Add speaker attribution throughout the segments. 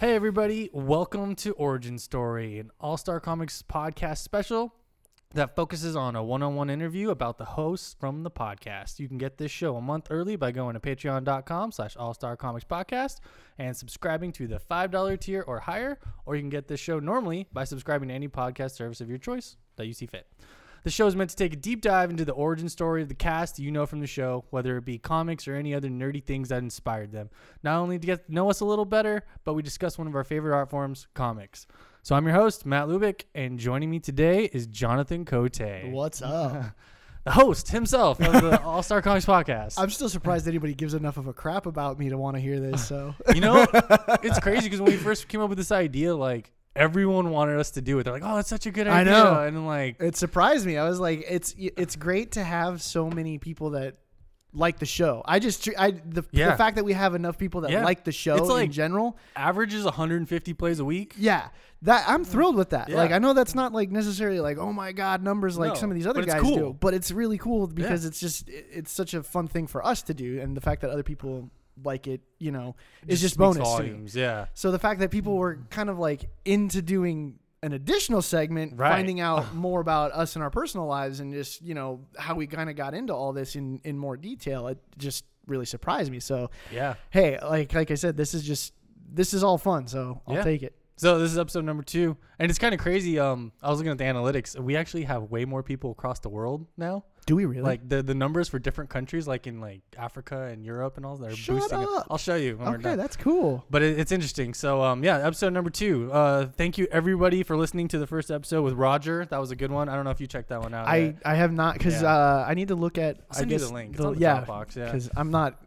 Speaker 1: Hey, everybody, welcome to Origin Story, an All Star Comics podcast special that focuses on a one on one interview about the hosts from the podcast. You can get this show a month early by going to patreon.com slash all star comics podcast and subscribing to the $5 tier or higher, or you can get this show normally by subscribing to any podcast service of your choice that you see fit. The show is meant to take a deep dive into the origin story of the cast you know from the show, whether it be comics or any other nerdy things that inspired them. Not only to get to know us a little better, but we discuss one of our favorite art forms, comics. So I'm your host, Matt Lubick, and joining me today is Jonathan Cote, the
Speaker 2: What's up?
Speaker 1: host himself of the All Star Comics podcast.
Speaker 2: I'm still surprised anybody gives enough of a crap about me to want to hear this. So
Speaker 1: You know, it's crazy because when we first came up with this idea, like everyone wanted us to do it. They're like, "Oh, that's such a good idea,"
Speaker 2: I know.
Speaker 1: and I'm like,
Speaker 2: it surprised me. I was like, it's it's great to have so many people that like the show. I just tr- I the,
Speaker 1: Yeah.
Speaker 2: the fact that we have enough people that
Speaker 1: Yeah.
Speaker 2: like the show
Speaker 1: It's like-
Speaker 2: in general.
Speaker 1: average is 150 plays a week.
Speaker 2: Yeah, that I'm thrilled with that.
Speaker 1: Yeah.
Speaker 2: Like I know that's not like necessarily like oh my god numbers like
Speaker 1: No,
Speaker 2: some of these other
Speaker 1: but it's
Speaker 2: guys
Speaker 1: cool.
Speaker 2: do, but it's really cool because it's just it, it's such a fun thing for us to do, and the fact that other people like it, you know, is just,
Speaker 1: speaks
Speaker 2: bonus. to me.
Speaker 1: Volumes, yeah.
Speaker 2: So the fact that people were kind of like into doing an additional segment,
Speaker 1: Right.
Speaker 2: finding out more about us and our personal lives, and just you know how we kind of got into all this in in more detail, it just really surprised me. So
Speaker 1: Yeah.
Speaker 2: hey, like like I said, this is just this is all fun. So I'll
Speaker 1: Yeah.
Speaker 2: take it.
Speaker 1: So this is episode number two, and it's kind of crazy. Um, I was looking at the analytics. and We actually have way more people across the world now.
Speaker 2: Do we really?
Speaker 1: Like the, the numbers for different countries, like in like Africa and Europe and all, they're
Speaker 2: Shut
Speaker 1: boosting. it.
Speaker 2: up.
Speaker 1: I'll show you. When we're
Speaker 2: okay,
Speaker 1: done.
Speaker 2: that's cool.
Speaker 1: But it, it's interesting. So um, yeah, episode number two. Uh, thank you everybody for listening to the first episode with Roger. That was a good one. I don't know if you checked that one out. yet.
Speaker 2: I, I have not because
Speaker 1: Yeah.
Speaker 2: uh, I need to look at
Speaker 1: I'll send
Speaker 2: I
Speaker 1: you
Speaker 2: guess
Speaker 1: the link. It's on the
Speaker 2: yeah
Speaker 1: top box, yeah.
Speaker 2: because I'm not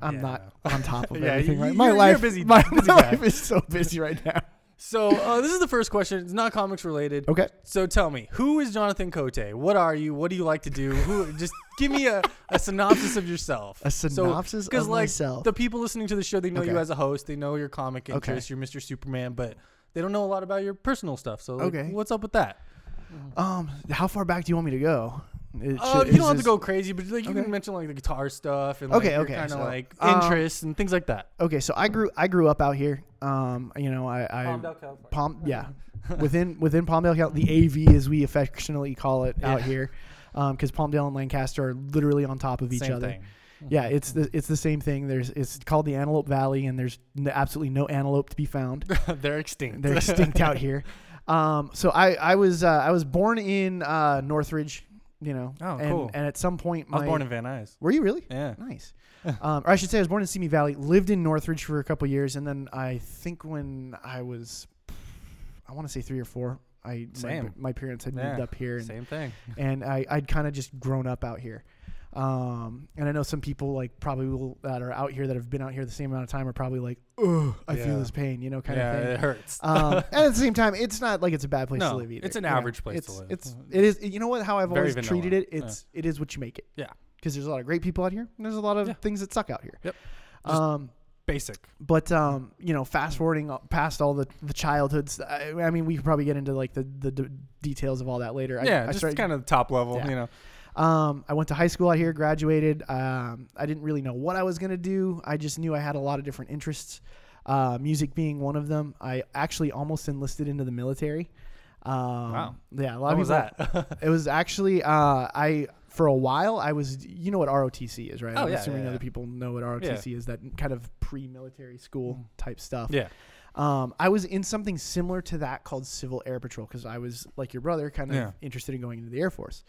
Speaker 2: I'm
Speaker 1: Yeah,
Speaker 2: not on top of
Speaker 1: Yeah,
Speaker 2: everything
Speaker 1: you-
Speaker 2: right.
Speaker 1: you-
Speaker 2: My
Speaker 1: you're- you're
Speaker 2: life
Speaker 1: busy-
Speaker 2: my,
Speaker 1: busy
Speaker 2: my
Speaker 1: guy.
Speaker 2: life is so busy right now.
Speaker 1: so uh, this is the first question. It's not comics related.
Speaker 2: Okay.
Speaker 1: So tell me, who is Jonathan Cote? What are you? What do you like to do? Who? Just give me a, a synopsis of yourself.
Speaker 2: A synopsis
Speaker 1: Because
Speaker 2: of
Speaker 1: like
Speaker 2: myself.
Speaker 1: the people listening to the show, they know you
Speaker 2: Okay.
Speaker 1: as a host. They know your comic
Speaker 2: Okay.
Speaker 1: interests. Your Mr. Superman, but they don't know a lot about your personal stuff. So like,
Speaker 2: Okay.
Speaker 1: what's up with that?
Speaker 2: Um, how far back do you want me to go? It
Speaker 1: Uh,
Speaker 2: should-
Speaker 1: you
Speaker 2: is
Speaker 1: don't have to
Speaker 2: this-
Speaker 1: go crazy, but like you
Speaker 2: Okay.
Speaker 1: can mention like the guitar stuff and like,
Speaker 2: Okay,
Speaker 1: your
Speaker 2: okay,
Speaker 1: kind of
Speaker 2: so,
Speaker 1: like
Speaker 2: um,
Speaker 1: interests and things like that.
Speaker 2: Okay, so I grew I grew up out here. Um, you know, I, I Palm, yeah, within within Palmdale, Cal- the AV as we affectionately call it out
Speaker 1: Yeah.
Speaker 2: here, Um, because Palmdale and Lancaster are literally on top of each
Speaker 1: Same
Speaker 2: other.
Speaker 1: thing.
Speaker 2: Yeah, it's the it's the same thing. There's it's called the Antelope Valley, and there's n- absolutely no antelope to be found.
Speaker 1: They're extinct.
Speaker 2: They're extinct out here. Um, so I I was uh, I was born in uh, Northridge, you know.
Speaker 1: Oh,
Speaker 2: and,
Speaker 1: cool.
Speaker 2: And at some point,
Speaker 1: I
Speaker 2: my
Speaker 1: was born in Van Nuys.
Speaker 2: were you really?
Speaker 1: Yeah.
Speaker 2: Nice. um, or I should say, I was born in Simi Valley, lived in Northridge for a couple years, and then I think when I was, I want to say three or four, I my,
Speaker 1: Same.
Speaker 2: my parents had moved
Speaker 1: Yeah,
Speaker 2: up here, and,
Speaker 1: Same thing.
Speaker 2: and I, I'd kind of just grown up out here. Um, and I know some people like probably will, that are out here that have been out here the same amount of time are probably like, ugh, I
Speaker 1: Yeah.
Speaker 2: feel this pain, you know, kind
Speaker 1: yeah,
Speaker 2: of thing
Speaker 1: it hurts.
Speaker 2: um, and at the same time, it's not like it's a bad place to
Speaker 1: No,
Speaker 2: live either.
Speaker 1: it's an
Speaker 2: You know,
Speaker 1: average place to
Speaker 2: it's-
Speaker 1: live.
Speaker 2: It's it is. You know what? How I've
Speaker 1: Very
Speaker 2: always
Speaker 1: vanilla.
Speaker 2: treated it.
Speaker 1: Yeah.
Speaker 2: It's it is what you make it.
Speaker 1: Yeah.
Speaker 2: Because there's a lot of great people out here. And there's a lot of
Speaker 1: Yeah.
Speaker 2: things that suck out here.
Speaker 1: Yep. Just-
Speaker 2: Um,
Speaker 1: Basic.
Speaker 2: but um, you know, fast forwarding all- past all the the childhoods. I, I mean, we could probably get into like the the d- details of all that later. I,
Speaker 1: yeah,
Speaker 2: I
Speaker 1: just
Speaker 2: started-
Speaker 1: kind of top level,
Speaker 2: Yeah.
Speaker 1: you know.
Speaker 2: um, I went to high school out here, graduated. Um, I didn't really know what I was gonna do. I just knew I had a lot of different interests, uh, music being one of them. I actually almost enlisted into the military. Um,
Speaker 1: Wow.
Speaker 2: Yeah, a lot
Speaker 1: What
Speaker 2: of
Speaker 1: was
Speaker 2: people.
Speaker 1: that?
Speaker 2: It was actually uh, I for a while I was you know what ROTC is right?
Speaker 1: Oh,
Speaker 2: I'm
Speaker 1: yeah,
Speaker 2: assuming
Speaker 1: yeah,
Speaker 2: other
Speaker 1: yeah.
Speaker 2: people know what ROTC is that kind of pre-military school
Speaker 1: Hmm.
Speaker 2: type stuff.
Speaker 1: yeah.
Speaker 2: Um, I was in something similar to that called Civil Air Patrol because I was like your brother, kind of
Speaker 1: Yeah.
Speaker 2: interested in going into the Air Force.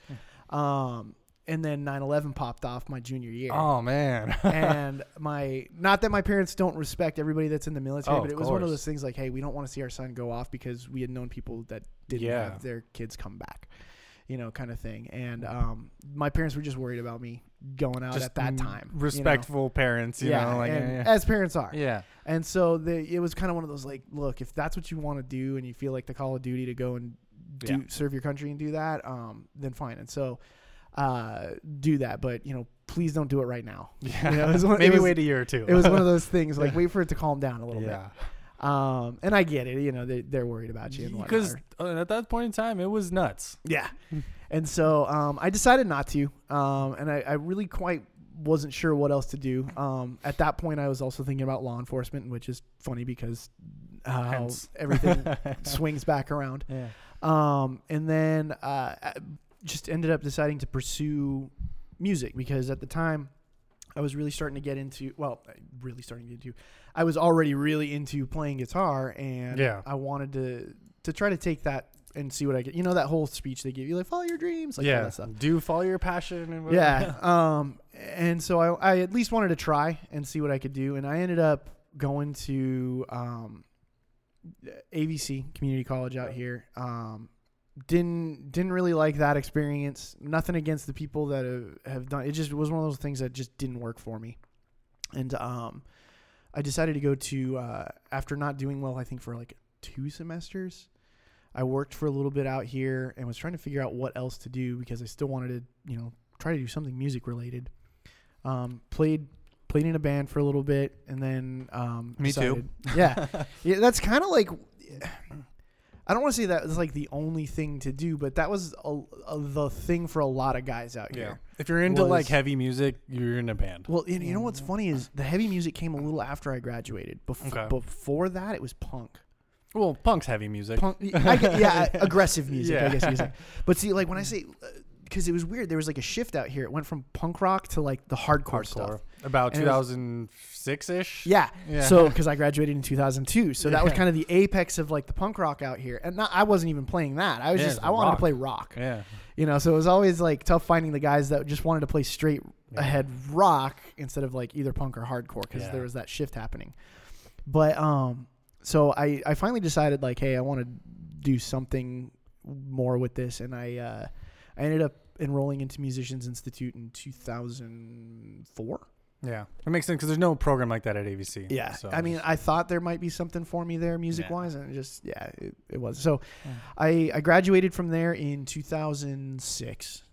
Speaker 2: Um, and then 9/11 popped off my junior year.
Speaker 1: Oh man.
Speaker 2: and my not that my parents don't respect everybody that's in the military,
Speaker 1: Oh,
Speaker 2: but
Speaker 1: of
Speaker 2: it was one of
Speaker 1: course.
Speaker 2: those things like, hey, we don't want to see our son go off because we had known people that didn't
Speaker 1: Yeah.
Speaker 2: have their kids come back, you know, kind of thing. And um, my parents were just worried about me going out at that
Speaker 1: mm,
Speaker 2: time. you know?
Speaker 1: Respectful parents, you
Speaker 2: yeah,
Speaker 1: know, like
Speaker 2: and e-
Speaker 1: yeah.
Speaker 2: as parents are.
Speaker 1: yeah.
Speaker 2: And so the, it was kind of one of those like, look, if that's what you want to do and you feel like the call of duty to go and do
Speaker 1: Yeah.
Speaker 2: serve your country and do that, um, then fine. And so uh, do that, but you know, please don't do it right now.
Speaker 1: Yeah.
Speaker 2: You know, it was one- it
Speaker 1: Maybe
Speaker 2: was-
Speaker 1: wait a year or two.
Speaker 2: It was one of those things like wait for it to calm down a little
Speaker 1: yeah.
Speaker 2: bit. Um, and I get it, you know, they, they're worried about you and whatnot.
Speaker 1: Because uh, at that point in time, it was nuts.
Speaker 2: Yeah. and so um, I decided not to. Um, and I, I really quite wasn't sure what else to do. Um, at that point, I was also thinking about law enforcement, which is funny because how
Speaker 1: Hence.
Speaker 2: everything swings back around.
Speaker 1: yeah.
Speaker 2: Um, and then uh, I just ended up deciding to pursue music because at the time I was really starting to get into, well, really starting to get into, I was already really into playing guitar and
Speaker 1: Yeah.
Speaker 2: I wanted to, to try to take that and see what I get. You know, that whole speech they give you, like, follow your dreams, like all
Speaker 1: yeah.
Speaker 2: that stuff.
Speaker 1: Do follow your passion and whatever.
Speaker 2: Yeah. Um, and so I, I at least wanted to try and see what I could do. And I ended up going to um, AVC Community College out here. Um, didn't didn't really like that experience. Nothing against the people that have, have done it. Just was one of those things that just didn't work for me. And um, I decided to go to uh, after not doing well. I think for like two semesters. I worked for a little bit out here and was trying to figure out what else to do because I still wanted to, you know, try to do something music related. Um, played played in a band for a little bit and then um,
Speaker 1: Me too.
Speaker 2: decided- Yeah, yeah. That's kind of like I don't want to say that was like the only thing to do, but that was a, a, the thing for a lot of guys out
Speaker 1: Yeah.
Speaker 2: here.
Speaker 1: If you're into like
Speaker 2: Was-
Speaker 1: heavy music, you're in a band.
Speaker 2: Well, and you know what's funny is the heavy music came a little after I graduated. Bef-
Speaker 1: Okay.
Speaker 2: Before that, it was punk.
Speaker 1: Well, punk's heavy music.
Speaker 2: punk I gue- yeah aggressive music i
Speaker 1: Yeah.
Speaker 2: guess you could say. but see like when i say because it was weird there was like a shift out here it went from punk rock to like the hardcore, stuff
Speaker 1: About
Speaker 2: And it was-
Speaker 1: 2006 ish.
Speaker 2: yeah.
Speaker 1: Yeah.
Speaker 2: so because i graduated in 2002 so that was
Speaker 1: Yeah.
Speaker 2: kind of the apex of like the punk rock out here and not, i wasn't even playing that i was
Speaker 1: Yeah,
Speaker 2: just
Speaker 1: it's
Speaker 2: i wanted
Speaker 1: rock.
Speaker 2: to play rock
Speaker 1: Yeah.
Speaker 2: you know so it was always like tough finding the guys that just wanted to play straight
Speaker 1: Yeah.
Speaker 2: ahead rock instead of like either punk or hardcore because
Speaker 1: Yeah.
Speaker 2: there was that shift happening but um so i i finally decided like hey i want to do something more with this and i uh i ended up enrolling into musicians institute in 2004
Speaker 1: Yeah. It makes sense because there's no program like that at AVC.
Speaker 2: yeah.
Speaker 1: So
Speaker 2: I mean, I thought there might be something for me there music wise, and it just, yeah, it, it was. So
Speaker 1: Yeah.
Speaker 2: I, I graduated from there in 2006.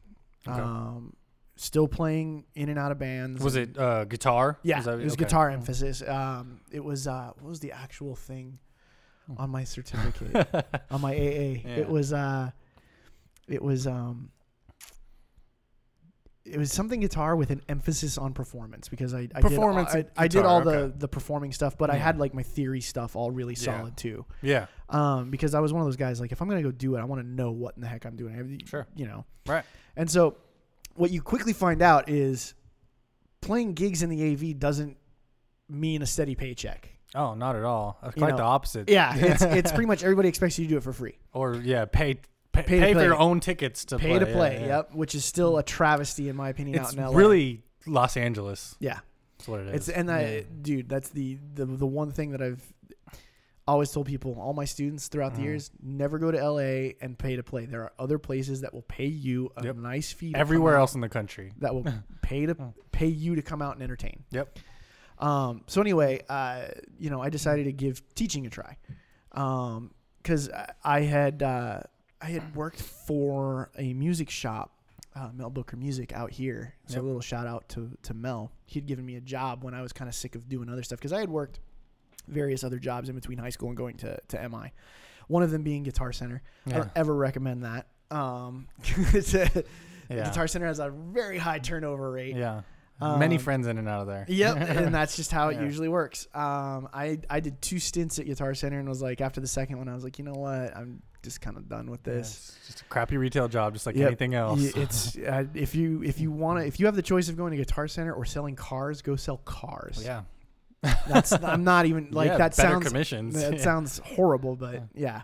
Speaker 1: Okay.
Speaker 2: Um, still playing in and out of bands.
Speaker 1: was
Speaker 2: and-
Speaker 1: it uh, guitar?
Speaker 2: Yeah.
Speaker 1: that-
Speaker 2: it was
Speaker 1: okay. Mm.
Speaker 2: guitar emphasis. Um, it was, uh, what was the actual thing
Speaker 1: Hmm.
Speaker 2: on my certificate, on my AA?
Speaker 1: Yeah.
Speaker 2: It was, uh, it was, um, it was something guitar with an emphasis on performance because I, I
Speaker 1: Performance
Speaker 2: Did
Speaker 1: and
Speaker 2: all, I, I did all
Speaker 1: guitar,
Speaker 2: the
Speaker 1: okay.
Speaker 2: the performing stuff, but I
Speaker 1: Yeah.
Speaker 2: had like my theory stuff all really
Speaker 1: Yeah.
Speaker 2: solid too.
Speaker 1: Yeah.
Speaker 2: Um, because I was one of those guys like if I'm gonna go do it, I want to know what in the heck I'm doing. I,
Speaker 1: Sure.
Speaker 2: You know.
Speaker 1: Right.
Speaker 2: And so, what you quickly find out is playing gigs in the AV doesn't mean a steady paycheck.
Speaker 1: Oh, not at all. That's
Speaker 2: You
Speaker 1: quite
Speaker 2: know.
Speaker 1: the opposite.
Speaker 2: Yeah, it's it's pretty much everybody expects you to do it for free.
Speaker 1: Or yeah, pay pay,
Speaker 2: Pay to
Speaker 1: pay for
Speaker 2: play.
Speaker 1: your own tickets to
Speaker 2: Pay
Speaker 1: play.
Speaker 2: to
Speaker 1: Yeah,
Speaker 2: play,
Speaker 1: yeah.
Speaker 2: yep, which is still a travesty in my opinion
Speaker 1: It's
Speaker 2: out in LA.
Speaker 1: really Los Angeles.
Speaker 2: yeah.
Speaker 1: That's what it is.
Speaker 2: It's and I,
Speaker 1: Yeah.
Speaker 2: dude, that's the, the the one thing that I've always told people, all my students throughout the
Speaker 1: Mhm.
Speaker 2: years, never go to LA and pay to play. There are other places that will pay you a
Speaker 1: Yep.
Speaker 2: nice fee. to come
Speaker 1: everywhere
Speaker 2: out
Speaker 1: else in the country.
Speaker 2: that will pay to
Speaker 1: Mm.
Speaker 2: pay you to come out and entertain.
Speaker 1: Yep.
Speaker 2: Um, so anyway, uh, you know, I decided to give teaching a try because I I had uh, I had worked for a music shop, uh, Mel Booker Music, out here. So
Speaker 1: Yep.
Speaker 2: a little shout out to to Mel. He'd given me a job when I was kind of sick of doing other stuff because I had worked various other jobs in between high school and going to to MI. One of them being Guitar Center. I
Speaker 1: Yeah.
Speaker 2: don't ever recommend that. Um, it's a-
Speaker 1: Yeah.
Speaker 2: Guitar Center has a very high turnover rate.
Speaker 1: Yeah. Many
Speaker 2: Um,
Speaker 1: friends in and out of there.
Speaker 2: Yep, and that's just how it
Speaker 1: Yeah.
Speaker 2: usually works. Um, I I did two stints at Guitar Center and was like, after the second one, I was like, you know what, I'm just kind of done with
Speaker 1: Yeah,
Speaker 2: this.
Speaker 1: it's just a crappy retail job, just like
Speaker 2: Yep.
Speaker 1: anything else.
Speaker 2: Y- It's uh, if you if you want to if you have the choice of going to Guitar Center or selling cars, go sell cars.
Speaker 1: Oh, yeah.
Speaker 2: That's I'm not even like
Speaker 1: Yeah,
Speaker 2: that
Speaker 1: better
Speaker 2: sounds
Speaker 1: commissions.
Speaker 2: that
Speaker 1: Yeah.
Speaker 2: sounds horrible, but yeah.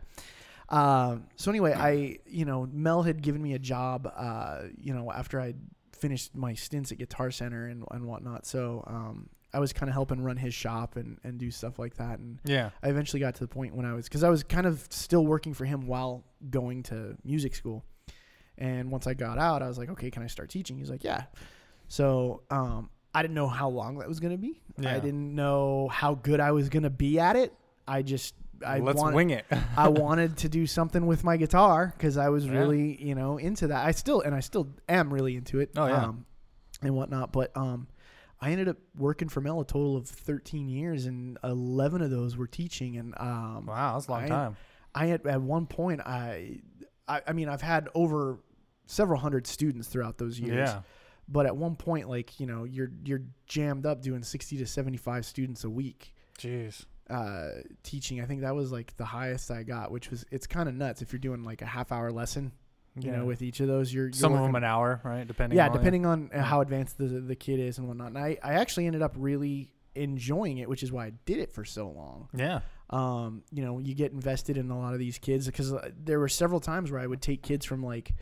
Speaker 2: Um, so anyway, I you know Mel had given me a job, uh, you know after I finished my stints at Guitar Center and and whatnot. So um, I was kind of helping run his shop and and do stuff like that. And
Speaker 1: yeah.
Speaker 2: I eventually got to the point when I was because I was kind of still working for him while going to music school. And once I got out, I was like, okay, can I start teaching? He's like, yeah. So um, I didn't know how long that was going to be.
Speaker 1: Yeah.
Speaker 2: I didn't know how good I was going to be at it. I just I
Speaker 1: Let's
Speaker 2: wanted,
Speaker 1: wing it.
Speaker 2: I wanted to do something with my guitar because I was
Speaker 1: Yeah.
Speaker 2: really you know into that. I still and I still am really into it.
Speaker 1: Oh, yeah.
Speaker 2: Um, and whatnot, but um, I ended up working for Mel a total of 13 years, and 11 of those were teaching. And um,
Speaker 1: wow, that's a long
Speaker 2: I-
Speaker 1: time.
Speaker 2: I had, at one point I, I I mean I've had over several hundred students throughout those years.
Speaker 1: Yeah.
Speaker 2: But at one point, like you know, you're you're jammed up doing sixty to seventy five students a week
Speaker 1: Jeez.
Speaker 2: uh, teaching. I think that was like the highest I got, which was it's kind of nuts if you're doing like a half hour lesson. You know, with each of those, you're, you're
Speaker 1: some of
Speaker 2: working-
Speaker 1: them an hour, right? Depending.
Speaker 2: yeah
Speaker 1: on it.
Speaker 2: depending on uh, how advanced the the kid is and whatnot and i i actually ended up really enjoying it which is why i did it for so long
Speaker 1: Yeah.
Speaker 2: um you know you get invested in a lot of these kids because there were several times where i would take kids from like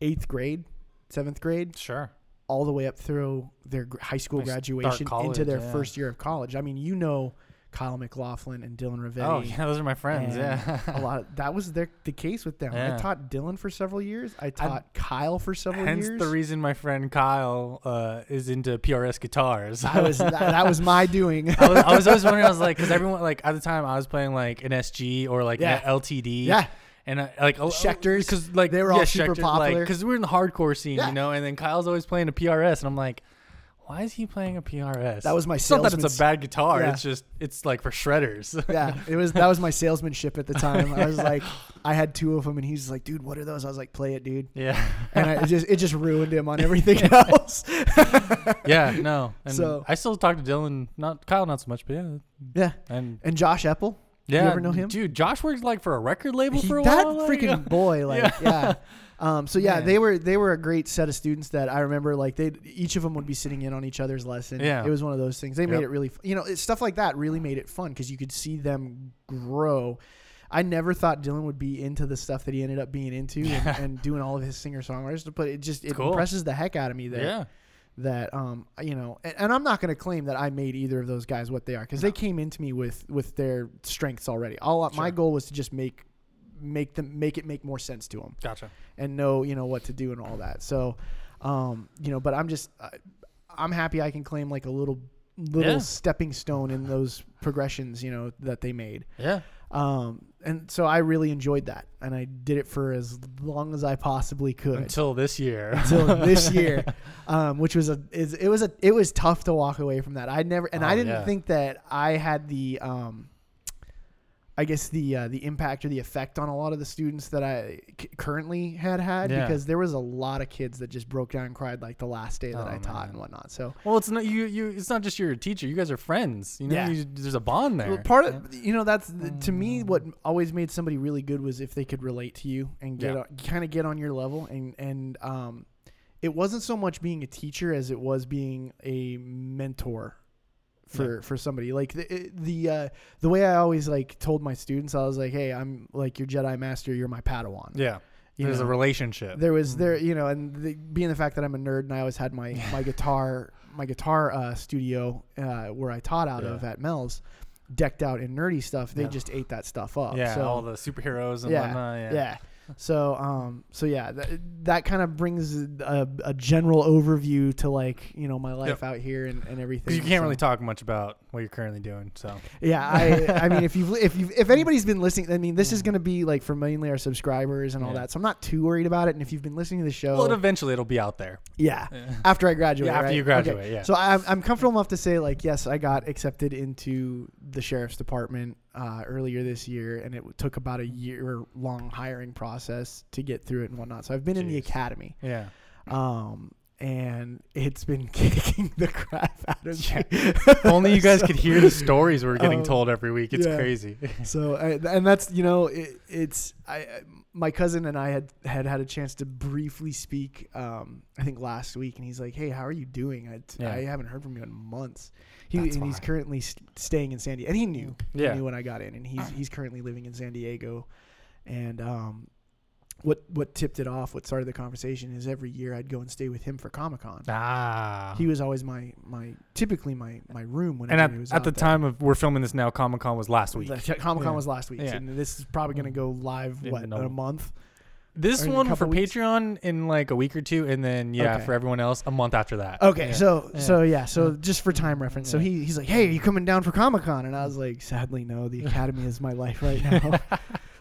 Speaker 2: eighth grade seventh grade
Speaker 1: Sure.
Speaker 2: all the way up through their gr- high school
Speaker 1: They start
Speaker 2: graduation
Speaker 1: college,
Speaker 2: into their
Speaker 1: yeah.
Speaker 2: first year of college i mean you know kyle mclaughlin and dylan Ravetti
Speaker 1: Oh yeah, those are my friends.
Speaker 2: and
Speaker 1: Yeah.
Speaker 2: a lot of, that was their, the case with them.
Speaker 1: Yeah.
Speaker 2: I taught Dylan for several years. I taught Kyle for several
Speaker 1: Hence
Speaker 2: years.
Speaker 1: the reason my friend Kyle uh, is into PRS guitars.
Speaker 2: I was that, that was my doing.
Speaker 1: I was, I was always wondering. I was like, because everyone like at the time I was playing like an SG or like
Speaker 2: Yeah.
Speaker 1: an LTD.
Speaker 2: Yeah.
Speaker 1: And I, like oh,
Speaker 2: Schecters,
Speaker 1: because like
Speaker 2: they were all super popular.
Speaker 1: Because we're in the hardcore scene,
Speaker 2: Yeah.
Speaker 1: you know. And then Kyle's always playing a PRS, and I'm like, why is he playing a PRS?
Speaker 2: That was my
Speaker 1: It's not that it's
Speaker 2: salesman's-
Speaker 1: a bad guitar.
Speaker 2: Yeah.
Speaker 1: It's just it's like for shredders.
Speaker 2: yeah, it was that was my salesmanship at the time. I was like, I had two of them, and he's like, "Dude, what are those?" I was like, "Play it, dude."
Speaker 1: yeah.
Speaker 2: And I, it just it just ruined him on everything else.
Speaker 1: yeah, no. And
Speaker 2: So-
Speaker 1: I still talk to Dylan, not Kyle, not so much, but yeah,
Speaker 2: yeah,
Speaker 1: and
Speaker 2: and Josh Eppel,
Speaker 1: yeah.
Speaker 2: ever know him?
Speaker 1: dude? Josh worked like for a record label
Speaker 2: he,
Speaker 1: for a
Speaker 2: that
Speaker 1: while. like,
Speaker 2: freaking boy, like yeah. Um, so yeah,
Speaker 1: Man.
Speaker 2: they were they were a great set of students that I remember. Like they each of them would be sitting in on each other's lesson.
Speaker 1: Yeah.
Speaker 2: it was one of those things. They
Speaker 1: Yep.
Speaker 2: made it really, f- you know, it, stuff like that really made it fun because you could see them grow. I never thought Dylan would be into the stuff that he ended up being into
Speaker 1: Yeah.
Speaker 2: and, and doing all of his singer songwriters, but it just it
Speaker 1: Cool.
Speaker 2: impresses the heck out of me that
Speaker 1: yeah,
Speaker 2: that um you know, and, and I'm not going to claim that I made either of those guys what they are because they came into me with with their strengths already. All my
Speaker 1: Sure.
Speaker 2: goal was to just make make them make it make more sense to them
Speaker 1: gotcha.
Speaker 2: and know you know what to do and all that. So, um, you know, but I'm just I, I'm happy I can claim like a little little
Speaker 1: Yeah.
Speaker 2: stepping stone in those progressions you know that they made.
Speaker 1: Yeah,
Speaker 2: Um, and so I really enjoyed that, and I did it for as long as I possibly could
Speaker 1: until this year.
Speaker 2: until this year, um, which was a is, it was a it was tough to walk away from that. I never and I
Speaker 1: Oh,
Speaker 2: didn't
Speaker 1: yeah.
Speaker 2: think that I had the um, I guess the uh, the impact or the effect on a lot of the students that I c- currently had had
Speaker 1: Yeah.
Speaker 2: because there was a lot of kids that just broke down and cried like the last day that
Speaker 1: Oh,
Speaker 2: I taught and
Speaker 1: man.
Speaker 2: whatnot. So.
Speaker 1: well, it's not you. You. It's not just your teacher. You guys are friends. You know,
Speaker 2: Yeah.
Speaker 1: you, there's a bond there.
Speaker 2: Well, part of you know that's the, to me what always made somebody really good was if they could relate to you and get
Speaker 1: Yeah.
Speaker 2: kind of get on your level and and um, it wasn't so much being a teacher as it was being a mentor for for somebody like the it- the uh, the way I always like told my students I was like hey I'm like your Jedi master you're my Padawan
Speaker 1: yeah,
Speaker 2: you
Speaker 1: there's
Speaker 2: know?
Speaker 1: a relationship.
Speaker 2: there was
Speaker 1: Mm.
Speaker 2: there you know and the, being the fact that i'm a nerd and i always had my my guitar my guitar uh, studio uh, where i taught out of
Speaker 1: Yeah.
Speaker 2: at mel's decked out in nerdy stuff they
Speaker 1: Yeah.
Speaker 2: just ate that stuff up
Speaker 1: yeah,
Speaker 2: so
Speaker 1: all the superheroes and
Speaker 2: yeah,
Speaker 1: whatnot.
Speaker 2: yeah so um so yeah that, that kind of brings a, a general overview to like you know my life
Speaker 1: Yep.
Speaker 2: out here and, and everything
Speaker 1: Because you can't
Speaker 2: so.
Speaker 1: really talk much about what you're currently doing. So
Speaker 2: Yeah, I, I mean, if you've if you have if anybody's been listening, I mean, this is going to be like for mainly our subscribers and all
Speaker 1: Mm. Yeah.
Speaker 2: that, so I'm not too worried about it. And if you've been listening to the show,
Speaker 1: well, eventually it'll be out there.
Speaker 2: yeah,
Speaker 1: Yeah.
Speaker 2: after I graduate.
Speaker 1: Yeah, after
Speaker 2: right?
Speaker 1: you graduate, yeah.
Speaker 2: So I'm, I'm comfortable enough to say like, yes, I got accepted into the sheriff's department uh, earlier this year, and it took about a year long hiring process to get through it and whatnot. So I've been in the
Speaker 1: Jeez.
Speaker 2: academy,
Speaker 1: Yeah.
Speaker 2: um, and it's been kicking the crap out of me.
Speaker 1: If only you guys could hear the stories we're getting
Speaker 2: Um,
Speaker 1: told every week. It's
Speaker 2: yeah.
Speaker 1: crazy.
Speaker 2: So I, and that's you know it, it's I I- my cousin and I had had had a chance to briefly speak um, I think last week and he's like hey how are you doing I, t-
Speaker 1: Yeah.
Speaker 2: I haven't heard from you in months he
Speaker 1: That's
Speaker 2: and he's
Speaker 1: why.
Speaker 2: currently st- staying in San Diego and he knew
Speaker 1: Yeah.
Speaker 2: he knew when I got in and he's he's currently living in San Diego and um what what tipped it off what started the conversation is every year I'd go and stay with him for Comic Con
Speaker 1: Ah.
Speaker 2: he was always my my typically my my
Speaker 1: and
Speaker 2: room whenever
Speaker 1: at,
Speaker 2: he was
Speaker 1: at
Speaker 2: out
Speaker 1: the
Speaker 2: there.
Speaker 1: time of we're filming this now, Comic Con was last week.
Speaker 2: Comic Con
Speaker 1: Yeah.
Speaker 2: was last week,
Speaker 1: Yeah.
Speaker 2: and this is probably going to go live
Speaker 1: In
Speaker 2: what in
Speaker 1: another-
Speaker 2: a month.
Speaker 1: This
Speaker 2: Or in a
Speaker 1: one for
Speaker 2: couple weeks.
Speaker 1: Patreon in like a week or two, and then yeah,
Speaker 2: Okay.
Speaker 1: for everyone else a month after that.
Speaker 2: Okay,
Speaker 1: Yeah.
Speaker 2: so
Speaker 1: Yeah.
Speaker 2: so yeah, so just for time reference, so
Speaker 1: Yeah.
Speaker 2: he he's like, hey, are you coming down for Comic Con? And I was like, sadly, no. The Academy is my life right now.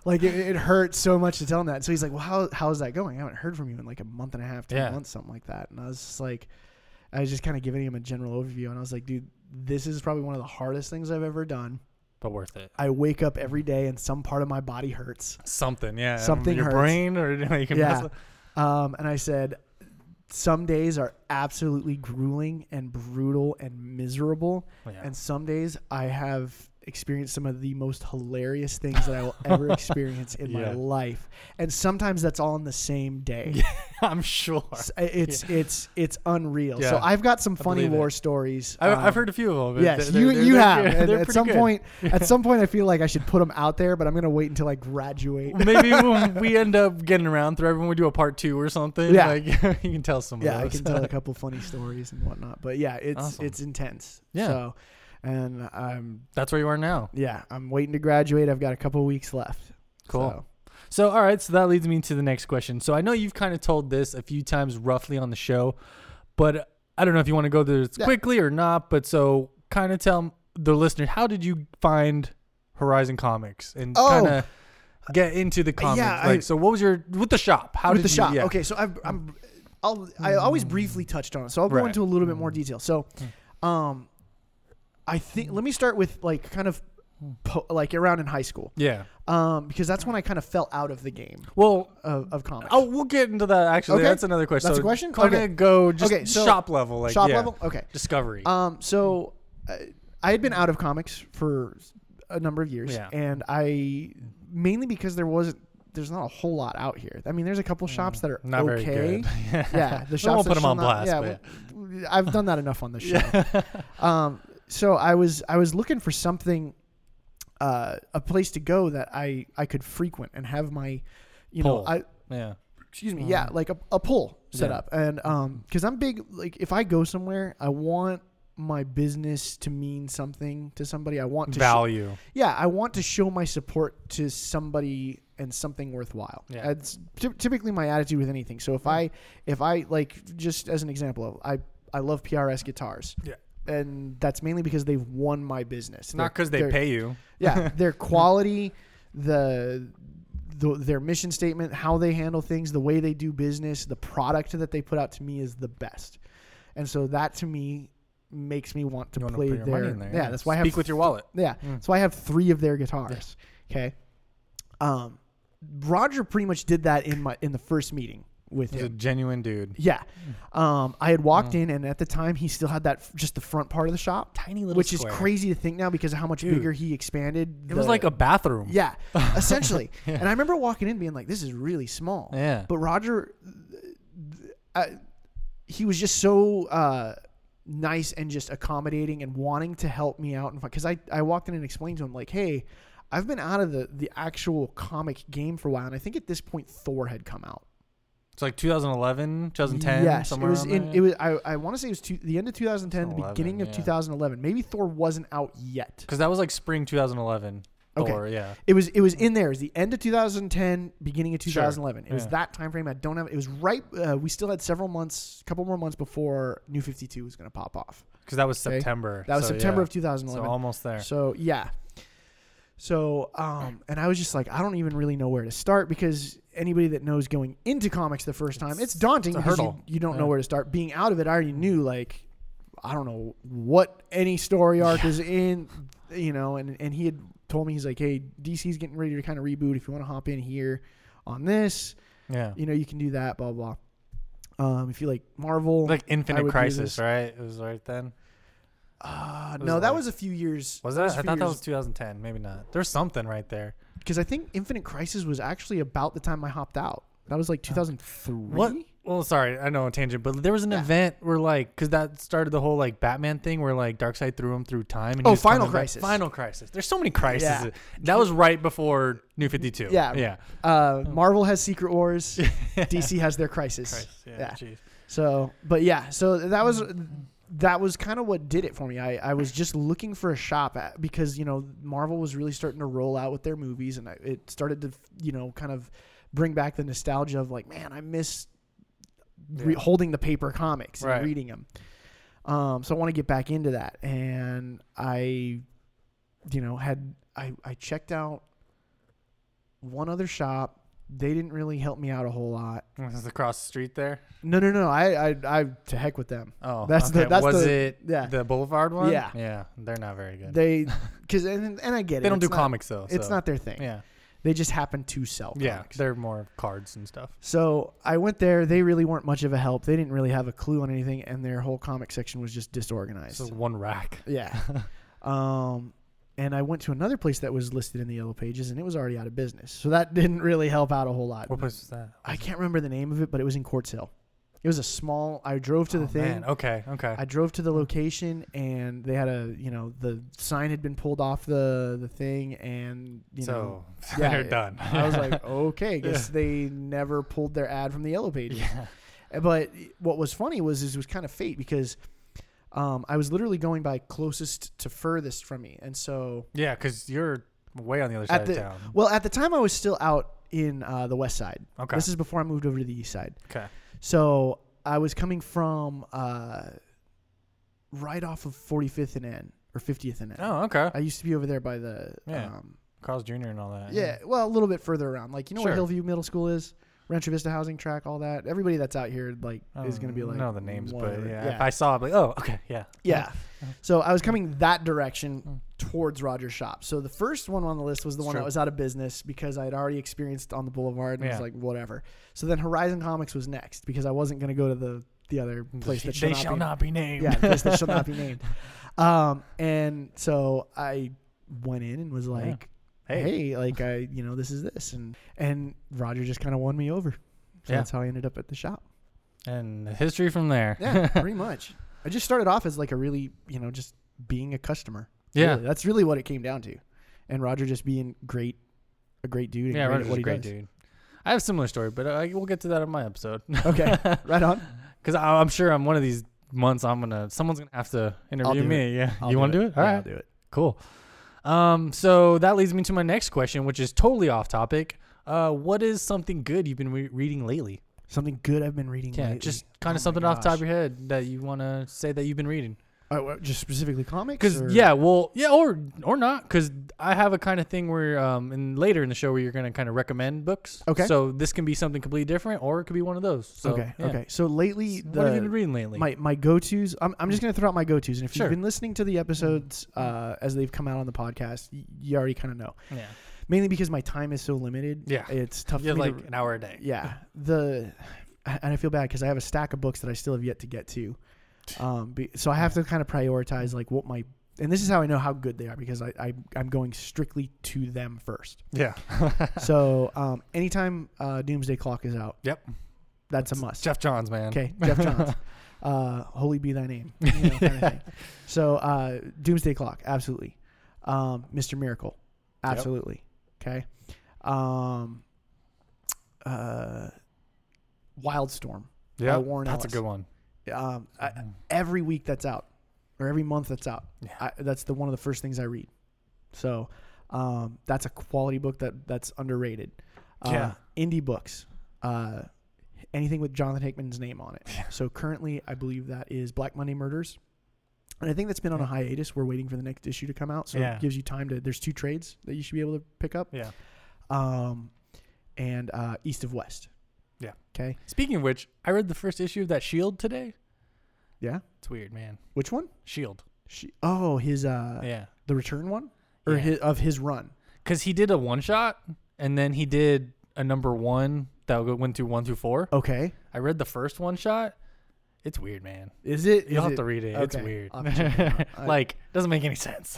Speaker 2: like it, it hurts so much to tell him that. So he's like, well, how how is that going? I haven't heard from you in like a month and a half, two
Speaker 1: Yeah.
Speaker 2: months, something like that. And I was just like, I was just kind of giving him a general overview, and I was like, dude, this is probably one of the hardest things I've ever done.
Speaker 1: but worth it.
Speaker 2: I wake up every day and some part of my body hurts.
Speaker 1: Something, yeah. Um,
Speaker 2: Something
Speaker 1: your
Speaker 2: hurts.
Speaker 1: brain or you can
Speaker 2: Yeah. Um, and I said, some days are absolutely grueling and brutal and miserable.
Speaker 1: Yeah.
Speaker 2: And some days I have experienced some of the most hilarious things that I will ever experience in my
Speaker 1: Yeah.
Speaker 2: life. And sometimes that's all in the same day.
Speaker 1: I'm sure.
Speaker 2: S- uh, It's it's it's unreal. So
Speaker 1: Yeah.
Speaker 2: I've got some funny
Speaker 1: believe it.
Speaker 2: war stories.
Speaker 1: I,
Speaker 2: um,
Speaker 1: I've heard a few of them.
Speaker 2: Yes,
Speaker 1: They're-
Speaker 2: you
Speaker 1: they're-
Speaker 2: you
Speaker 1: they're
Speaker 2: have.
Speaker 1: good.
Speaker 2: And
Speaker 1: They're
Speaker 2: at
Speaker 1: pretty
Speaker 2: some
Speaker 1: good.
Speaker 2: point, at some point, I feel like I should put them out there, but I'm gonna wait until I graduate.
Speaker 1: maybe when we end up getting around through everyone, we do a part two or something.
Speaker 2: Yeah.
Speaker 1: like, you can tell some.
Speaker 2: yeah,
Speaker 1: of
Speaker 2: I
Speaker 1: those.
Speaker 2: can tell a couple funny stories and whatnot. But yeah, it's
Speaker 1: Awesome.
Speaker 2: it's intense.
Speaker 1: Yeah.
Speaker 2: So, and I'm
Speaker 1: That's where you are now.
Speaker 2: yeah, I'm waiting to graduate. I've got a couple weeks left.
Speaker 1: Cool.
Speaker 2: So,
Speaker 1: So, all right, so that leads me to the next question. So, I know you've kind of told this a few times roughly on the show, but uh, I don't know if you want to go through this
Speaker 2: Yeah.
Speaker 1: quickly or not. But so, kind of tell the listener how did you find Horizon Comics and
Speaker 2: Oh.
Speaker 1: kind of get into the comics?
Speaker 2: I-
Speaker 1: like, so what was your with the shop? How
Speaker 2: with
Speaker 1: did
Speaker 2: the
Speaker 1: you,
Speaker 2: shop.
Speaker 1: yeah.
Speaker 2: Okay, so I've, I'm, I'll, I always briefly touched on it, so I'll go
Speaker 1: Right. Hmm.
Speaker 2: into a little bit more detail. So, um, I think let me start with like kind of
Speaker 1: Hmm.
Speaker 2: po- like around in high school,
Speaker 1: Yeah.
Speaker 2: um, because that's when I kind of fell out of the game
Speaker 1: Well,
Speaker 2: of, of comics.
Speaker 1: oh, we'll get into that actually.
Speaker 2: Okay.
Speaker 1: That's another question.
Speaker 2: That's
Speaker 1: so
Speaker 2: a question?
Speaker 1: Kind
Speaker 2: Okay.
Speaker 1: of go just
Speaker 2: Okay, so-
Speaker 1: shop level, like
Speaker 2: shop
Speaker 1: yeah,
Speaker 2: level. Okay.
Speaker 1: discovery.
Speaker 2: Um, so uh, I had been out of comics for a number of years,
Speaker 1: Yeah.
Speaker 2: and I mainly because there wasn't there's not a whole lot out here. I mean, there's a couple shops that are
Speaker 1: Mm, Not
Speaker 2: okay.
Speaker 1: very good.
Speaker 2: Yeah, the
Speaker 1: We
Speaker 2: shops.
Speaker 1: won't
Speaker 2: that
Speaker 1: put 'em
Speaker 2: shall
Speaker 1: on
Speaker 2: not-
Speaker 1: blast,
Speaker 2: Yeah,
Speaker 1: but
Speaker 2: w- I've done that enough on the show. um, so I was I was looking for something, uh, a place to go that I I could frequent and have my, you
Speaker 1: Pull.
Speaker 2: know, I
Speaker 1: yeah. Mm-hmm.
Speaker 2: excuse me, yeah, like a, a pull set
Speaker 1: Um, Yeah.
Speaker 2: up, and um, because I'm big, like if I go somewhere, I want my business to mean something to somebody. I want to show-
Speaker 1: Value.
Speaker 2: yeah, I want to show my support to somebody and something worthwhile.
Speaker 1: Yeah.
Speaker 2: That's ty- typically my attitude with anything. So if I if I like just as an example, I I love PRS guitars.
Speaker 1: Yeah.
Speaker 2: And that's mainly because they've won my business.
Speaker 1: Not because they
Speaker 2: They're-
Speaker 1: pay you.
Speaker 2: yeah, their quality, the, the their mission statement, how they handle things, the way they do business, the product that they put out to me is the best, and so that to me makes me want to
Speaker 1: You wanna
Speaker 2: play
Speaker 1: put your
Speaker 2: their.
Speaker 1: money in there.
Speaker 2: Yeah, that's why I have
Speaker 1: Speak with your Mm. wallet.
Speaker 2: yeah. So I have three of their guitars. Okay. Um, Roger pretty much did that in my in the first meeting with
Speaker 1: He's a
Speaker 2: him.
Speaker 1: genuine dude.
Speaker 2: Yeah.
Speaker 1: Mm.
Speaker 2: Um, I had walked in, and at the time he still had that f- just the front part of the shop,
Speaker 1: Tiny little
Speaker 2: which
Speaker 1: square.
Speaker 2: is crazy to think now because of how much
Speaker 1: Dude.
Speaker 2: bigger he expanded.
Speaker 1: It was
Speaker 2: the-
Speaker 1: like a bathroom.
Speaker 2: yeah, essentially. And I remember walking in, being like, "This is really small."
Speaker 1: Yeah.
Speaker 2: But Roger, uh, he was just so uh, nice and just accommodating and wanting to help me out. And because I, I walked in and explained to him like, hey, I've been out of the the actual comic game for a while, and I think at this point Thor had come out.
Speaker 1: It's like 2011, 2010,
Speaker 2: yes, it
Speaker 1: somewhere
Speaker 2: was
Speaker 1: around
Speaker 2: in
Speaker 1: there.
Speaker 2: it was I, I want to say it was two, the end of 2010, the
Speaker 1: 2011,
Speaker 2: beginning of
Speaker 1: yeah.
Speaker 2: 2011. Maybe Thor wasn't out yet.
Speaker 1: Because that was like spring 2011.
Speaker 2: Okay.
Speaker 1: Or, yeah.
Speaker 2: It was it was in there. It was the end of 2010, beginning of
Speaker 1: Mm. Sure.
Speaker 2: 2011. It was
Speaker 1: Yeah.
Speaker 2: that time frame. I don't have. It was right. Uh, we still had several months, a couple more months before New 52 was going to pop off.
Speaker 1: Because that was
Speaker 2: Okay.
Speaker 1: September.
Speaker 2: That was
Speaker 1: So,
Speaker 2: September
Speaker 1: yeah.
Speaker 2: of 2011.
Speaker 1: So almost there.
Speaker 2: So yeah. So um, and I was just like, I don't even really know where to start because anybody that knows going into comics the first time, it's, daunting
Speaker 1: it's a
Speaker 2: because you,
Speaker 1: hurdle.
Speaker 2: you don't know
Speaker 1: Yeah.
Speaker 2: where to start. Being out of it, I already knew like, I don't know what any story arc is in, you know. And and he had told me he's like, hey, DC's getting ready to kind of reboot. If you want to hop in here on this,
Speaker 1: yeah.
Speaker 2: you know, you can do that. Blah blah. Um, if you like Marvel,
Speaker 1: Like
Speaker 2: would
Speaker 1: Infinite
Speaker 2: do
Speaker 1: Crisis,
Speaker 2: this.
Speaker 1: right? It was right then.
Speaker 2: uh,
Speaker 1: was
Speaker 2: no, that
Speaker 1: like-
Speaker 2: was a few years.
Speaker 1: Was
Speaker 2: that
Speaker 1: that?
Speaker 2: was a
Speaker 1: I
Speaker 2: few
Speaker 1: thought that
Speaker 2: years
Speaker 1: was 2010. Maybe not. There's something right there.
Speaker 2: because I think Infinite Crisis was actually about the time I hopped out. That was like 2003.
Speaker 1: What? Well, sorry, I know a tangent, but there was an
Speaker 2: Yeah.
Speaker 1: event where like, because that started the whole like Batman thing, where like Darkseid threw him through time. And he
Speaker 2: Oh,
Speaker 1: was
Speaker 2: Final
Speaker 1: coming back-
Speaker 2: Crisis.
Speaker 1: Final Crisis. There's so many crises.
Speaker 2: Yeah.
Speaker 1: That was right before New Fifty Two.
Speaker 2: Yeah.
Speaker 1: yeah.
Speaker 2: Uh, Marvel has Secret Wars. DC has their Crisis.
Speaker 1: Crisis. Yeah,
Speaker 2: Yeah.
Speaker 1: jeez.
Speaker 2: So, but yeah, so that was that was kind of what did it for me. I, I was just looking for a shop at because you know Marvel was really starting to roll out with their movies, and I, it started to you know kind of bring back the nostalgia of like, man, I miss re-
Speaker 1: Yeah.
Speaker 2: holding the paper comics and
Speaker 1: Right.
Speaker 2: reading them. Um, so I want to get back into that, and I, you know, had I I checked out one other shop. They didn't really help me out a whole lot.
Speaker 1: Was this across the street there?
Speaker 2: No, no, no. I, I, I to heck with them.
Speaker 1: Oh,
Speaker 2: That's the-
Speaker 1: okay.
Speaker 2: that's
Speaker 1: was
Speaker 2: the-
Speaker 1: it
Speaker 2: yeah.
Speaker 1: the Boulevard one?
Speaker 2: Yeah.
Speaker 1: yeah. They're not very good. They,
Speaker 2: They, because and, and I get it.
Speaker 1: don't do
Speaker 2: it's not-
Speaker 1: comics though.
Speaker 2: It's
Speaker 1: so-
Speaker 2: not their thing.
Speaker 1: Yeah,
Speaker 2: They just happen to sell
Speaker 1: Yeah,
Speaker 2: comics.
Speaker 1: they're more of cards and stuff.
Speaker 2: So I went there. They really weren't much of a help. They didn't really have a clue on anything, and their whole comic section was just disorganized.
Speaker 1: So one rack.
Speaker 2: yeah. um, and I went to another place that was listed in the yellow pages, and it was already out of business. So that didn't really help out a whole lot.
Speaker 1: What place was that?
Speaker 2: I can't remember the name of it, but it was in Quartz Hill. It was a small. I drove to the
Speaker 1: Oh,
Speaker 2: thing.
Speaker 1: man, Okay, okay.
Speaker 2: I drove to the location, and they had a you know the sign had been pulled off the the thing, and you know
Speaker 1: so
Speaker 2: yeah,
Speaker 1: they're
Speaker 2: it-
Speaker 1: done.
Speaker 2: I was like, okay,
Speaker 1: Yeah.
Speaker 2: guess they never pulled their ad from the yellow pages.
Speaker 1: yeah.
Speaker 2: But what was funny was is it was kind of fate because um, I was literally going by closest to furthest from me, and so
Speaker 1: Yeah, because you're way on the other side
Speaker 2: the-
Speaker 1: of town.
Speaker 2: well at the time I was still out in uh, the west side.
Speaker 1: Okay.
Speaker 2: This is before I moved over to the east side.
Speaker 1: okay.
Speaker 2: So I was coming from uh, right off of 45th and N or 50th and N. I
Speaker 1: Oh, okay.
Speaker 2: used to be over there by the
Speaker 1: Yeah.
Speaker 2: um,
Speaker 1: Carl's Jr. and all that.
Speaker 2: yeah, well, a little bit further around. Like, you know where
Speaker 1: Sure.
Speaker 2: Hillview Middle School is? Rancho Vista Housing Track, all that. Everybody that's out here, like,
Speaker 1: I
Speaker 2: is going to be like.
Speaker 1: don't know the names,
Speaker 2: whatever.
Speaker 1: but yeah, if I saw, it, like, oh, okay, yeah,
Speaker 2: Yeah. So I was coming that direction
Speaker 1: Mm.
Speaker 2: towards Roger's shop. So the first one on the list was the
Speaker 1: It's
Speaker 2: one that
Speaker 1: true.
Speaker 2: was out of business because I had already experienced on the boulevard and was
Speaker 1: Yeah.
Speaker 2: like, whatever. So then Horizon Comics was next because I wasn't going to go to the, the other place that
Speaker 1: they
Speaker 2: shall not be
Speaker 1: named.
Speaker 2: yeah, the place that shall not be named. Um, and so I went in and was like,
Speaker 1: Hey.
Speaker 2: hey. like I, you know, this is this, and and Roger just kind of won me over. So
Speaker 1: Yeah.
Speaker 2: that's how I ended up at the shop.
Speaker 1: And the history from there.
Speaker 2: Yeah, pretty much. I just started off as like a really, you know, just being a customer.
Speaker 1: Yeah.
Speaker 2: Really. that's really what it came down to, and Roger just being great, a great dude. And
Speaker 1: yeah,
Speaker 2: great
Speaker 1: Roger's
Speaker 2: at
Speaker 1: a
Speaker 2: what he
Speaker 1: great
Speaker 2: does.
Speaker 1: dude. I have a similar story, but I, we'll get to that in my episode.
Speaker 2: Okay, right on.
Speaker 1: Because I'm sure I'm one of these months I'm gonna someone's gonna have to interview
Speaker 2: do
Speaker 1: me. Yeah,
Speaker 2: I'll
Speaker 1: you want to do it? All right,
Speaker 2: Yeah, I'll do it.
Speaker 1: cool. Um, so that leads me to my next question, which is totally off topic. Uh, what is something good you've been re- reading lately?
Speaker 2: Something good I've been reading.
Speaker 1: Yeah,
Speaker 2: lately.
Speaker 1: just kind
Speaker 2: Oh my
Speaker 1: of something off the top
Speaker 2: gosh.
Speaker 1: of your head that you want to say that you've been reading.
Speaker 2: Uh, well, just specifically comics.
Speaker 1: Because
Speaker 2: or-
Speaker 1: yeah, well, yeah, or or not. Because I have a kind of thing where, um, and later in the show where you're gonna kind of recommend books.
Speaker 2: Okay.
Speaker 1: So this can be something completely different, or it could be one of those. So,
Speaker 2: okay.
Speaker 1: yeah.
Speaker 2: Okay. So lately,
Speaker 1: So what have you been
Speaker 2: the,
Speaker 1: reading lately?
Speaker 2: my my go tos. I'm, I'm just gonna throw out my go tos, and if
Speaker 1: Sure.
Speaker 2: you've been listening to the episodes uh, as they've come out on the podcast, y- you already kind of know.
Speaker 1: yeah.
Speaker 2: Mainly because my time is so limited.
Speaker 1: Yeah.
Speaker 2: It's tough.
Speaker 1: You have
Speaker 2: for me
Speaker 1: like
Speaker 2: to,
Speaker 1: an hour a day.
Speaker 2: yeah. The and I feel bad because I have a stack of books that I still have yet to get to. Um, be, so I have to kind of prioritize like what my and this is how I know how good they are because I, I I'm going strictly to them first.
Speaker 1: Yeah.
Speaker 2: so um, anytime uh, Doomsday Clock is out,
Speaker 1: Yep.
Speaker 2: that's a must.
Speaker 1: Jeff Johns, man.
Speaker 2: Okay, Jeff Johns. uh, holy be thy name. you know, kind of thing. So uh, Doomsday Clock, absolutely. Um, Mr. Miracle,
Speaker 1: Yep.
Speaker 2: absolutely. Okay. Um, uh, Wildstorm.
Speaker 1: Yeah.
Speaker 2: Warren
Speaker 1: That's a
Speaker 2: Ellis.
Speaker 1: good one. Mm-hmm.
Speaker 2: Um, I, every week that's out, or every month that's out,
Speaker 1: Yeah.
Speaker 2: I, that's the one of the first things I read. So um, that's a quality book that that's underrated. Uh,
Speaker 1: Yeah.
Speaker 2: Indie books. Uh, anything with Jonathan Hickman's name on it. So currently, I believe that is Black Monday Murders. And I think that's been on a
Speaker 1: Yeah.
Speaker 2: hiatus. We're waiting for the next issue to come out, so
Speaker 1: Yeah.
Speaker 2: it gives you time to. There's two trades that you should be able to pick up,
Speaker 1: Yeah.
Speaker 2: um, and uh, East of West.
Speaker 1: Yeah.
Speaker 2: Okay.
Speaker 1: Speaking of which, I read the first issue of that Shield E today.
Speaker 2: Yeah.
Speaker 1: It's weird, man.
Speaker 2: Which one?
Speaker 1: Shield.
Speaker 2: She. Oh, his. Uh,
Speaker 1: E yeah.
Speaker 2: The return one, or
Speaker 1: Yeah.
Speaker 2: his, of his run.
Speaker 1: Because he did a one shot, and then he did a number one that go- went through one through four.
Speaker 2: Okay.
Speaker 1: I read the first one shot. It's weird, man.
Speaker 2: Is it?
Speaker 1: You'll
Speaker 2: is
Speaker 1: have
Speaker 2: it-
Speaker 1: to read it. It's
Speaker 2: okay,
Speaker 1: weird.
Speaker 2: I'll have to check it out. I-
Speaker 1: like, doesn't make any sense.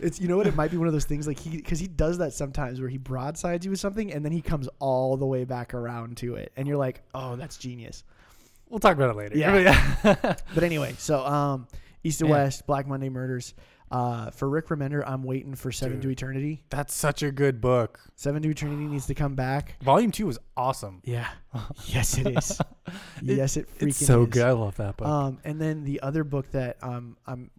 Speaker 2: it's you know what it might be one of those things like he because he does that sometimes where he broadsides you with something and then he comes all the way back around to it and you're like oh that's genius
Speaker 1: we'll talk about it later.
Speaker 2: but anyway so um east to
Speaker 1: Yeah.
Speaker 2: west black monday murders uh for rick remender i'm waiting for seven to
Speaker 1: Dude.
Speaker 2: eternity
Speaker 1: That's such a good book.
Speaker 2: seven to eternity needs to come back
Speaker 1: Volume two was awesome.
Speaker 2: yeah yes it is yes it freaking
Speaker 1: It's so
Speaker 2: is.
Speaker 1: good. I love that book.
Speaker 2: Um, and then the other book that um, I'm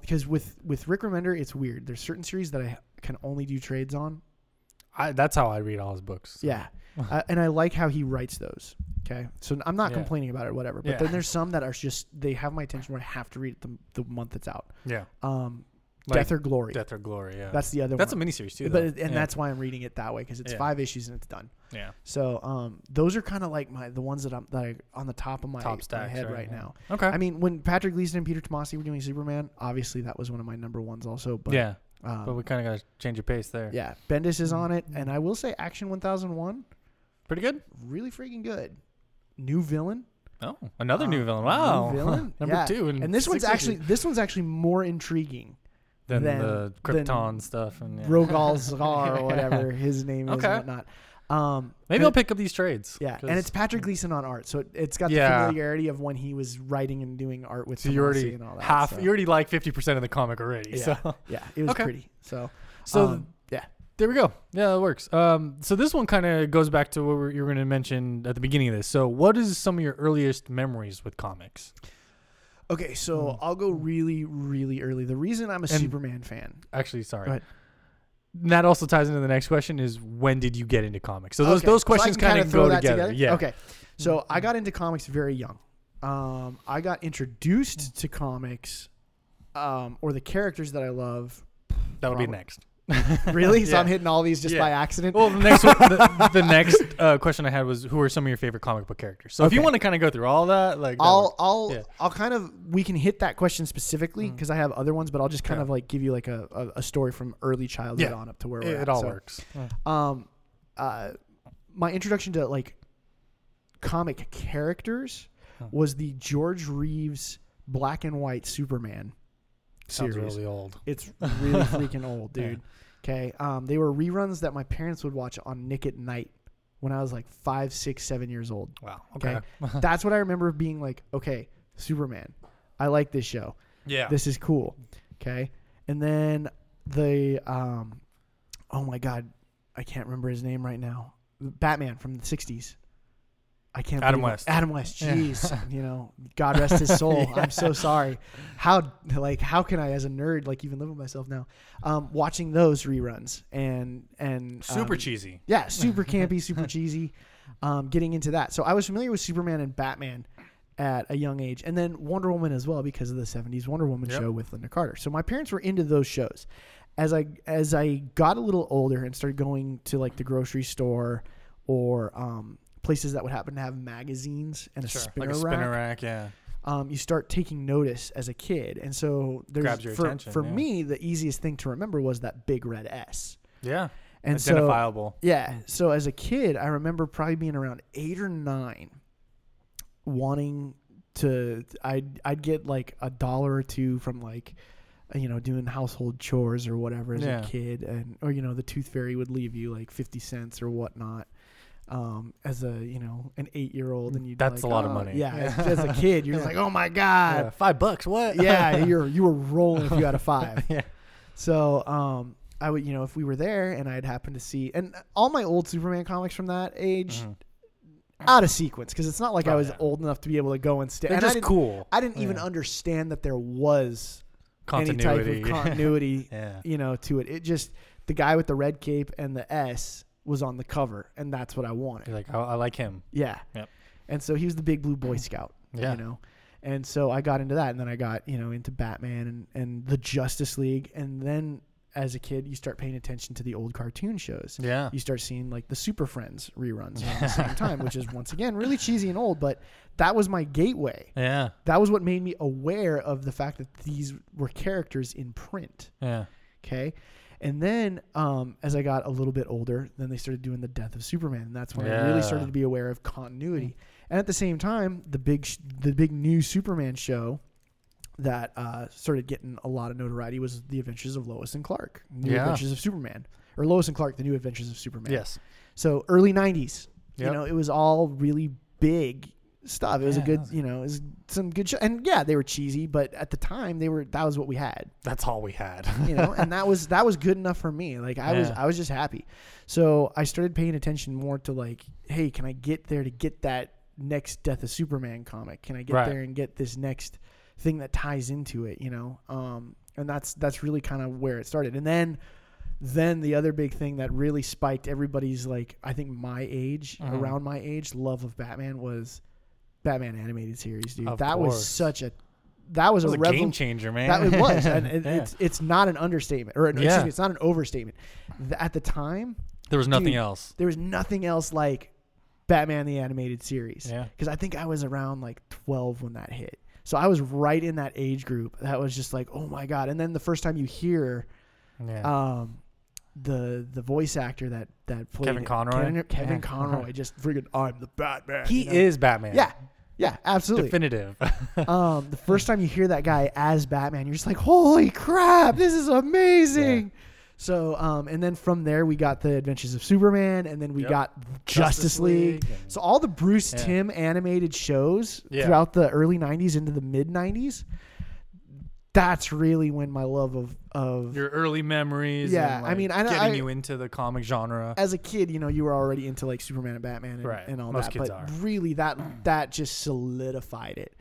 Speaker 2: because with with Rick Remender, it's weird. There's certain series that I can only do trades on.
Speaker 1: I, that's how I read all his books.
Speaker 2: Yeah, I, and I like how he writes those. Okay, so I'm not
Speaker 1: Yeah.
Speaker 2: complaining about it, or whatever. But
Speaker 1: Yeah.
Speaker 2: then there's some that are just they have my attention where I have to read it the, the month it's out.
Speaker 1: Yeah.
Speaker 2: Um,
Speaker 1: Like
Speaker 2: Death or Glory.
Speaker 1: Death or Glory. Yeah.
Speaker 2: That's the other
Speaker 1: that's a
Speaker 2: one.
Speaker 1: miniseries too.
Speaker 2: but
Speaker 1: though.
Speaker 2: and
Speaker 1: yeah.
Speaker 2: that's why I'm reading it that way because it's
Speaker 1: Yeah.
Speaker 2: five issues and it's done.
Speaker 1: yeah.
Speaker 2: So um, those are kind of like my the ones that I'm that I, on the top of my,
Speaker 1: Top
Speaker 2: my
Speaker 1: stacks,
Speaker 2: head
Speaker 1: right,
Speaker 2: right
Speaker 1: yeah.
Speaker 2: now.
Speaker 1: Okay.
Speaker 2: I mean, when Patrick Gleason and Peter Tomasi were doing Superman, obviously that was one of my number ones also. But
Speaker 1: yeah.
Speaker 2: Um,
Speaker 1: but we Mm-hmm. kind of got to change your pace there.
Speaker 2: yeah, Bendis is on it, and I will say Action 1001
Speaker 1: Pretty good.
Speaker 2: really freaking good. New villain.
Speaker 1: Oh, another
Speaker 2: Um,
Speaker 1: new villain.
Speaker 2: new
Speaker 1: Wow.
Speaker 2: villain?
Speaker 1: Number
Speaker 2: Yeah.
Speaker 1: two. in
Speaker 2: And this one's
Speaker 1: six
Speaker 2: actually
Speaker 1: issues.
Speaker 2: this one's actually more intriguing.
Speaker 1: Than
Speaker 2: than-
Speaker 1: the
Speaker 2: than
Speaker 1: Krypton stuff. And, yeah.
Speaker 2: Rogal Zar or whatever his name is
Speaker 1: Okay.
Speaker 2: and whatnot. Um,
Speaker 1: Maybe
Speaker 2: but-
Speaker 1: I'll pick up these trades.
Speaker 2: Yeah,
Speaker 1: 'cause-
Speaker 2: and it's Patrick Gleason on art, so it, it's got
Speaker 1: mm. Yeah.
Speaker 2: the familiarity of when he was writing and doing art with
Speaker 1: So you already
Speaker 2: Tomasi and all that.
Speaker 1: half.
Speaker 2: so-
Speaker 1: You already like fifty percent of the comic already.
Speaker 2: Yeah.
Speaker 1: So
Speaker 2: yeah, it was
Speaker 1: Okay.
Speaker 2: pretty. So,
Speaker 1: so
Speaker 2: um, yeah,
Speaker 1: there we go. Yeah, that works. Um, so this one kind of goes back to what we- you were going to mention at the beginning of this. So what is some of your earliest memories with comics?
Speaker 2: okay. So
Speaker 1: Hmm.
Speaker 2: I'll go really, really early. The reason I'm a Superman fan,
Speaker 1: Actually, sorry.
Speaker 2: Go ahead.
Speaker 1: And That also ties into the next question: is when did you get into comics? So those
Speaker 2: Okay,
Speaker 1: those
Speaker 2: so I
Speaker 1: questions
Speaker 2: can
Speaker 1: kind
Speaker 2: kinda
Speaker 1: of
Speaker 2: throw
Speaker 1: go
Speaker 2: that
Speaker 1: together. Yeah. Hmm.
Speaker 2: Okay. So I got into comics very young. Um, I got introduced
Speaker 1: Hmm.
Speaker 2: to comics, um, or the characters that I love.
Speaker 1: That'll be
Speaker 2: Probably.
Speaker 1: next.
Speaker 2: Really? So
Speaker 1: Yeah.
Speaker 2: I'm hitting all these just
Speaker 1: Yeah. Oh,
Speaker 2: by accident.
Speaker 1: Well, the next one, the, the next uh, question I had was who are some of your favorite comic book characters? So if you
Speaker 2: Okay.
Speaker 1: want to kind of go through all that, like that
Speaker 2: I'll
Speaker 1: works.
Speaker 2: I'll
Speaker 1: Yeah. Hmm.
Speaker 2: I'll kind of we can hit that question specifically because I have other ones, but I'll just kind
Speaker 1: Yeah.
Speaker 2: of like give you like a, a, a story from early childhood
Speaker 1: Yeah.
Speaker 2: on up to where we're
Speaker 1: it,
Speaker 2: at.
Speaker 1: it all
Speaker 2: So,
Speaker 1: works.
Speaker 2: Um, uh, my introduction to like comic characters was the George Reeves black and white Superman
Speaker 1: Sounds
Speaker 2: series.
Speaker 1: really old.
Speaker 2: It's really freaking old,
Speaker 1: Yeah.
Speaker 2: dude. Okay, um, they were reruns that my parents would watch on Nick at Night when I was like five, six, seven years old.
Speaker 1: Wow.
Speaker 2: Okay.
Speaker 1: Okay.
Speaker 2: That's what I remember being like, okay, Superman. I like this show.
Speaker 1: yeah.
Speaker 2: This is cool. Okay. And then the um oh my god, I can't remember his name right now. Batman from the 60s. I can't
Speaker 1: Adam
Speaker 2: believe-
Speaker 1: West.
Speaker 2: Adam West.
Speaker 1: Yeah.
Speaker 2: Jeez. You know, God rest his soul. I'm so sorry. How like how can I as a nerd like even live with myself now? Um watching those reruns and and
Speaker 1: Super
Speaker 2: um,
Speaker 1: cheesy.
Speaker 2: yeah, super campy, super cheesy. Um, getting into that, so I was familiar with Superman and Batman at a young age, and then Wonder Woman as well because of the '70s Wonder Woman
Speaker 1: Yep.
Speaker 2: show with Linda Carter. So my parents were into those shows. As I as I got a little older and started going to like the grocery store or um, places that would happen to have magazines and a spinner
Speaker 1: like a
Speaker 2: rack,
Speaker 1: spinner rack. yeah.
Speaker 2: um, you start taking notice as a kid, and so there's
Speaker 1: Grabs your
Speaker 2: for,
Speaker 1: attention,
Speaker 2: for
Speaker 1: yeah.
Speaker 2: me the easiest thing to remember was that big red S.
Speaker 1: Yeah.
Speaker 2: And so
Speaker 1: Identifiable.
Speaker 2: yeah. So as a kid, I remember probably being around eight or nine, wanting to. I'd I'd get like a dollar or two from like, you know, doing household chores or whatever as
Speaker 1: Yeah.
Speaker 2: a kid, and or you know, the tooth fairy would leave you like fifty cents or whatnot. Um, as a you know an eight year old, and you
Speaker 1: That's a lot of money.
Speaker 2: "Oh," Yeah,
Speaker 1: Yeah.
Speaker 2: As, as a kid, you're just like, oh my god,
Speaker 1: five bucks. What?
Speaker 2: yeah, you're you were rolling if you had a five.
Speaker 1: Yeah.
Speaker 2: So um, I would, you know, if we were there and I'd happen to see, and all my old Superman comics from that age,
Speaker 1: Mhm.
Speaker 2: out of sequence because it's not like I
Speaker 1: Oh,
Speaker 2: was
Speaker 1: yeah.
Speaker 2: old enough to be able to go and stay.
Speaker 1: They're
Speaker 2: and I
Speaker 1: just
Speaker 2: didn't,
Speaker 1: cool.
Speaker 2: I didn't even
Speaker 1: Yeah.
Speaker 2: understand that there was any
Speaker 1: Continuity.
Speaker 2: type of continuity,
Speaker 1: yeah.
Speaker 2: you know, to it. It just the guy with the red cape and the S was on the cover, and that's what I wanted.
Speaker 1: You're like, oh, I like him.
Speaker 2: Yeah.
Speaker 1: Yep.
Speaker 2: And so he was the big blue boy scout
Speaker 1: Yeah.
Speaker 2: you know and so i got into that and then i got you know into batman and, and the justice league and then as a kid you start paying attention to the old cartoon shows
Speaker 1: Yeah.
Speaker 2: you start seeing like the super friends reruns around the same time which is once again really cheesy and old but that was my gateway
Speaker 1: Yeah.
Speaker 2: that was what made me aware of the fact that these were characters in print
Speaker 1: Yeah.
Speaker 2: okay and then um, as i got a little bit older then they started doing the death of superman and that's when i really
Speaker 1: Yeah.
Speaker 2: started to be aware of continuity and at the same time the big sh- the big new superman show that uh, started getting a lot of notoriety was the adventures of lois and clark new
Speaker 1: Yeah.
Speaker 2: adventures of superman or lois and clark the new adventures of superman
Speaker 1: Yes.
Speaker 2: so early 90s you
Speaker 1: Yep.
Speaker 2: know it was all really big stuff it was a
Speaker 1: Yeah,
Speaker 2: good
Speaker 1: that was-
Speaker 2: you know it was some good show and yeah they were cheesy but at the time they were that was what we had
Speaker 1: That's all we had.
Speaker 2: you know and that was that was good enough for me like i was
Speaker 1: Yeah.
Speaker 2: i was just happy so i started paying attention more to like hey can i get there to get that next death of superman comic can i get
Speaker 1: Right.
Speaker 2: there and get this next thing that ties into it you know um and that's that's really kind of where it started and then then the other big thing that really spiked everybody's like i think my age
Speaker 1: Mhm.
Speaker 2: around my age love of batman was batman animated series dude
Speaker 1: Of
Speaker 2: that was
Speaker 1: course.
Speaker 2: such a that was,
Speaker 1: it was a
Speaker 2: revel-
Speaker 1: game changer, man.
Speaker 2: that it was, and it,
Speaker 1: Yeah.
Speaker 2: it's it's not an understatement, or an, excuse
Speaker 1: Yeah.
Speaker 2: me, it's not an overstatement. Th- at the time,
Speaker 1: there was nothing
Speaker 2: dude.
Speaker 1: else.
Speaker 2: there was nothing else like Batman the animated series.
Speaker 1: Yeah.
Speaker 2: Because I think I was around like 12 when that hit, so I was right in that age group. That was just like, oh my god! And then the first time you hear
Speaker 1: Yeah.
Speaker 2: Um, the the voice actor that that played
Speaker 1: Kevin
Speaker 2: it,
Speaker 1: Conroy?
Speaker 2: Kevin, Kevin
Speaker 1: Yeah.
Speaker 2: Conroy, just freaking I'm the Batman.
Speaker 1: he
Speaker 2: you know?
Speaker 1: is Batman.
Speaker 2: Yeah, yeah, absolutely.
Speaker 1: Definitive.
Speaker 2: um, the first time you hear that guy as Batman, you're just like, holy crap, this is amazing. So, um, and then from there we got the Adventures of Superman, and then we
Speaker 1: Yep.
Speaker 2: got Justice,
Speaker 1: Justice
Speaker 2: League.
Speaker 1: League and-
Speaker 2: So all the Bruce
Speaker 1: Yeah.
Speaker 2: Tim animated shows
Speaker 1: Yeah.
Speaker 2: throughout the early '90s into the mid '90s. That's really when my love of of
Speaker 1: Your early memories.
Speaker 2: Yeah,
Speaker 1: and,
Speaker 2: I
Speaker 1: like,
Speaker 2: mean, I know-
Speaker 1: getting
Speaker 2: I-
Speaker 1: you into the comic genre.
Speaker 2: as a kid, you know, you were already into like Superman and Batman and,
Speaker 1: Right.
Speaker 2: and all
Speaker 1: Most
Speaker 2: that.
Speaker 1: kids
Speaker 2: but
Speaker 1: are.
Speaker 2: really, that that just solidified it.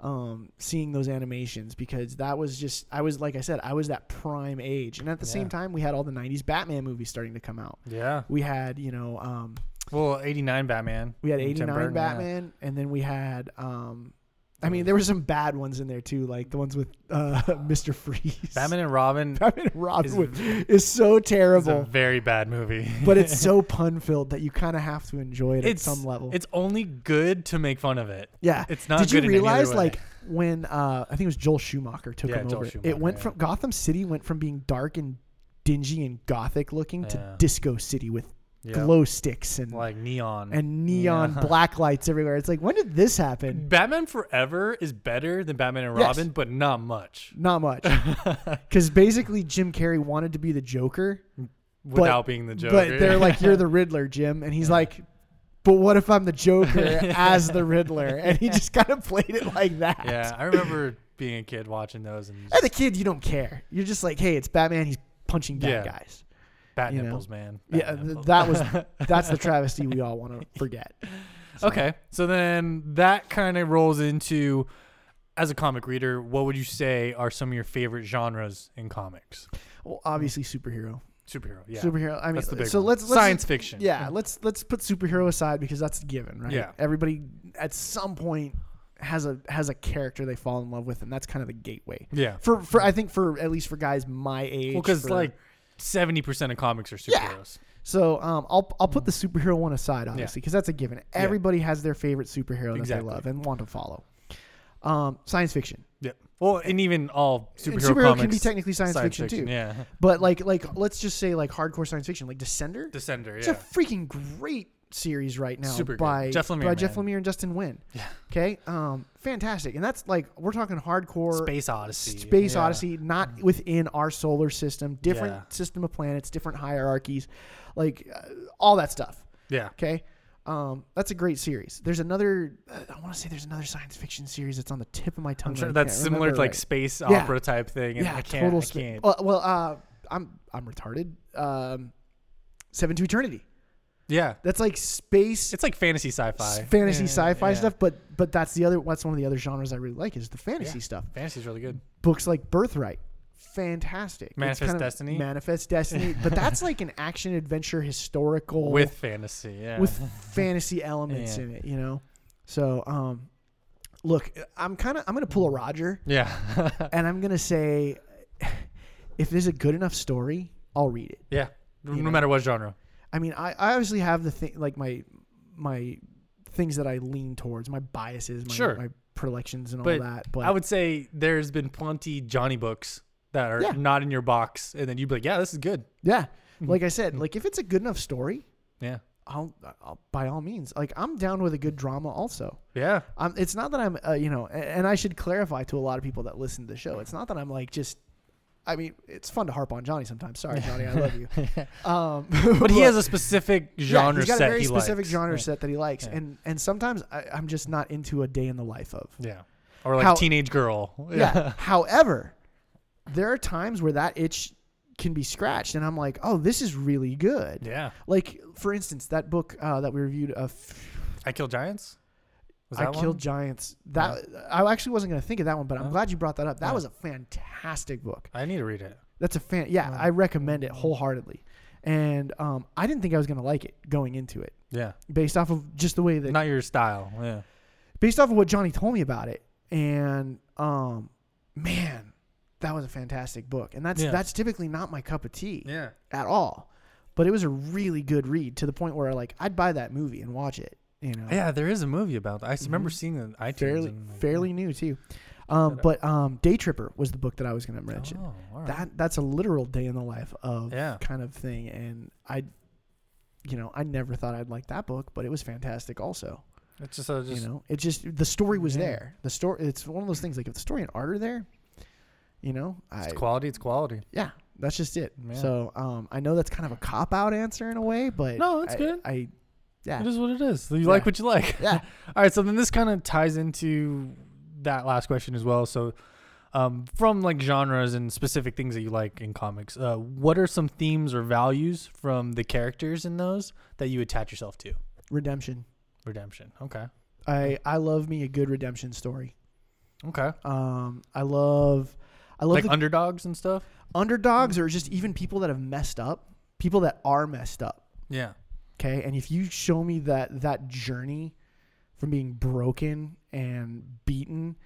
Speaker 2: Um, seeing those animations because that was just I was like I said I was that prime age, and at the
Speaker 1: Yeah.
Speaker 2: same time we had all the '90s Batman movies starting to come out.
Speaker 1: yeah.
Speaker 2: We had you know um,
Speaker 1: Well, '89 Batman.
Speaker 2: we had
Speaker 1: and Tim
Speaker 2: '89
Speaker 1: Burton, yeah.
Speaker 2: Batman, and then we had um, I mean there were some bad ones in there too, like the ones with uh, Mister Freeze.
Speaker 1: Batman and Robin
Speaker 2: Batman and Robin
Speaker 1: Is-
Speaker 2: Hood is so
Speaker 1: is a
Speaker 2: terrible.
Speaker 1: very bad movie.
Speaker 2: but it's so pun filled that you kind of have to enjoy it at some level.
Speaker 1: It's only good to make fun of it.
Speaker 2: yeah.
Speaker 1: It's not.
Speaker 2: Did you
Speaker 1: good in any other
Speaker 2: realize
Speaker 1: way.
Speaker 2: like when uh, I think it was Joel Schumacher took
Speaker 1: Yeah,
Speaker 2: him
Speaker 1: Joel
Speaker 2: over?
Speaker 1: Schumacher,
Speaker 2: it went
Speaker 1: yeah.
Speaker 2: from Gotham City went from being dark and dingy and gothic looking
Speaker 1: Yeah.
Speaker 2: to disco city with
Speaker 1: Yeah,
Speaker 2: glow sticks and
Speaker 1: like neon
Speaker 2: and neon
Speaker 1: Yeah.
Speaker 2: black lights everywhere. It's like when did this happen?
Speaker 1: Batman Forever is better than Batman and
Speaker 2: Yes.
Speaker 1: Robin, but not much
Speaker 2: Not much, because basically Jim Carrey wanted to be the Joker,
Speaker 1: without being the Joker.
Speaker 2: but they're like, "You're the Riddler, Jim," and he's like, "But what if I'm the Joker as the Riddler?" And he just kind of played it like that.
Speaker 1: yeah, I remember being a kid watching those and
Speaker 2: As
Speaker 1: just
Speaker 2: a kid, you don't care. You're just like, hey, it's Batman. He's punching bad
Speaker 1: Yeah.
Speaker 2: guys.
Speaker 1: bat
Speaker 2: you know.
Speaker 1: nipples, man. Bat
Speaker 2: Yeah, th-
Speaker 1: nipples.
Speaker 2: that was that's the travesty we all want to forget.
Speaker 1: okay. So then that kind of rolls into. As a comic reader, what would you say are some of your favorite genres in comics?
Speaker 2: Well, obviously superhero,
Speaker 1: Superhero, yeah.
Speaker 2: superhero. I mean,
Speaker 1: That's the big
Speaker 2: so
Speaker 1: one.
Speaker 2: let's, let's
Speaker 1: science fiction.
Speaker 2: Yeah, let's let's put superhero aside because that's a given, right?
Speaker 1: Yeah.
Speaker 2: Everybody at some point has a has a character they fall in love with, and that's kind of the gateway.
Speaker 1: yeah.
Speaker 2: For for I think for at least for guys my age.
Speaker 1: Well, because
Speaker 2: for-
Speaker 1: like seventy percent of comics are
Speaker 2: Yeah.
Speaker 1: superheroes.
Speaker 2: so, um, I'll I'll put the
Speaker 1: Mm.
Speaker 2: superhero one aside obviously because that's a given. Everybody has their favorite superhero that they
Speaker 1: Exactly.
Speaker 2: love and want to follow. Um, science fiction.
Speaker 1: Yeah. Well, and even all
Speaker 2: And
Speaker 1: superhero,
Speaker 2: superhero
Speaker 1: comics
Speaker 2: can be technically science, fiction, too.
Speaker 1: Yeah.
Speaker 2: But like like let's just say like hardcore science fiction, like Descender.
Speaker 1: Descender.
Speaker 2: It's
Speaker 1: Yeah.
Speaker 2: a freaking great series right now
Speaker 1: Super good.
Speaker 2: by
Speaker 1: Jeff Lemire,
Speaker 2: by Jeff
Speaker 1: man.
Speaker 2: Lemire and Justin Win.
Speaker 1: Yeah.
Speaker 2: Okay? Um fantastic. And that's like we're talking hardcore
Speaker 1: Space Odyssey.
Speaker 2: space
Speaker 1: Yeah. Mm.
Speaker 2: odyssey, not within our solar system, different
Speaker 1: Yeah.
Speaker 2: system of planets, different hierarchies, like uh, all that stuff.
Speaker 1: Yeah.
Speaker 2: Okay? Um, that's a great series. There's another. uh, I want to say there's another science fiction series that's on the tip of Oh my tongue.
Speaker 1: I'm sure
Speaker 2: right now. I
Speaker 1: that's
Speaker 2: can't
Speaker 1: similar to
Speaker 2: remember
Speaker 1: like
Speaker 2: right.
Speaker 1: space
Speaker 2: Yeah.
Speaker 1: opera type thing. And
Speaker 2: Yeah,
Speaker 1: I can't.
Speaker 2: total
Speaker 1: I
Speaker 2: spin.
Speaker 1: can't.
Speaker 2: Well, well uh, I'm I'm retarded. Um, Seven to Eternity.
Speaker 1: yeah.
Speaker 2: That's like space
Speaker 1: It's like fantasy
Speaker 2: s-
Speaker 1: sci-fi.
Speaker 2: fantasy
Speaker 1: Yeah,
Speaker 2: sci-fi
Speaker 1: yeah.
Speaker 2: stuff, but but that's the other that's one of the other genres I really like is the fantasy
Speaker 1: Yeah.
Speaker 2: stuff.
Speaker 1: Fantasy's really good.
Speaker 2: Books like Birthright, fantastic. It's
Speaker 1: Manifest
Speaker 2: kind of-
Speaker 1: Destiny?
Speaker 2: Manifest Destiny, but that's like an action adventure historical
Speaker 1: With fantasy. Yeah.
Speaker 2: with fantasy elements
Speaker 1: Yeah.
Speaker 2: in it, you know. So, um look, I'm kind of I'm going to pull a Roger
Speaker 1: yeah.
Speaker 2: and I'm gonna say, if there's a good enough story, I'll read it.
Speaker 1: yeah. No
Speaker 2: know.
Speaker 1: matter what genre.
Speaker 2: I mean, I, I obviously have the thing like my my things that I lean towards, my biases, my,
Speaker 1: Sure.
Speaker 2: my predilections, and all
Speaker 1: But
Speaker 2: that. But
Speaker 1: I would say there's been plenty Johnny books that are
Speaker 2: Yeah.
Speaker 1: not in your box, and then you'd be like, "Yeah, this is good."
Speaker 2: yeah,
Speaker 1: Mm-hmm.
Speaker 2: like I said, like if it's a good enough story,
Speaker 1: Yeah.
Speaker 2: I'll, I'll by all means, like I'm down with a good drama also.
Speaker 1: Yeah.
Speaker 2: Um, it's not that I'm, uh, you know, a- and I should clarify to a lot of people that listen to the show, it's not that I'm like just. I mean, it's fun to harp on Johnny sometimes. Sorry, Johnny, I love you. Um,
Speaker 1: But he has a specific
Speaker 2: Yeah,
Speaker 1: genre
Speaker 2: he's got
Speaker 1: set
Speaker 2: a very
Speaker 1: he
Speaker 2: specific
Speaker 1: likes.
Speaker 2: genre
Speaker 1: yeah.
Speaker 2: set that he likes,
Speaker 1: Yeah.
Speaker 2: and and sometimes I, I'm just not into a day in the life of.
Speaker 1: Yeah. Or like
Speaker 2: How-
Speaker 1: teenage girl.
Speaker 2: Yeah. However, there are times where that itch can be scratched, and I'm like, oh, this is really good.
Speaker 1: Yeah.
Speaker 2: Like for instance, that book uh, that we reviewed, uh, f-
Speaker 1: I Kill Giants? Was
Speaker 2: I
Speaker 1: that one?
Speaker 2: Killed Giants. That I actually wasn't gonna think of that one, but I'm
Speaker 1: Huh?
Speaker 2: glad you brought that up. That
Speaker 1: Yeah.
Speaker 2: was a fantastic book.
Speaker 1: I need to read it.
Speaker 2: That's a fan. Yeah,
Speaker 1: Yeah.
Speaker 2: I recommend it wholeheartedly. And um, I didn't think I was gonna like it going into it,
Speaker 1: Yeah.
Speaker 2: based off of just the way that
Speaker 1: Not your style. Yeah.
Speaker 2: based off of what Johnny told me about it. And um, man, that was a fantastic book. And that's
Speaker 1: Yeah.
Speaker 2: that's typically not my cup of tea
Speaker 1: Yeah.
Speaker 2: at all. But it was a really good read to the point where like I'd buy that movie and watch it. You know,
Speaker 1: Yeah, there is a movie about that. I s- remember seeing it on iTunes.
Speaker 2: Mm-hmm. fairly
Speaker 1: and, like,
Speaker 2: fairly new too. Um, but um, Day Tripper was the book that I was going to mention.
Speaker 1: Oh, all right.
Speaker 2: That that's a literal day in the life of
Speaker 1: Yeah.
Speaker 2: kind of thing, and I, you know, I never thought I'd like that book, but it was fantastic. Also,
Speaker 1: it's just, uh, just
Speaker 2: you know, it just the story was
Speaker 1: Yeah.
Speaker 2: there. The story. It's one of those things like if the story and art are there, you know, I
Speaker 1: it's quality. It's quality.
Speaker 2: yeah, that's just it.
Speaker 1: Yeah.
Speaker 2: So um, I know that's kind of a cop out answer in a way, but
Speaker 1: No, it's
Speaker 2: I-
Speaker 1: good.
Speaker 2: I yeah
Speaker 1: It is what it is. You
Speaker 2: Yeah.
Speaker 1: like what you like.
Speaker 2: yeah
Speaker 1: All right, so then this kind of ties into that last question as well. So, um, from like genres and specific things that you like in comics, uh, what are some themes or values from the characters in those that you attach yourself to?
Speaker 2: redemption.
Speaker 1: Redemption. Okay.
Speaker 2: I I love me a good redemption story.
Speaker 1: Okay.
Speaker 2: Um, I love I love
Speaker 1: like
Speaker 2: the
Speaker 1: underdogs and stuff.
Speaker 2: underdogs or just even people that have messed up, people that are messed up.
Speaker 1: Yeah.
Speaker 2: Okay, and if you show me that that journey from being broken and beaten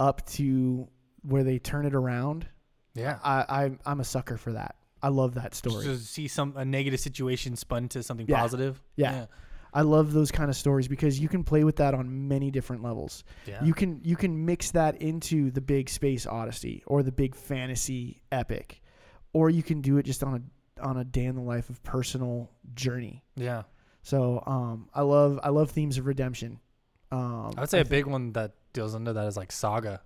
Speaker 2: up to where they turn it around,
Speaker 1: Yeah.
Speaker 2: I, I I'm a sucker for that. I love that story.
Speaker 1: Just to see some a negative situation spun to something
Speaker 2: Yeah.
Speaker 1: positive.
Speaker 2: Yeah. I love those kind of stories because you can play with that on many different levels.
Speaker 1: Yeah.
Speaker 2: You can you can mix that into the big space odyssey or the big fantasy epic, or you can do it just on a on a day in the life of personal journey.
Speaker 1: yeah.
Speaker 2: So um, I love I love themes of redemption. Um,
Speaker 1: I would say
Speaker 2: I
Speaker 1: a big one that deals into that is like Saga.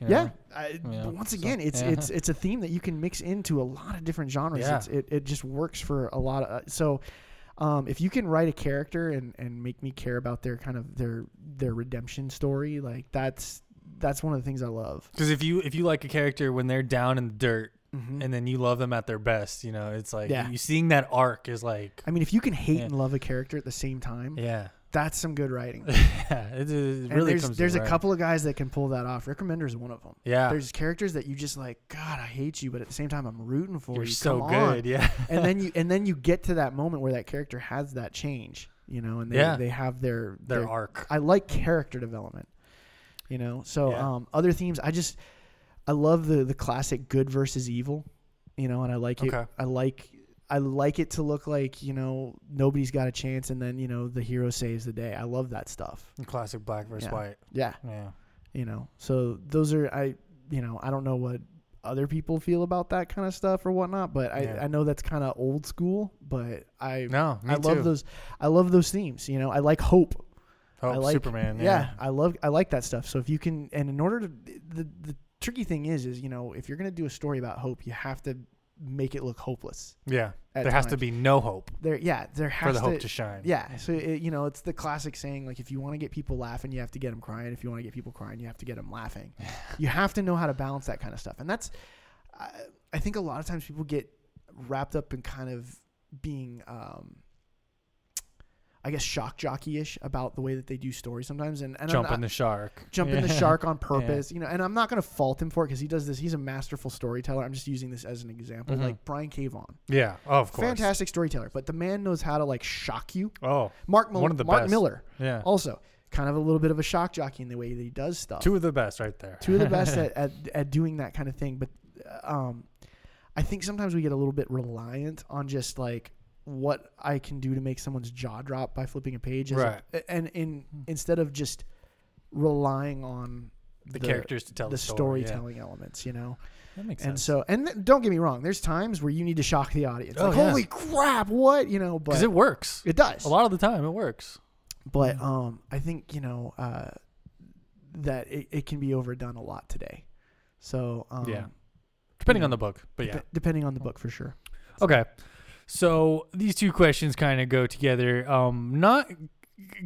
Speaker 1: you know?
Speaker 2: Yeah. I,
Speaker 1: Yeah,
Speaker 2: But once
Speaker 1: so-
Speaker 2: again, it's
Speaker 1: yeah.
Speaker 2: it's it's a theme that you can mix into a lot of different genres.
Speaker 1: Yeah.
Speaker 2: It's, it it just works for a lot of uh, so. Um, if you can write a character and, and make me care about their kind of their their redemption story, like that's that's one of the things I love.
Speaker 1: Because if you if you like a character when they're down in the dirt
Speaker 2: Mm-hmm.
Speaker 1: and then you love them at their best. You know, it's like
Speaker 2: Yeah.
Speaker 1: you seeing that arc is like,
Speaker 2: I mean, if you can hate
Speaker 1: Yeah.
Speaker 2: and love a character at the same time,
Speaker 1: yeah,
Speaker 2: that's some good writing.
Speaker 1: yeah. It, is- it
Speaker 2: and
Speaker 1: really
Speaker 2: there's
Speaker 1: comes. to
Speaker 2: there's a
Speaker 1: writing.
Speaker 2: couple of guys that can pull that off. Rick Remender is one of them.
Speaker 1: Yeah,
Speaker 2: There's characters that you just like. God, I hate you, but at the same time, I'm rooting for
Speaker 1: you're
Speaker 2: you.
Speaker 1: so
Speaker 2: Come
Speaker 1: good.
Speaker 2: on."
Speaker 1: Yeah,
Speaker 2: and then you and then you get to that moment where that character has that change, you know, and they,
Speaker 1: Yeah.
Speaker 2: they have their
Speaker 1: their arc.
Speaker 2: I like character development, you know. So
Speaker 1: Yeah.
Speaker 2: um, other themes, I just I love the the classic good versus evil, you know, and I like it.
Speaker 1: Okay.
Speaker 2: I like I like it to look like you know nobody's got a chance, and then you know the hero saves the day. I love that stuff.
Speaker 1: Classic black versus
Speaker 2: Yeah.
Speaker 1: white.
Speaker 2: Yeah,
Speaker 1: Yeah,
Speaker 2: you know. So those are I you know I don't know what other people feel about that kind of stuff or whatnot, but I
Speaker 1: Yeah.
Speaker 2: I know that's kind of old school, but I
Speaker 1: no, me
Speaker 2: I love
Speaker 1: too.
Speaker 2: those. I love those themes. You know, I like hope.
Speaker 1: Oh,
Speaker 2: I like
Speaker 1: Superman.
Speaker 2: Yeah.
Speaker 1: Yeah,
Speaker 2: I love. I like that stuff. So if you can, and in order to, the the tricky thing is, is you know, if you're gonna do a story about hope, you have to make it look hopeless.
Speaker 1: yeah.
Speaker 2: at
Speaker 1: There has to
Speaker 2: times.
Speaker 1: be no hope
Speaker 2: There, yeah, there has
Speaker 1: for the
Speaker 2: to.
Speaker 1: hope to shine.
Speaker 2: yeah, so it, you know, it's the classic saying like, if you want to get people laughing, you have to get them crying. If you want to get people crying, you have to get them laughing. you have to know how to balance that kind of stuff, and that's. I, I think a lot of times people get wrapped up in kind of being um I guess shock jockey ish about the way that they do stories sometimes and, and
Speaker 1: Jump
Speaker 2: I'm
Speaker 1: in
Speaker 2: not,
Speaker 1: the shark.
Speaker 2: jump in the
Speaker 1: Yeah.
Speaker 2: shark on purpose. You know, and I'm not gonna fault him for it because he does this. He's a masterful storyteller. I'm just using this as an example.
Speaker 1: Mhm.
Speaker 2: Like Brian Cavon.
Speaker 1: Yeah, oh, of course.
Speaker 2: Fantastic storyteller, but the man knows how to like shock you.
Speaker 1: Oh,
Speaker 2: Mark Mil-
Speaker 1: One of the
Speaker 2: Mark
Speaker 1: best.
Speaker 2: Miller
Speaker 1: yeah.
Speaker 2: also kind of a little bit of a shock jockey in the way that he does stuff
Speaker 1: Two of the best right there.
Speaker 2: two of the best at, at, at doing that kind of thing. But uh, um, I think sometimes we get a little bit reliant on just like what I can do to make someone's jaw drop by flipping a page, as a- and in
Speaker 1: Hmm.
Speaker 2: instead of just relying on
Speaker 1: the, characters to tell
Speaker 2: the
Speaker 1: the, story. yeah.
Speaker 2: storytelling elements, you know.
Speaker 1: That makes
Speaker 2: And
Speaker 1: sense.
Speaker 2: so, and th- don't get me wrong, there's times where you need to shock the audience,
Speaker 1: Oh,
Speaker 2: like
Speaker 1: yeah.
Speaker 2: holy crap, what you know, but
Speaker 1: Because
Speaker 2: it,
Speaker 1: it works.
Speaker 2: does
Speaker 1: A lot of the time, it works.
Speaker 2: but
Speaker 1: Mm.
Speaker 2: um, I think you know uh, that it, it can be overdone a lot today. So um,
Speaker 1: Yeah. Depending
Speaker 2: Yeah.
Speaker 1: on the book, but yeah.
Speaker 2: Dep- depending on the book for sure.
Speaker 1: Okay. So these two questions kind of go together. Um, not c-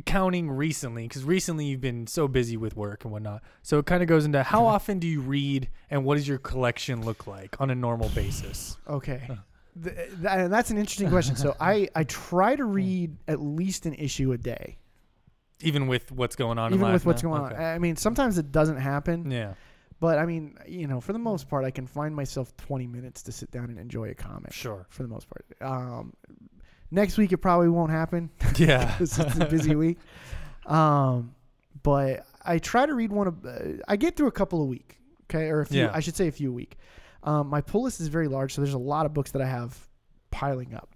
Speaker 1: counting recently, because recently you've been so busy with work and whatnot. So it kind of goes into how often do you read and what does your collection look like on a normal basis?
Speaker 2: Okay. Th- that- and that's an interesting question. So I, I try to read at least an issue a day,
Speaker 1: Even with what's going on in
Speaker 2: even
Speaker 1: life
Speaker 2: with what's
Speaker 1: now?
Speaker 2: going
Speaker 1: Okay.
Speaker 2: on. I mean, sometimes it doesn't happen,
Speaker 1: Yeah.
Speaker 2: but I mean, you know, for the most part, I can find myself 20 minutes to sit down and enjoy a comic.
Speaker 1: Sure.
Speaker 2: For the most part. Um, next week, it probably won't happen.
Speaker 1: Yeah.
Speaker 2: it's just a busy week. Um, but I try to read one of. Uh, I get through a couple a week. Okay, or a few.
Speaker 1: Yeah.
Speaker 2: I should say a few a week. Um, my pull list is very large, so there's a lot of books that I
Speaker 1: Hmm.
Speaker 2: have piling up.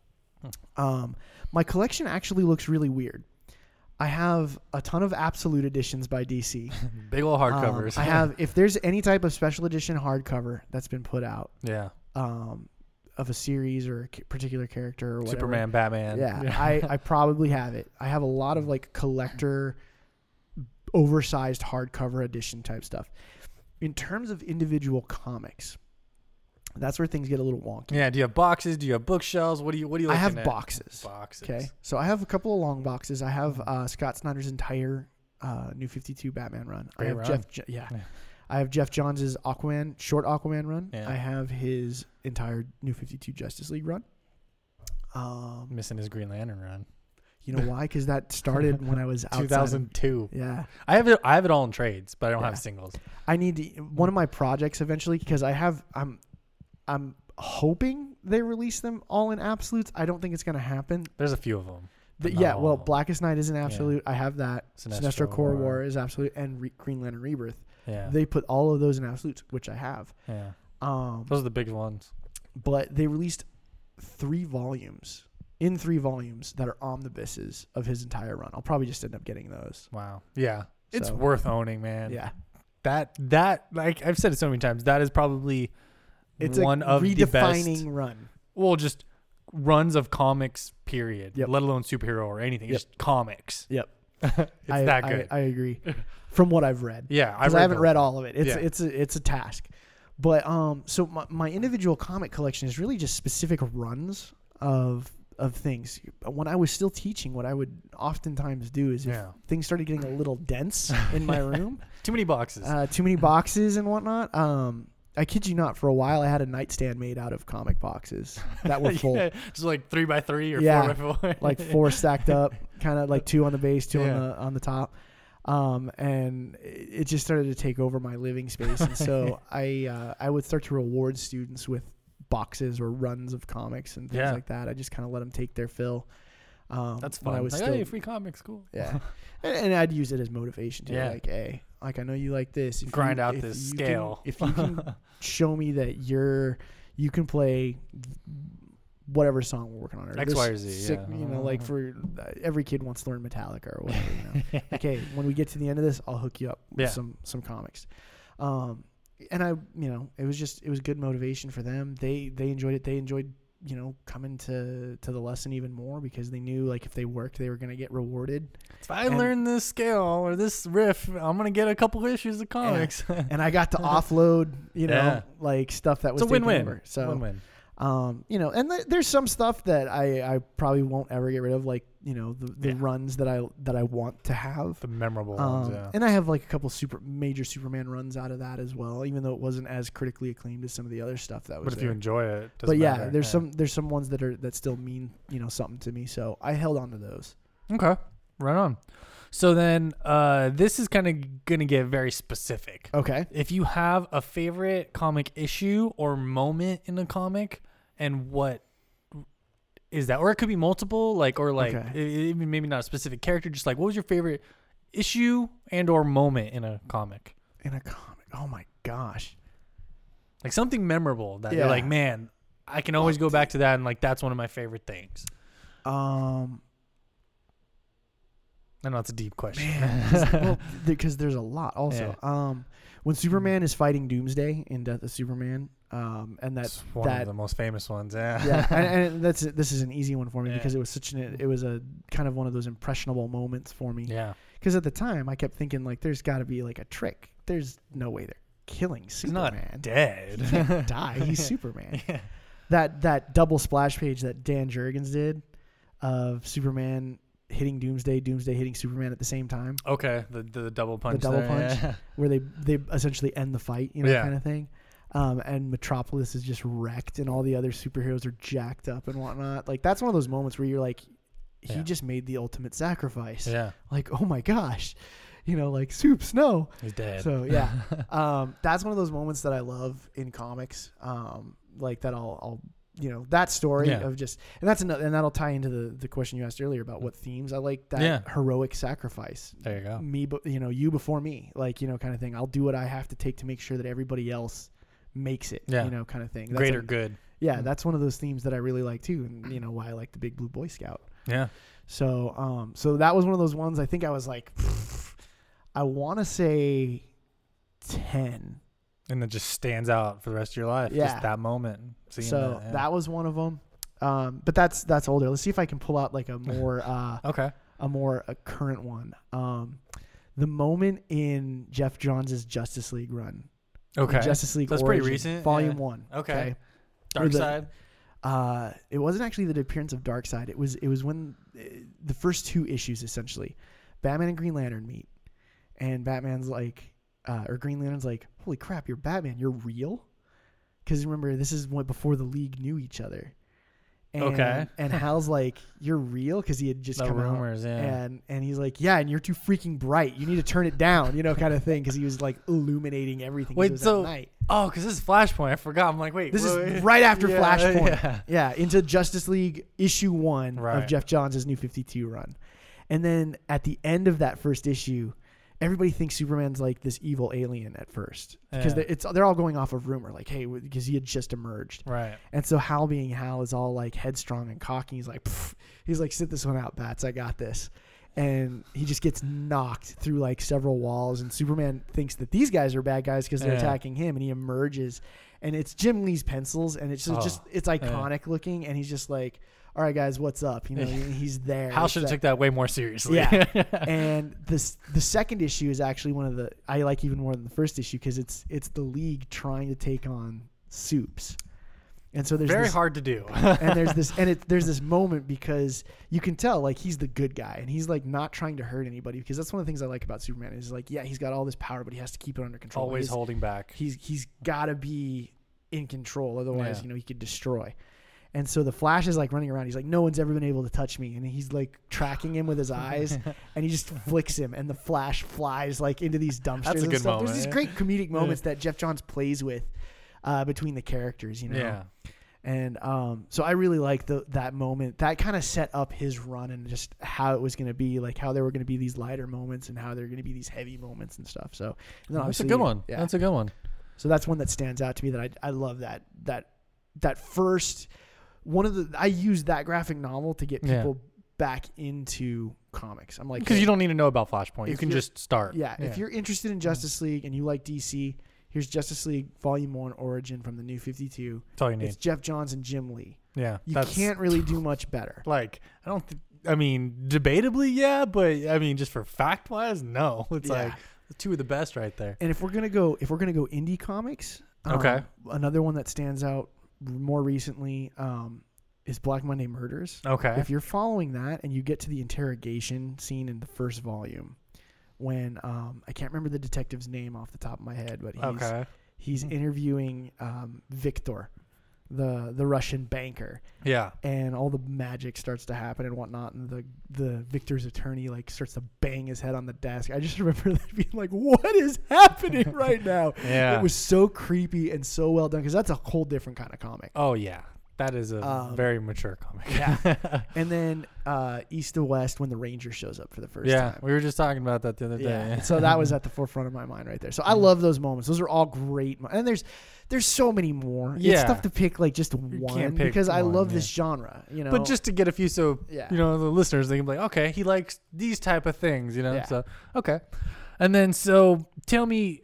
Speaker 2: Um, my collection actually looks really weird. I have a ton of absolute editions by DC.
Speaker 1: Big old
Speaker 2: Um,
Speaker 1: hardcovers.
Speaker 2: I have if there's any type of special edition hardcover that's been put out
Speaker 1: yeah.
Speaker 2: um, of a series or a ca- particular character or whatever.
Speaker 1: Superman, Batman.
Speaker 2: Yeah, I, I probably have it. I have a lot of like collector, oversized hardcover edition type stuff. In terms of individual comics, that's where things get a little wonky.
Speaker 1: yeah. Do you have boxes? Do you have bookshelves? What do you What do you?
Speaker 2: I
Speaker 1: Looking
Speaker 2: have
Speaker 1: at?
Speaker 2: boxes.
Speaker 1: Boxes.
Speaker 2: Okay, so I have a couple of long boxes. I have uh, Scott Snyder's entire uh, New Fifty Two Batman run.
Speaker 1: Great
Speaker 2: I have
Speaker 1: run.
Speaker 2: Jeff. Jo- yeah.
Speaker 1: Yeah.
Speaker 2: I have Jeff Johns' Aquaman short Aquaman run.
Speaker 1: Yeah.
Speaker 2: I have his entire New Fifty Two Justice League run. Um,
Speaker 1: Missing his Green Lantern run.
Speaker 2: you know why? Because that started when I was outside.
Speaker 1: Two
Speaker 2: of-
Speaker 1: thousand two.
Speaker 2: Yeah,
Speaker 1: I have it. I have it all in trades, but I don't
Speaker 2: Yeah.
Speaker 1: have singles.
Speaker 2: I need to, one of my projects eventually because I have I'm I'm hoping they release them all in absolutes. I don't think it's gonna happen.
Speaker 1: There's a few of them.
Speaker 2: But
Speaker 1: Not
Speaker 2: yeah,
Speaker 1: all
Speaker 2: well,
Speaker 1: of 'em.
Speaker 2: Blackest Night is an absolute. I have that.
Speaker 1: Sinestro
Speaker 2: Sinestro, Core
Speaker 1: War.
Speaker 2: War. is absolute, and Re- Green Lantern Rebirth.
Speaker 1: Yeah.
Speaker 2: They put all of those in absolutes, which I have.
Speaker 1: yeah.
Speaker 2: Um,
Speaker 1: Those are the big ones.
Speaker 2: but they released three volumes in three volumes that are omnibuses of his entire run. I'll probably just end up getting those.
Speaker 1: Wow. Yeah. It's
Speaker 2: So-
Speaker 1: worth owning, man.
Speaker 2: yeah,
Speaker 1: That that like I've said it so many times. That is probably
Speaker 2: it's
Speaker 1: one
Speaker 2: a
Speaker 1: of the
Speaker 2: redefining
Speaker 1: best.
Speaker 2: run.
Speaker 1: Well, just runs of comics. Period.
Speaker 2: Yep.
Speaker 1: Let alone superhero or anything.
Speaker 2: Yep.
Speaker 1: Just comics.
Speaker 2: Yep.
Speaker 1: it's
Speaker 2: I,
Speaker 1: that
Speaker 2: I-
Speaker 1: good.
Speaker 2: I, agree. From what I've read,
Speaker 1: yeah.
Speaker 2: because I haven't read all of it. It's
Speaker 1: Yeah.
Speaker 2: it's a, it's a task. But um, so my, my individual comic collection is really just specific runs of of things. When I was still teaching, what I would oftentimes do is if
Speaker 1: Yeah.
Speaker 2: things started getting a little dense in my room,
Speaker 1: Too many boxes.
Speaker 2: uh, too many boxes and whatnot. Um, I kid you not, for a while I had a nightstand made out of comic boxes that were full,
Speaker 1: Yeah, just like three by three or
Speaker 2: Yeah,
Speaker 1: four by four.
Speaker 2: like four stacked up, kind of like two on the base, two
Speaker 1: Yeah.
Speaker 2: on the on the top. Um, and it it just started to take over my living space, and so I uh, I would start to reward students with boxes or runs of comics and things
Speaker 1: Yeah.
Speaker 2: like that. I just kind of let them take their fill. Um,
Speaker 1: That's
Speaker 2: when
Speaker 1: fun.
Speaker 2: I was
Speaker 1: like,
Speaker 2: still
Speaker 1: hey, free comics, cool.
Speaker 2: Yeah. and, and I'd use it as motivation too.
Speaker 1: Yeah.
Speaker 2: Like, hey, like I know you like this. If
Speaker 1: Grind
Speaker 2: you-
Speaker 1: out
Speaker 2: if
Speaker 1: this
Speaker 2: you can-
Speaker 1: scale.
Speaker 2: if you can show me that you're, you can play whatever song we're working on. Or
Speaker 1: X,
Speaker 2: this
Speaker 1: Y, or Z, yeah.
Speaker 2: You know, like for uh, every kid wants to learn Metallica or whatever. You know. okay, when we get to the end of this, I'll hook you up with
Speaker 1: Yeah.
Speaker 2: some some comics. Um, and I, you know, it was just it was good motivation for them. They they enjoyed it. They enjoyed you know coming to to the lesson even more because they knew like if they worked they were going to get rewarded
Speaker 1: If I
Speaker 2: And-
Speaker 1: learn this scale or this riff, I'm gonna get a couple issues of comics.
Speaker 2: and I got to offload, you know,
Speaker 1: Yeah.
Speaker 2: like stuff that was
Speaker 1: it's a
Speaker 2: taken
Speaker 1: win-win.
Speaker 2: over. So,
Speaker 1: win-win.
Speaker 2: um, you know, and th- there's some stuff that I, I probably won't ever get rid of, like you know, the, the
Speaker 1: Yeah.
Speaker 2: runs that I that I want to have.
Speaker 1: The memorable ones.
Speaker 2: Um,
Speaker 1: Yeah.
Speaker 2: and I have like a couple super major Superman runs out of that as well, even though it wasn't as critically acclaimed as some of the other stuff that was.
Speaker 1: But if you
Speaker 2: there.
Speaker 1: enjoy it, it
Speaker 2: but
Speaker 1: doesn't
Speaker 2: yeah,
Speaker 1: matter.
Speaker 2: there's some there's some ones that are that still mean you know something to me, so I held on to those.
Speaker 1: Okay, right on. So then, uh, this is kind of gonna get very specific.
Speaker 2: Okay,
Speaker 1: If you have a favorite comic issue or moment in a comic, and what is that? Or it could be multiple, like or like
Speaker 2: Okay.
Speaker 1: e- even maybe not a specific character. Just like, what was your favorite issue and or moment in a comic?
Speaker 2: in a comic, oh my gosh,
Speaker 1: Like something memorable that you're
Speaker 2: Yeah.
Speaker 1: like, man, I can always go back to that, and like that's one of my favorite things.
Speaker 2: um,
Speaker 1: I know it's a deep question.
Speaker 2: Man, because there's a lot also. Um, when Superman is fighting Doomsday in Death of Superman, um, and that
Speaker 1: It's one
Speaker 2: that-
Speaker 1: of the most famous ones. Yeah.
Speaker 2: yeah, and, and that's this is an easy one for me
Speaker 1: Yeah.
Speaker 2: because it was such an it was a kind of one of those impressionable moments for me.
Speaker 1: yeah.
Speaker 2: Because at the time, I kept thinking like, there's got to be like a trick. There's no way they're killing
Speaker 1: He's not
Speaker 2: Superman.
Speaker 1: dead.
Speaker 2: He can't die. He's Superman.
Speaker 1: Yeah.
Speaker 2: That that double splash page that Dan Jurgens did of Superman hitting Doomsday, Doomsday hitting Superman at the same time.
Speaker 1: Okay. The the double punch.
Speaker 2: double
Speaker 1: there,
Speaker 2: punch.
Speaker 1: yeah.
Speaker 2: where they they essentially end the fight, you know,
Speaker 1: Yeah.
Speaker 2: kind of thing. Um, and Metropolis is just wrecked, and all the other superheroes are jacked up and whatnot. Like that's one of those moments where you're like, he
Speaker 1: Yeah.
Speaker 2: just made the ultimate sacrifice.
Speaker 1: Yeah.
Speaker 2: Like oh my gosh, you know, like soup snow.
Speaker 1: He's dead.
Speaker 2: So yeah, um, that's one of those moments that I love in comics. Um, like that I'll, I'll you know that story
Speaker 1: Yeah.
Speaker 2: of just and that's another and that'll tie into the the question you asked earlier about what themes I like that
Speaker 1: Mm. Yeah.
Speaker 2: heroic sacrifice
Speaker 1: there you go.
Speaker 2: me, but you know, you before me, like you know, kind of thing. I'll do what I have to take to make sure that everybody else makes it.
Speaker 1: Yeah.
Speaker 2: you know, kind of thing. That's
Speaker 1: Greater
Speaker 2: a-
Speaker 1: good. Mm.
Speaker 2: yeah, that's one of those themes that I really like too, and you know why I like the Big Blue Boy Scout.
Speaker 1: Yeah.
Speaker 2: So, um, so that was one of those ones. I think I was like, I want to say ten.
Speaker 1: And it just stands out for the rest of your life.
Speaker 2: Yeah.
Speaker 1: Just that moment. Seeing
Speaker 2: so
Speaker 1: that, yeah.
Speaker 2: was one of them. Um, but that's that's older. Let's see if I can pull out like a more uh,
Speaker 1: Okay.
Speaker 2: a more a current one. Um, the moment in Jeff Johns' Justice League run.
Speaker 1: Okay.
Speaker 2: Justice League.
Speaker 1: So it's pretty
Speaker 2: Origin,
Speaker 1: recent,
Speaker 2: Volume
Speaker 1: yeah.
Speaker 2: one.
Speaker 1: Okay.
Speaker 2: or
Speaker 1: Dark
Speaker 2: the-
Speaker 1: side.
Speaker 2: Uh, it wasn't actually the appearance of Darkseid. It was it was when uh, the first two issues essentially, Batman and Green Lantern meet, and Batman's like, uh, or Green Lantern's like, "Holy crap, you're Batman. You're real." Because remember, this is what before the League knew each other. And,
Speaker 1: Okay.
Speaker 2: And Hal's like, "You're real," because he had just
Speaker 1: The
Speaker 2: come out
Speaker 1: rumors, yeah.
Speaker 2: and and he's like, yeah, and you're too freaking bright. You need to turn it down, you know, kind of thing, because he was like illuminating everything. 'cause
Speaker 1: Wait,
Speaker 2: it was
Speaker 1: so-
Speaker 2: at night.
Speaker 1: Oh, because this is Flashpoint. I forgot. I'm like, wait.
Speaker 2: this
Speaker 1: wait, wait.
Speaker 2: is right after
Speaker 1: Yeah,
Speaker 2: Flashpoint.
Speaker 1: yeah.
Speaker 2: Yeah. into Justice League issue one
Speaker 1: Right.
Speaker 2: of Jeff Johns' New Fifty Two run, and then at the end of that first issue, everybody thinks Superman's like this evil alien at first
Speaker 1: Yeah.
Speaker 2: because they it's they're all going off of rumor, like hey, because he had just emerged.
Speaker 1: Right.
Speaker 2: And so Hal being Hal is all like headstrong and cocky. He's like, "Pff." he's like, sit this one out, Bats. I got this. And he just gets knocked through like several walls. And Superman thinks that these guys are bad guys because they're
Speaker 1: Yeah.
Speaker 2: attacking him. And he emerges. And it's Jim Lee's pencils. And it's just,
Speaker 1: Oh,
Speaker 2: just it's iconic looking. And he's just like, all right, guys, what's up? You know, and he's there.
Speaker 1: Hal
Speaker 2: It's
Speaker 1: should have
Speaker 2: that-
Speaker 1: took that way more seriously.
Speaker 2: yeah. and this the second issue is actually one of the I like even more than the first issue because it's it's the league trying to take on soups. And so there's
Speaker 1: Very
Speaker 2: this,
Speaker 1: hard to do.
Speaker 2: and there's this and it there's this moment because you can tell like he's the good guy and he's like not trying to hurt anybody because that's one of the things I like about Superman is like yeah he's got all this power but he has to keep it under control.
Speaker 1: Always
Speaker 2: He's-
Speaker 1: holding back.
Speaker 2: he's he's got to be in control otherwise
Speaker 1: Yeah.
Speaker 2: you know he could destroy and so the flash is like running around he's like no one's ever been able to touch me and he's like tracking him with his eyes and he just flicks him and the flash flies like into these dumpsters
Speaker 1: That's a
Speaker 2: and
Speaker 1: good
Speaker 2: stuff.
Speaker 1: moment,
Speaker 2: there's
Speaker 1: yeah.
Speaker 2: these great comedic moments that jeff johns plays with uh, between the characters you know
Speaker 1: Yeah.
Speaker 2: and um, so I really like the that moment. That kind of set up his run and just how it was going to be, like how there were going to be these lighter moments and how there are going to be these heavy moments and stuff. So and then
Speaker 1: That's a
Speaker 2: obviously,
Speaker 1: good one.
Speaker 2: yeah.
Speaker 1: That's a good one.
Speaker 2: So that's one that stands out to me that I, I love that that that first one of the I use that graphic novel to get
Speaker 1: Yeah.
Speaker 2: people back into comics. I'm like
Speaker 1: Because you don't need to know about Flashpoint. You
Speaker 2: if
Speaker 1: can
Speaker 2: you're-
Speaker 1: just start.
Speaker 2: yeah, if you're interested in Justice League and you like DC, here's Justice League Volume 1 Origin from the New 52.
Speaker 1: That's all you need.
Speaker 2: It's Jeff Johns and Jim Lee.
Speaker 1: Yeah.
Speaker 2: You
Speaker 1: that's-
Speaker 2: can't really do much better.
Speaker 1: Like, I don't. Th- I mean, debatably, yeah, but I mean, just for fact wise, no. It's
Speaker 2: Yeah.
Speaker 1: like two of the best right there.
Speaker 2: And if we're gonna go, if we're gonna go indie comics, um,
Speaker 1: Okay.
Speaker 2: Another one that stands out more recently um, is Black Monday Murders.
Speaker 1: Okay.
Speaker 2: If you're following that and you get to the interrogation scene in the first volume, when um, I can't remember the detective's name off the top of my head, but he's
Speaker 1: Okay.
Speaker 2: he's
Speaker 1: Hmm.
Speaker 2: interviewing um, Victor, the the Russian banker,
Speaker 1: Yeah.
Speaker 2: and all the magic starts to happen and whatnot, and the the Victor's attorney like starts to bang his head on the desk. I just remember that being like, "What is happening right now?"
Speaker 1: Yeah.
Speaker 2: It was so creepy and so well done because that's a whole different kind of comic.
Speaker 1: Oh yeah, that is a
Speaker 2: Um,
Speaker 1: very mature comic.
Speaker 2: yeah. And then uh, East to West when the Ranger shows up for the first
Speaker 1: yeah.
Speaker 2: time.
Speaker 1: We were just talking about that the other day.
Speaker 2: Yeah. so that was at the forefront of my mind right there. So I love those moments. Those are all great. Mo- and there's there's so many more.
Speaker 1: Yeah.
Speaker 2: It's tough to pick like just
Speaker 1: pick
Speaker 2: one because I
Speaker 1: one,
Speaker 2: love
Speaker 1: yeah.
Speaker 2: this genre, you know.
Speaker 1: But just to get a few, so
Speaker 2: Yeah.
Speaker 1: you know, the listeners they can be like, okay, he likes these type of things, you know.
Speaker 2: Yeah.
Speaker 1: So okay, and then so tell me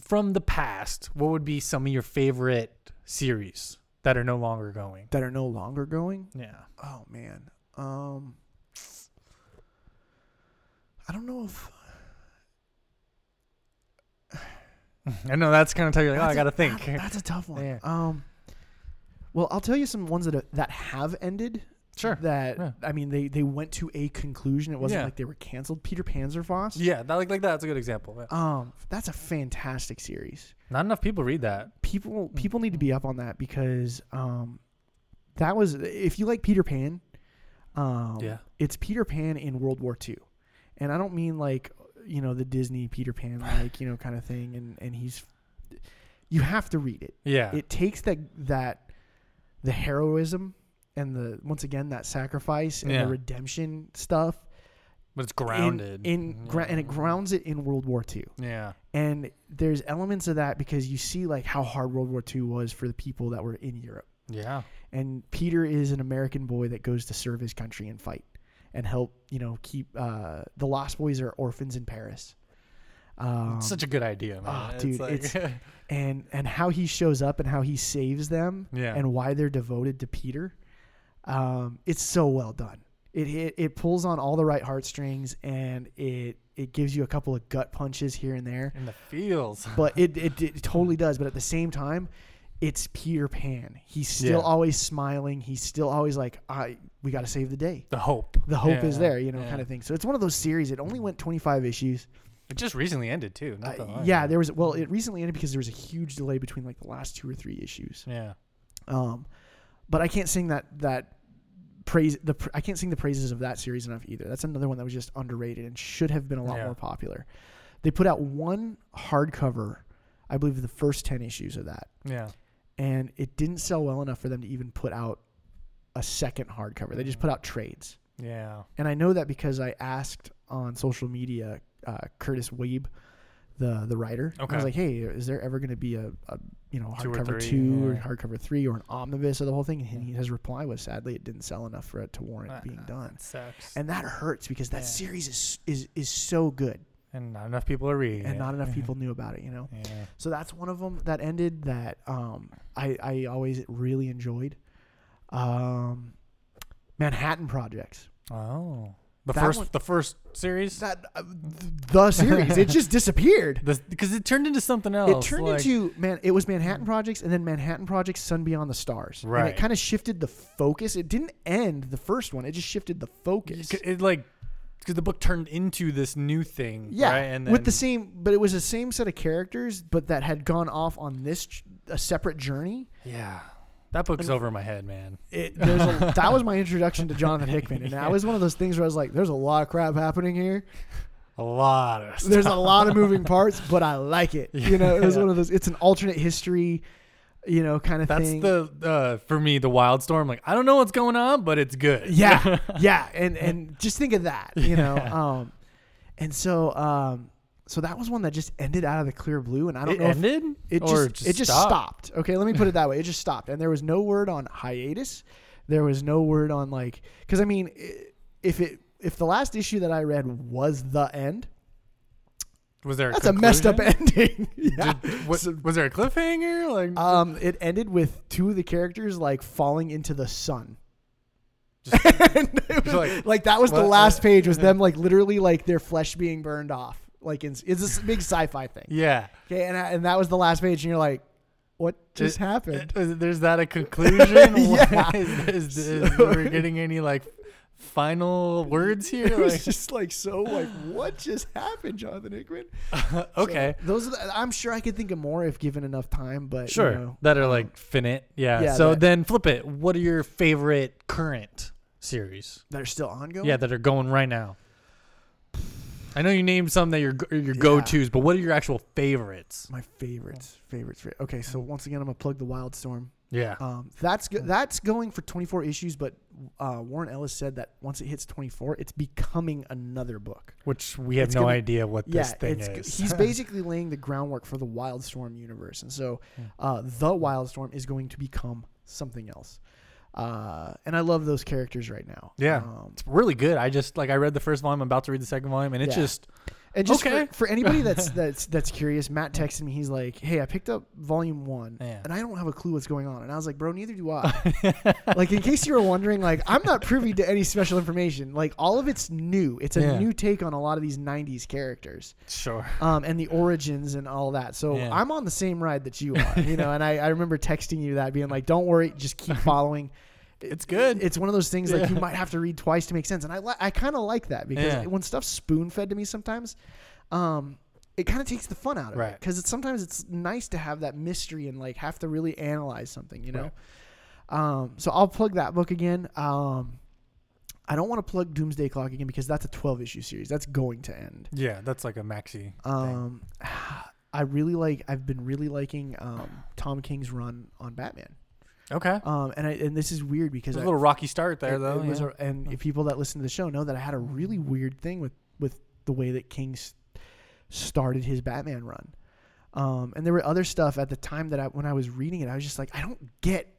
Speaker 1: from the past, what would be some of your favorite series that are no longer going?
Speaker 2: that are no longer going.
Speaker 1: Yeah.
Speaker 2: Oh man. Um I don't know if
Speaker 1: I know that's kind of tell you like, oh,
Speaker 2: that's
Speaker 1: I
Speaker 2: a-
Speaker 1: gotta think.
Speaker 2: that- that's a tough one.
Speaker 1: Yeah.
Speaker 2: Um Well, I'll tell you some ones that uh, that have ended.
Speaker 1: Sure.
Speaker 2: That
Speaker 1: Yeah.
Speaker 2: I mean they they went to a conclusion. It wasn't
Speaker 1: Yeah.
Speaker 2: like they were canceled. Peter Panzerfaust.
Speaker 1: yeah, that like like that's a good example. yeah.
Speaker 2: Um that's a fantastic series.
Speaker 1: Not enough people read that.
Speaker 2: people
Speaker 1: Mm.
Speaker 2: people need to be up on that because um, that was if you like Peter Pan, um,
Speaker 1: Yeah.
Speaker 2: it's Peter Pan in World War II, and I don't mean like you know the Disney Peter Pan like you know kind of thing, and and he's you have to read it.
Speaker 1: Yeah.
Speaker 2: It takes that that the heroism and the once again that sacrifice and
Speaker 1: Yeah.
Speaker 2: the redemption stuff
Speaker 1: but it's
Speaker 2: in-
Speaker 1: grounded Mm.
Speaker 2: in, gra- and it grounds it in World War II
Speaker 1: Yeah.
Speaker 2: and there's elements of that because you see like how hard World War II was for the people that were in Europe.
Speaker 1: Yeah.
Speaker 2: And Peter is an American boy that goes to serve his country and fight. and help you know keep uh, the Lost Boys are orphans in Paris. Um,
Speaker 1: It's such a good idea, man.
Speaker 2: ah,
Speaker 1: It's
Speaker 2: dude,
Speaker 1: like-
Speaker 2: it's- and and how he shows up and how he saves them
Speaker 1: Yeah.
Speaker 2: and why they're devoted to Peter. Um, it's so well done. It, it it pulls on all the right heartstrings and it it gives you a couple of gut punches here and there.
Speaker 1: in the fields.
Speaker 2: But it, it it totally does. But at the same time, it's Peter Pan. He's still
Speaker 1: Yeah.
Speaker 2: always smiling. He's still always like, I we got to save the day.
Speaker 1: The hope.
Speaker 2: The hope is
Speaker 1: Yeah,
Speaker 2: there, you know,
Speaker 1: yeah.
Speaker 2: kind of thing. So it's one of those series. It only went 25 issues.
Speaker 1: It just recently ended too. Not that
Speaker 2: Uh,
Speaker 1: long
Speaker 2: yeah,
Speaker 1: ago.
Speaker 2: there was well, it recently ended because there was a huge delay between like the last two or three issues.
Speaker 1: Yeah.
Speaker 2: Um, but I can't sing that that praise the pr- I can't sing the praises of that series enough either. That's another one that was just underrated and should have been a lot
Speaker 1: Yeah.
Speaker 2: more popular. They put out one hardcover, I believe, of the first ten issues of that,
Speaker 1: Yeah.
Speaker 2: and it didn't sell well enough for them to even put out a second hardcover. They just put out trades,
Speaker 1: Yeah.
Speaker 2: and I know that because I asked on social media uh, Curtis Weeb. The, the writer. I
Speaker 1: Okay.
Speaker 2: was like, hey, is there ever going to be a, a you know
Speaker 1: Two or
Speaker 2: hardcover
Speaker 1: three,
Speaker 2: two or
Speaker 1: yeah.
Speaker 2: hardcover three or an omnibus of the whole thing? And he- his reply was, sadly, it didn't sell enough for it to warrant
Speaker 1: Uh,
Speaker 2: being done.
Speaker 1: That sucks. And,
Speaker 2: And that hurts because that
Speaker 1: Yeah.
Speaker 2: series is is is so good,
Speaker 1: not enough people are reading.
Speaker 2: and
Speaker 1: it.
Speaker 2: not enough
Speaker 1: Yeah.
Speaker 2: people knew about it. You know,
Speaker 1: Yeah.
Speaker 2: so that's one of them that ended that um, I I always really enjoyed. Um, Manhattan Projects.
Speaker 1: Oh. The
Speaker 2: That
Speaker 1: first
Speaker 2: one-
Speaker 1: the first series?
Speaker 2: That uh, th- the series it just disappeared.
Speaker 1: Because it turned into something else.
Speaker 2: It turned
Speaker 1: like-
Speaker 2: into man. It was Manhattan Projects, and then Manhattan Projects: Sun Beyond the Stars. And
Speaker 1: Right.
Speaker 2: it kind of shifted the focus. It didn't end the first one. It just shifted the focus.
Speaker 1: C- It like because the book turned into this new thing.
Speaker 2: yeah,
Speaker 1: right? and
Speaker 2: with the
Speaker 1: then-
Speaker 2: same, but it was the same set of characters, but that had gone off on this j- a separate journey.
Speaker 1: yeah, that book's
Speaker 2: And-
Speaker 1: over my head, man.
Speaker 2: It, there's a, that was my introduction to Jonathan Hickman, and that was one of those things where I was like, "There's a lot of crap happening here.
Speaker 1: A lot of stuff.
Speaker 2: There's a lot of moving parts, but I like it. You know, it was one of those. It's an alternate history, you know, kind of
Speaker 1: That's
Speaker 2: thing.
Speaker 1: the uh, for me the Wildstorm. Like I don't know what's going on, but it's good.
Speaker 2: yeah yeah and and just think of that you know um and so um so that was one that just ended out of the clear blue and i don't
Speaker 1: it
Speaker 2: know if
Speaker 1: ended.
Speaker 2: it
Speaker 1: or
Speaker 2: just, it just stopped. okay let me put it that way it just stopped and there was no word on hiatus there was no word on like because i mean i- if it if the last issue that i read was the end
Speaker 1: Was there? A
Speaker 2: that's a messed up
Speaker 1: conclusion?
Speaker 2: ending yeah.
Speaker 1: Did- was, was there a cliffhanger? Like
Speaker 2: um it ended with two of the characters like falling into the sun
Speaker 1: Just-
Speaker 2: And it was-
Speaker 1: like,
Speaker 2: like, that was the
Speaker 1: what-
Speaker 2: last page was them like literally like their flesh being burned off like it's, it's this big sci-fi thing
Speaker 1: yeah.
Speaker 2: okay and, I- and that was the last page and you're like what just
Speaker 1: It-
Speaker 2: happened
Speaker 1: Uh, Is- There's that a conclusion?
Speaker 2: Yeah.
Speaker 1: is, is, is
Speaker 2: So-
Speaker 1: we're getting any like final words
Speaker 2: it
Speaker 1: here?
Speaker 2: was
Speaker 1: Like,
Speaker 2: just like so like what just happened jonathan hickman So,
Speaker 1: okay.
Speaker 2: those are the, i'm sure i could think of more if given enough time but you
Speaker 1: Sure.
Speaker 2: know. um,
Speaker 1: that are like finite. Yeah.
Speaker 2: yeah,
Speaker 1: so
Speaker 2: that-
Speaker 1: then flip it. What are your favorite current series?
Speaker 2: they're still ongoing
Speaker 1: Yeah, that are going right now. I know you named some that your your go tos, but what are your actual favorites?
Speaker 2: my favorites favorites fa- okay so once again i'm gonna plug the wildstorm
Speaker 1: Yeah.
Speaker 2: Um, that's go- that's going for 24 issues, but uh, Warren Ellis said that once it hits 24, it's becoming another book.
Speaker 1: Which we have
Speaker 2: it's
Speaker 1: no
Speaker 2: gonna-
Speaker 1: idea what this
Speaker 2: yeah,
Speaker 1: thing
Speaker 2: it's,
Speaker 1: is.
Speaker 2: he's basically laying the groundwork for the Wildstorm universe, and so
Speaker 1: Hmm.
Speaker 2: uh, the Wildstorm is going to become something else. Uh, and I love those characters right now.
Speaker 1: Yeah.
Speaker 2: Um,
Speaker 1: It's really good. I just like I read the first volume. I'm about to read the second volume, and it's
Speaker 2: Yeah.
Speaker 1: just
Speaker 2: and just
Speaker 1: Okay.
Speaker 2: for, for anybody that's that's that's curious, Matt texted me. He's like, "Hey, I picked up volume one,
Speaker 1: Yeah.
Speaker 2: and I don't have a clue what's going on." And I was like, "Bro, neither do I." like in case you were wondering like i'm not privy to any special information like all of it's new it's a
Speaker 1: Yeah.
Speaker 2: new take on a lot of these 90s characters
Speaker 1: sure.
Speaker 2: um, and the origins and all that so
Speaker 1: Yeah.
Speaker 2: i'm on the same ride that you are you know and I, I remember texting you that being like don't worry just keep following
Speaker 1: It's good.
Speaker 2: it's one of those things like you
Speaker 1: Yeah.
Speaker 2: might have to read twice to make sense and i, li- I kind of like that because
Speaker 1: Yeah.
Speaker 2: when stuff's spoon fed to me sometimes um, it kind of takes the fun out of it
Speaker 1: Right.
Speaker 2: because it's, sometimes it's nice to have that mystery and like have to really analyze something you know
Speaker 1: Right.
Speaker 2: um, so I'll plug that book again. Um, I don't want to plug Doomsday Clock again because that's a 12 issue series. That's going to end.
Speaker 1: Yeah, that's like a maxi. thing.
Speaker 2: Um, I really like. I've been really liking um, Tom King's run on Batman.
Speaker 1: Okay.
Speaker 2: Um, and I, and this is weird because
Speaker 1: There's a
Speaker 2: I,
Speaker 1: little rocky start there,
Speaker 2: it-
Speaker 1: though.
Speaker 2: it was
Speaker 1: yeah.
Speaker 2: a- and if people that listen to the show know that I had a really weird thing with with the way that King s- started his Batman run. Um, and there were other stuff at the time that I, when I was reading it, I was just like, I don't get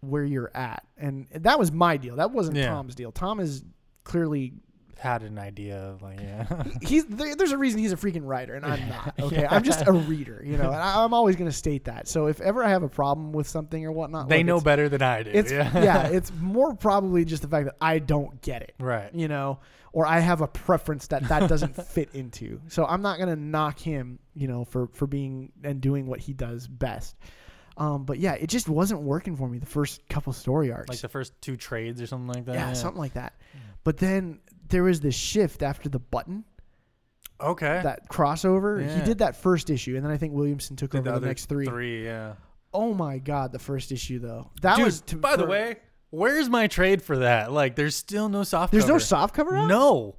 Speaker 2: where you're at, and that was my deal. That wasn't
Speaker 1: Yeah.
Speaker 2: Tom's deal. Tom is clearly
Speaker 1: Had an idea of like yeah.
Speaker 2: he's there, there's a reason he's a freaking writer and I'm not. Okay,
Speaker 1: Yeah.
Speaker 2: I'm just a reader, you know, and I, I'm always going to state that. So if ever I have a problem with something or whatnot,
Speaker 1: they
Speaker 2: look,
Speaker 1: know
Speaker 2: it's,
Speaker 1: better than I do.
Speaker 2: It's
Speaker 1: yeah.
Speaker 2: yeah. it's more probably just the fact that I don't get it,
Speaker 1: right.
Speaker 2: you know, or I have a preference that that doesn't fit into. So I'm not going to knock him, you know, for for being and doing what he does best. Um, but yeah, it just wasn't working for me the first couple story arcs
Speaker 1: Like the first two trades or something like that.
Speaker 2: yeah, something like that. But then there was this shift after the button,
Speaker 1: Okay.
Speaker 2: that crossover. He
Speaker 1: Yeah.
Speaker 2: did that first issue, and then I think Williamson took
Speaker 1: Did
Speaker 2: over the, next three.
Speaker 1: Three, yeah.
Speaker 2: Oh my god, the first issue though. That
Speaker 1: Dude,
Speaker 2: was to,
Speaker 1: by the
Speaker 2: for-
Speaker 1: way, where's my trade for that? Like, there's still no soft.
Speaker 2: There's no
Speaker 1: cover.
Speaker 2: soft cover. Out?
Speaker 1: No,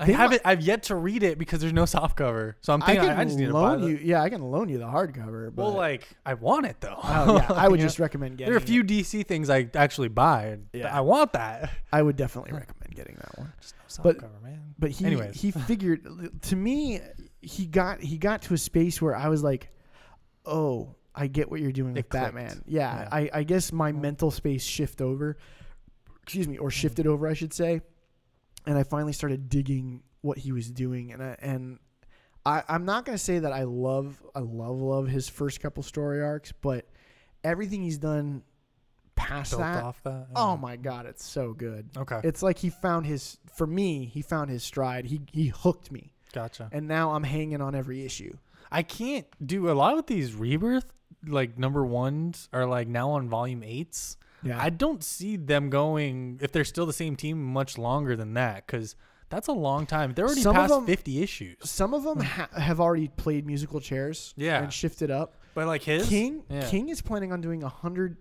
Speaker 1: I
Speaker 2: They mu-
Speaker 1: haven't. I've yet to read it because there's no soft cover. So I'm
Speaker 2: I
Speaker 1: thinking
Speaker 2: can
Speaker 1: I, I just need to buy
Speaker 2: loan
Speaker 1: the-
Speaker 2: you. Yeah, I can loan you the hardcover. But,
Speaker 1: Well, like, I want it though.
Speaker 2: oh, yeah, I would
Speaker 1: Yeah.
Speaker 2: just recommend getting.
Speaker 1: There are a few DC things I actually buy.
Speaker 2: Yeah.
Speaker 1: I want that.
Speaker 2: it. I would definitely recommend getting that one.
Speaker 1: Just no soft
Speaker 2: But-
Speaker 1: cover, man.
Speaker 2: But he
Speaker 1: Anyways.
Speaker 2: he figured to me he got he got to a space where I was like, oh, I get what you're doing with
Speaker 1: It clicked.
Speaker 2: Batman. Yeah,
Speaker 1: Yeah. Mm-hmm.
Speaker 2: I I guess my mental space shift over, excuse me, or shifted over, I should say, and I finally started digging what he was doing, and I and. I, I'm not gonna say that I love I love love his first couple story arcs, but everything he's done past
Speaker 1: Built
Speaker 2: that,
Speaker 1: off that.
Speaker 2: oh my god, it's so good
Speaker 1: Yeah. Okay.
Speaker 2: it's like he found his for me he found his stride he he hooked me
Speaker 1: gotcha.
Speaker 2: and now i'm hanging on every issue
Speaker 1: I can't do a lot of these rebirth like number ones are like now on volume eights.
Speaker 2: yeah
Speaker 1: I don't see them going if they're still the same team much longer than that because that's a long time. They're already
Speaker 2: Some of
Speaker 1: past
Speaker 2: them-
Speaker 1: fifty issues.
Speaker 2: some of them ha- have already played musical chairs
Speaker 1: Hmm. Yeah.
Speaker 2: and shifted up
Speaker 1: But like his
Speaker 2: king
Speaker 1: Yeah.
Speaker 2: king is planning on doing a 100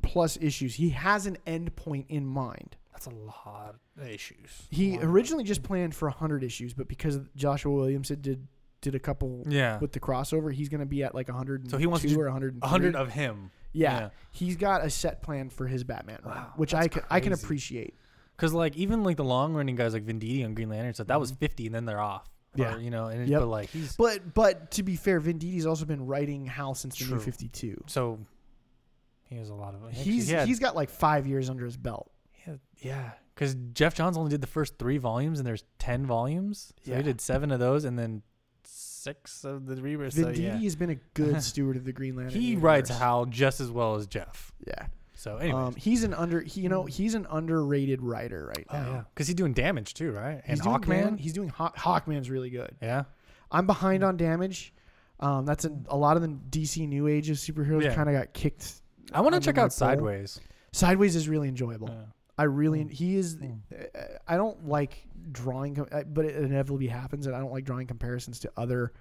Speaker 2: plus issues he has an end point in mind
Speaker 1: that's a lot of issues.
Speaker 2: he
Speaker 1: Wow.
Speaker 2: originally just planned for 100 issues but because joshua williamson did did a couple
Speaker 1: yeah,
Speaker 2: with the crossover he's going to be at like 100
Speaker 1: So he wants to do
Speaker 2: or 100
Speaker 1: a hundred of him
Speaker 2: yeah,
Speaker 1: yeah.
Speaker 2: he's got a set plan for his batman run,
Speaker 1: Wow,
Speaker 2: which
Speaker 1: that's
Speaker 2: i can, I can
Speaker 1: crazy.
Speaker 2: appreciate
Speaker 1: because like even like the long running guys like Venditti and Green Lantern and stuff that was fifty and then they're off.
Speaker 2: Mm-hmm. Yeah.
Speaker 1: Or, you know, and it-
Speaker 2: Yep.
Speaker 1: but like he's
Speaker 2: But but to be fair, Vin Vendidi's also been writing Hal since the
Speaker 1: True.
Speaker 2: New Fifty Two.
Speaker 1: so he has a lot of actually,
Speaker 2: He's
Speaker 1: he had-
Speaker 2: he's got like five years under his belt.
Speaker 1: Yeah, yeah. Because Jeff Johns only did the first three volumes, and there's ten volumes. So
Speaker 2: Yeah.
Speaker 1: he did seven of those, and then six of the rebirth. So
Speaker 2: Vin
Speaker 1: yeah.
Speaker 2: Venditti has been a good steward of the Green Lantern.
Speaker 1: He
Speaker 2: universe.
Speaker 1: writes Hal just as well as Jeff.
Speaker 2: Yeah.
Speaker 1: So anyway,
Speaker 2: Um, he's an under he, you know he's an underrated writer right
Speaker 1: Hmm. oh,
Speaker 2: now.
Speaker 1: yeah, because he's doing damage too, right? And
Speaker 2: He's doing Dam-
Speaker 1: Hawkman.
Speaker 2: he's doing Haw- Hawkman's really good.
Speaker 1: yeah,
Speaker 2: I'm
Speaker 1: Hmm.
Speaker 2: behind on Damage. Um, that's a, a lot of the DC New Age of superheroes
Speaker 1: Yeah.
Speaker 2: kind of got kicked.
Speaker 1: I want to
Speaker 2: under
Speaker 1: check
Speaker 2: my
Speaker 1: out
Speaker 2: pole.
Speaker 1: Sideways.
Speaker 2: Sideways is really enjoyable.
Speaker 1: Yeah.
Speaker 2: I really he is.
Speaker 1: Mm.
Speaker 2: uh, I don't like drawing, com- I- but it inevitably happens, and I don't like drawing comparisons to other,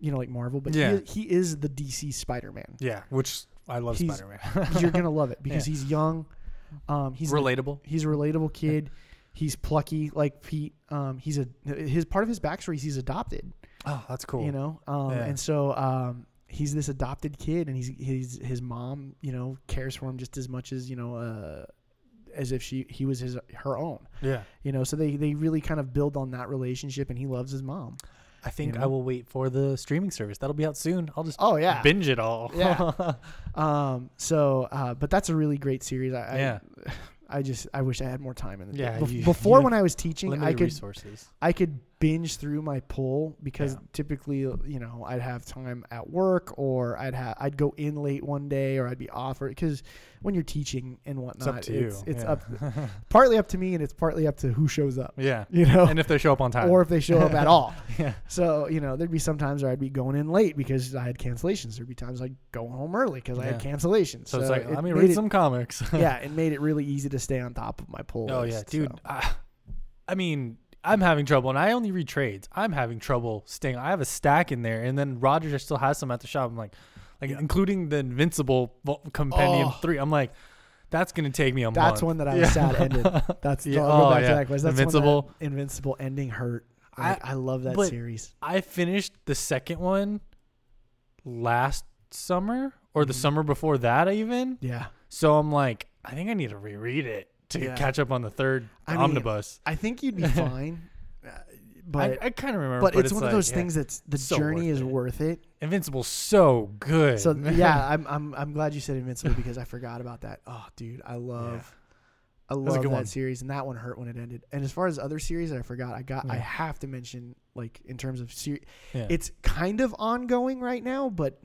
Speaker 2: you know, like Marvel. But
Speaker 1: Yeah.
Speaker 2: he, he is the DC Spider Man.
Speaker 1: Yeah, which I love
Speaker 2: He's-
Speaker 1: Spider Man.
Speaker 2: You're gonna love it because he's young. Um, he's
Speaker 1: Relatable.
Speaker 2: he's a relatable kid. He's plucky like Pete. Um, he's a his part of his backstory is he's adopted.
Speaker 1: Oh, that's cool.
Speaker 2: You know, um,
Speaker 1: Yeah.
Speaker 2: and so um, he's this adopted kid, and he's he's his mom. You know, cares for him just as much as you know. Uh, as if she he was his her own
Speaker 1: Yeah,
Speaker 2: you know so they they really kind of build on that relationship and he loves his mom
Speaker 1: I think I
Speaker 2: know?
Speaker 1: will wait for the streaming service. That'll be out soon. I'll just
Speaker 2: oh yeah
Speaker 1: binge it all.
Speaker 2: Yeah. um so uh but that's a really great series i
Speaker 1: Yeah.
Speaker 2: I, I just i wish i had more time in the day
Speaker 1: Yeah,
Speaker 2: Bef-
Speaker 1: you-
Speaker 2: before
Speaker 1: you
Speaker 2: when i was teaching
Speaker 1: Limited
Speaker 2: i could
Speaker 1: resources.
Speaker 2: i could binge through my pull because
Speaker 1: Yeah.
Speaker 2: typically you know i'd have time at work or i'd have i'd go in late one day or i'd be off because when you're teaching and
Speaker 1: It's
Speaker 2: whatnot
Speaker 1: up to you.
Speaker 2: it's, it's
Speaker 1: Yeah.
Speaker 2: up partly up to me and it's partly up to who shows up
Speaker 1: yeah.
Speaker 2: you know
Speaker 1: And if they show up on time.
Speaker 2: or if they show up at all
Speaker 1: yeah.
Speaker 2: So you know, there'd be some times where I'd be going in late because I had cancellations. There'd be times I'd go home early because I had
Speaker 1: Yeah.
Speaker 2: cancellations.
Speaker 1: So, it's like, let me
Speaker 2: made
Speaker 1: read
Speaker 2: it-
Speaker 1: some comics.
Speaker 2: yeah, it made it really easy to stay on top of my pull.
Speaker 1: oh, yeah,
Speaker 2: list,
Speaker 1: dude.
Speaker 2: so.
Speaker 1: I, I mean, I'm having trouble, and I only read trades. I'm having trouble staying. I have a stack in there, and then Roger still has some at the shop. I'm like, like including the Invincible vol- Compendium
Speaker 2: Oh.
Speaker 1: 3. I'm like, that's going to take me a month.
Speaker 2: That's one that I was sad ended. That's
Speaker 1: Yeah,
Speaker 2: I'll go
Speaker 1: oh,
Speaker 2: back
Speaker 1: yeah.
Speaker 2: to that question. That's
Speaker 1: Invincible.
Speaker 2: One that Invincible ending hurt.
Speaker 1: I-
Speaker 2: Like, I, love that
Speaker 1: but-
Speaker 2: series.
Speaker 1: I finished the second one last summer or the
Speaker 2: Mhm.
Speaker 1: summer before that, even.
Speaker 2: Yeah,
Speaker 1: So I'm like, I think I need to reread it to
Speaker 2: Yeah.
Speaker 1: catch up on the third
Speaker 2: I mean,
Speaker 1: omnibus.
Speaker 2: I think you'd be fine, uh, but.
Speaker 1: I, I kind of remember,
Speaker 2: but, it's, one of
Speaker 1: like,
Speaker 2: those
Speaker 1: yeah.
Speaker 2: things that's the
Speaker 1: so
Speaker 2: journey
Speaker 1: worth
Speaker 2: is
Speaker 1: it.
Speaker 2: worth it.
Speaker 1: Invincible's so good.
Speaker 2: So yeah, I'm, I'm I'm glad you said Invincible because I forgot about that. Oh, dude, I love I
Speaker 1: a
Speaker 2: love
Speaker 1: good
Speaker 2: that
Speaker 1: one.
Speaker 2: series, and that one hurt when it ended. And as far as other series, that I forgot. I got. I
Speaker 1: Yeah.
Speaker 2: have to mention, like in terms of series,
Speaker 1: Yeah.
Speaker 2: it's kind of ongoing right now, but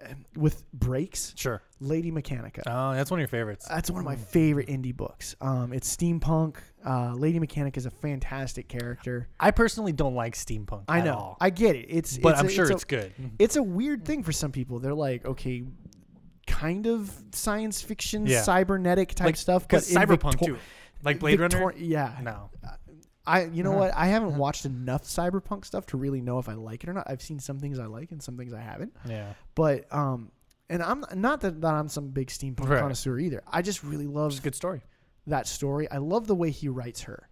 Speaker 2: uh, with breaks.
Speaker 1: sure.
Speaker 2: Lady Mechanica.
Speaker 1: Oh, that's one of your favorites.
Speaker 2: That's one of my favorite indie books. Um, it's steampunk. Uh, Lady Mechanic is a fantastic character.
Speaker 1: I personally don't like steampunk.
Speaker 2: I
Speaker 1: at
Speaker 2: know.
Speaker 1: all,
Speaker 2: I get it. It's
Speaker 1: but
Speaker 2: it's
Speaker 1: I'm
Speaker 2: a-
Speaker 1: sure it's,
Speaker 2: a-
Speaker 1: good. Mm-hmm.
Speaker 2: it's a weird thing for some people. They're like, okay, kind of science fiction,
Speaker 1: Yeah.
Speaker 2: cybernetic type
Speaker 1: Like,
Speaker 2: stuff, but
Speaker 1: Because
Speaker 2: in
Speaker 1: cyberpunk
Speaker 2: Victor-
Speaker 1: too, like Blade
Speaker 2: Victor-
Speaker 1: Runner. Uh-huh.
Speaker 2: Yeah,
Speaker 1: No.
Speaker 2: I. You know what? I haven't watched enough cyberpunk stuff to really know if I like it or not. I've seen some things I like and some things I haven't.
Speaker 1: Yeah.
Speaker 2: But um, and I'm not that, that I'm some big steampunk
Speaker 1: Right.
Speaker 2: connoisseur either. I just really love
Speaker 1: It's a good story.
Speaker 2: that story. I love the way he writes her,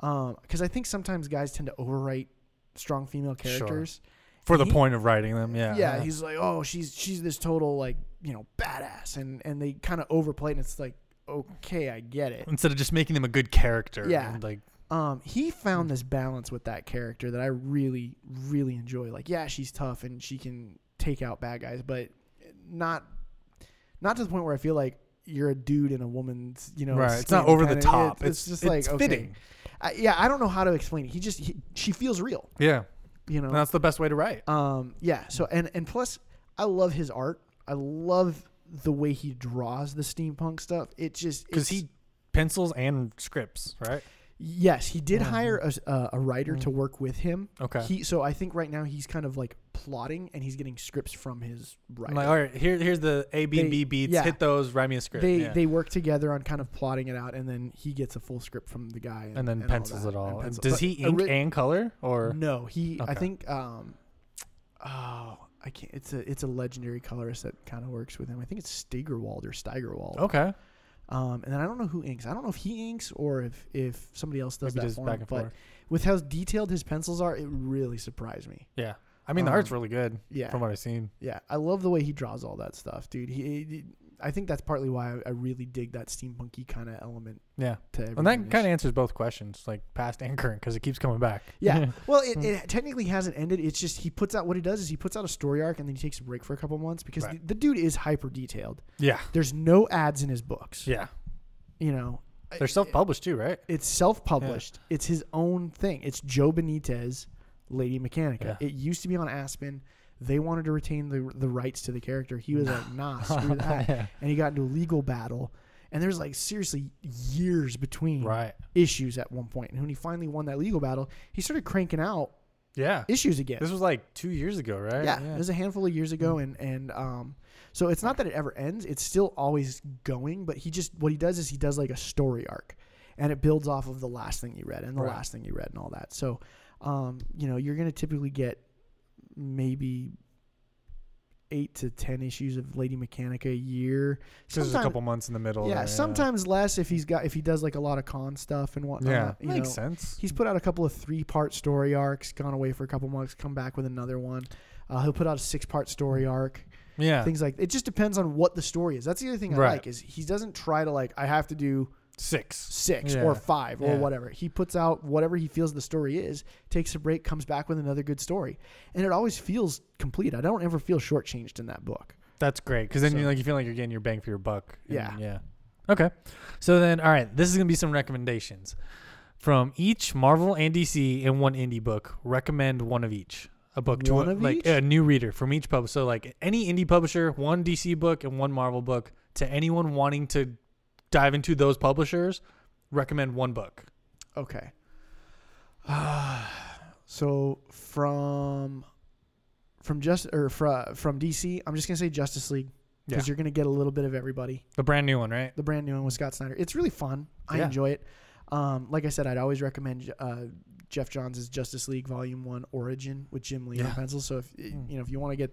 Speaker 2: because I think sometimes guys tend to overwrite strong female
Speaker 1: Sure.
Speaker 2: characters.
Speaker 1: For the
Speaker 2: He-
Speaker 1: point of writing them, yeah. Uh-huh.
Speaker 2: Yeah, he's like, oh, she's she's this total like you know badass, and and they kind of overplay it, and it's like, okay, I get it.
Speaker 1: Instead of just making them a good character.
Speaker 2: Yeah.
Speaker 1: and, like
Speaker 2: Um, he
Speaker 1: Hmm.
Speaker 2: found this balance with that character that I really really enjoy. Like, yeah, she's tough and she can take out bad guys, but not not to the point where I feel like. You're a dude and a woman's, you know.
Speaker 1: right. It's
Speaker 2: skin
Speaker 1: not over the
Speaker 2: kinda-
Speaker 1: top.
Speaker 2: It's, it's just like okay.
Speaker 1: fitting.
Speaker 2: I, yeah, I don't know how to explain it. He just he, she feels real,
Speaker 1: Yeah.
Speaker 2: you
Speaker 1: And
Speaker 2: know.
Speaker 1: that's the best way to write.
Speaker 2: Um, yeah. So and and plus, I love his art. I love the way he draws the steampunk stuff. It just
Speaker 1: Because
Speaker 2: it's-
Speaker 1: he pencils and scripts, right?
Speaker 2: yes he did hire a, s- uh, a writer to work with him.
Speaker 1: Mm. Okay.
Speaker 2: He so I think right now he's kind of like plotting and he's getting scripts from his
Speaker 1: I'm
Speaker 2: writer.
Speaker 1: like, all right, here, here's the A, B,
Speaker 2: They-
Speaker 1: and B beats.
Speaker 2: yeah.
Speaker 1: Hit those. Write me a script.
Speaker 2: they
Speaker 1: yeah.
Speaker 2: they work together on kind of plotting it out, and then he gets a full script from the guy,
Speaker 1: and then pencils
Speaker 2: that,
Speaker 1: it all. And
Speaker 2: pencil-
Speaker 1: Does
Speaker 2: but
Speaker 1: he ink
Speaker 2: ori-
Speaker 1: and color or?
Speaker 2: No, he. I
Speaker 1: Okay.
Speaker 2: think. Um, oh, I can't. It's a it's a legendary colorist that kind of works with him. I think it's Steigerwald or Steigerwald.
Speaker 1: Okay.
Speaker 2: Um, and then I don't know who inks. I don't know if he inks or if if somebody else does
Speaker 1: Maybe
Speaker 2: that
Speaker 1: just
Speaker 2: for
Speaker 1: back
Speaker 2: him.
Speaker 1: and
Speaker 2: But
Speaker 1: forth.
Speaker 2: with how detailed his pencils are, it really surprised me.
Speaker 1: Yeah. I mean, the art's
Speaker 2: Um,
Speaker 1: really good
Speaker 2: Yeah,
Speaker 1: from what I've seen.
Speaker 2: yeah. I love the way he draws all that stuff, dude. He. he- I think that's partly why I, I really dig that steampunky kind of element
Speaker 1: Yeah.
Speaker 2: to everything.
Speaker 1: And that
Speaker 2: It's-
Speaker 1: kind of answers both questions, like past and current, because it keeps coming back.
Speaker 2: Yeah. Well,
Speaker 1: Hmm.
Speaker 2: it, it technically hasn't ended. It's just he puts out what he does is he puts out a story arc and then he takes a break for a couple months because
Speaker 1: Right.
Speaker 2: the, the dude is hyper detailed.
Speaker 1: yeah.
Speaker 2: There's no ads in his books.
Speaker 1: Yeah.
Speaker 2: You know,
Speaker 1: They're self published too, right?
Speaker 2: it's self published. It's his own thing. It's Joe Benitez, Lady Mechanica.
Speaker 1: Yeah.
Speaker 2: It used to be on Aspen. They wanted to retain the the rights to the character. He was like, nah, screw that.
Speaker 1: Yeah.
Speaker 2: And he got into a legal battle. And there's like seriously years between
Speaker 1: Right.
Speaker 2: issues at one point. And when he finally won that legal battle, he started cranking out
Speaker 1: Yeah.
Speaker 2: issues again.
Speaker 1: This was like two years ago, right? Hmm.
Speaker 2: Yeah, it was a handful of years ago, and and um, so it's not that it ever ends; it's still always going. But he just what he does is he does like a story arc, and it builds off of the last thing you read and the
Speaker 1: Right.
Speaker 2: last thing you read and all that. So, um, you know, you're gonna typically get maybe eight to ten issues of Lady Mechanica a year.
Speaker 1: So there's a
Speaker 2: Sometime-
Speaker 1: couple months in the middle.
Speaker 2: yeah,
Speaker 1: there,
Speaker 2: sometimes less if he's got if he does like a lot of con stuff and whatnot.
Speaker 1: Yeah.
Speaker 2: you
Speaker 1: Makes
Speaker 2: know.
Speaker 1: sense.
Speaker 2: He's put out a couple of three part story arcs, gone away for a couple months, come back with another one. Uh, he'll put out a six part story arc,
Speaker 1: Mm-hmm. yeah.
Speaker 2: things like it. Just depends on what the story is. That's the other thing I
Speaker 1: Right.
Speaker 2: like is he doesn't try to like I have to do
Speaker 1: Six.
Speaker 2: six
Speaker 1: Yeah.
Speaker 2: or five
Speaker 1: Yeah.
Speaker 2: or whatever. He puts out whatever he feels the story is, takes a break, comes back with another good story, and it always feels complete. I don't ever feel shortchanged in that book.
Speaker 1: That's great because then you
Speaker 2: So-
Speaker 1: like you feel like you're getting your bang for your buck. and
Speaker 2: Yeah.
Speaker 1: Yeah. Okay. So then, all right, this is gonna be some recommendations from each Marvel and DC in one indie book. Recommend one of each. A book to
Speaker 2: One
Speaker 1: a,
Speaker 2: of
Speaker 1: like
Speaker 2: each?
Speaker 1: a new reader from each pub. So like any indie publisher, one DC book and one Marvel book. To anyone wanting to dive into those publishers, recommend one book.
Speaker 2: Okay. Uh, so from from just or from from DC, I'm just gonna say Justice League because
Speaker 1: Yeah.
Speaker 2: you're gonna get a little bit of everybody.
Speaker 1: The brand new one, right?
Speaker 2: The brand new one with Scott Snyder, it's really fun. I
Speaker 1: Yeah.
Speaker 2: enjoy it. Um, like I said, I'd always recommend uh, Jeff Johns' Justice League Volume One Origin with Jim Lee
Speaker 1: Yeah.
Speaker 2: on pencil. So if
Speaker 1: Mm.
Speaker 2: you know if you want to get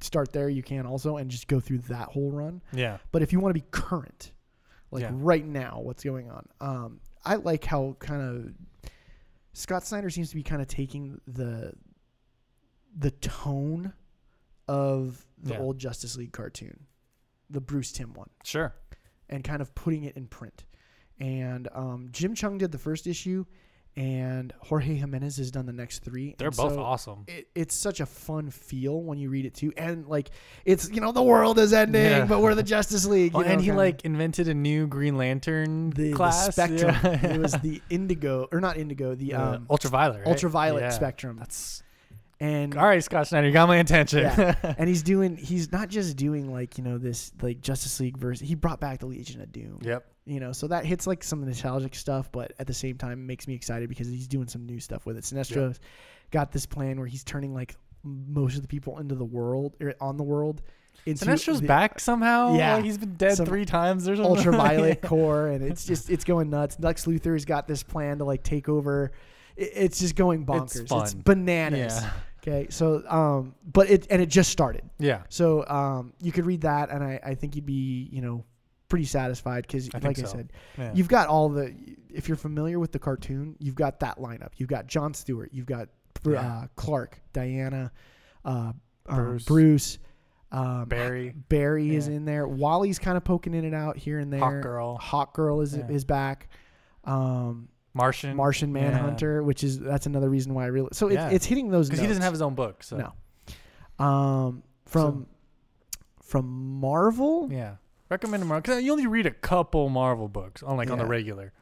Speaker 2: start there, you can also and just go through that whole run.
Speaker 1: Yeah.
Speaker 2: But if you want to be current, like
Speaker 1: Yeah.
Speaker 2: right now, what's going on? Um, I like how kind of Scott Snyder seems to be kind of taking the the tone of the
Speaker 1: Yeah.
Speaker 2: old Justice League cartoon, the Bruce Tim one,
Speaker 1: Sure.
Speaker 2: and kind of putting it in print. And um, Jim Chung did the first issue, and Jorge Jimenez has done the next three.
Speaker 1: They're
Speaker 2: and
Speaker 1: both
Speaker 2: so
Speaker 1: awesome.
Speaker 2: It, it's such a fun feel when you read it too, and like it's you know the world is ending,
Speaker 1: Yeah.
Speaker 2: but we're the Justice League.
Speaker 1: Oh,
Speaker 2: you know,
Speaker 1: and he
Speaker 2: kinda.
Speaker 1: like invented a new Green Lantern
Speaker 2: the, the
Speaker 1: class.
Speaker 2: spectrum.
Speaker 1: Yeah.
Speaker 2: it was the indigo or not indigo, the
Speaker 1: Uh,
Speaker 2: um,
Speaker 1: ultraviolet. right?
Speaker 2: ultraviolet
Speaker 1: Yeah.
Speaker 2: spectrum.
Speaker 1: That's
Speaker 2: And
Speaker 1: all right, Scott Snyder. You got my attention.
Speaker 2: Yeah. and he's doing he's not just doing like you know this like Justice League verse. He brought back the Legion of Doom.
Speaker 1: yep.
Speaker 2: You know, so that hits like some nostalgic stuff, but at the same time makes me excited because he's doing some new stuff with it. Sinestro's got this plan where he's turning like most of the people into the world or on the world. Into
Speaker 1: Sinestro's
Speaker 2: the
Speaker 1: back somehow.
Speaker 2: Yeah.
Speaker 1: Like, he's been dead
Speaker 2: Some
Speaker 1: three times. There's
Speaker 2: ultraviolet core, and it's just it's going nuts. Lex Luthor's got this plan to like take over. It- It's just going bonkers. It's,
Speaker 1: fun.
Speaker 2: bananas.
Speaker 1: yeah.
Speaker 2: Okay, so um, but it and it just started.
Speaker 1: Yeah.
Speaker 2: So um, you could read that, and I, I think you'd be, you know, pretty satisfied because,
Speaker 1: I think
Speaker 2: like
Speaker 1: so.
Speaker 2: I said,
Speaker 1: Yeah.
Speaker 2: you've got all the. If you're familiar with the cartoon, you've got that lineup. You've got John Stewart. You've got uh,
Speaker 1: Yeah.
Speaker 2: Clark, Diana, uh, um,
Speaker 1: Bruce.
Speaker 2: Bruce, um,
Speaker 1: Barry.
Speaker 2: Barry is
Speaker 1: Yeah.
Speaker 2: in there. Wally's kind of poking in and out here and there.
Speaker 1: Hawk Girl.
Speaker 2: Hawk Girl is
Speaker 1: Yeah.
Speaker 2: is back. Um,
Speaker 1: Martian.
Speaker 2: Martian
Speaker 1: yeah.
Speaker 2: Manhunter, which is that's another reason why I really so it's
Speaker 1: Yeah.
Speaker 2: it's hitting those
Speaker 1: Because he doesn't
Speaker 2: notes.
Speaker 1: have his own book. So
Speaker 2: No. Um, from from Marvel,
Speaker 1: yeah. Recommend Marvel. Because you only read a couple Marvel books on like on the
Speaker 2: Yeah.
Speaker 1: regular.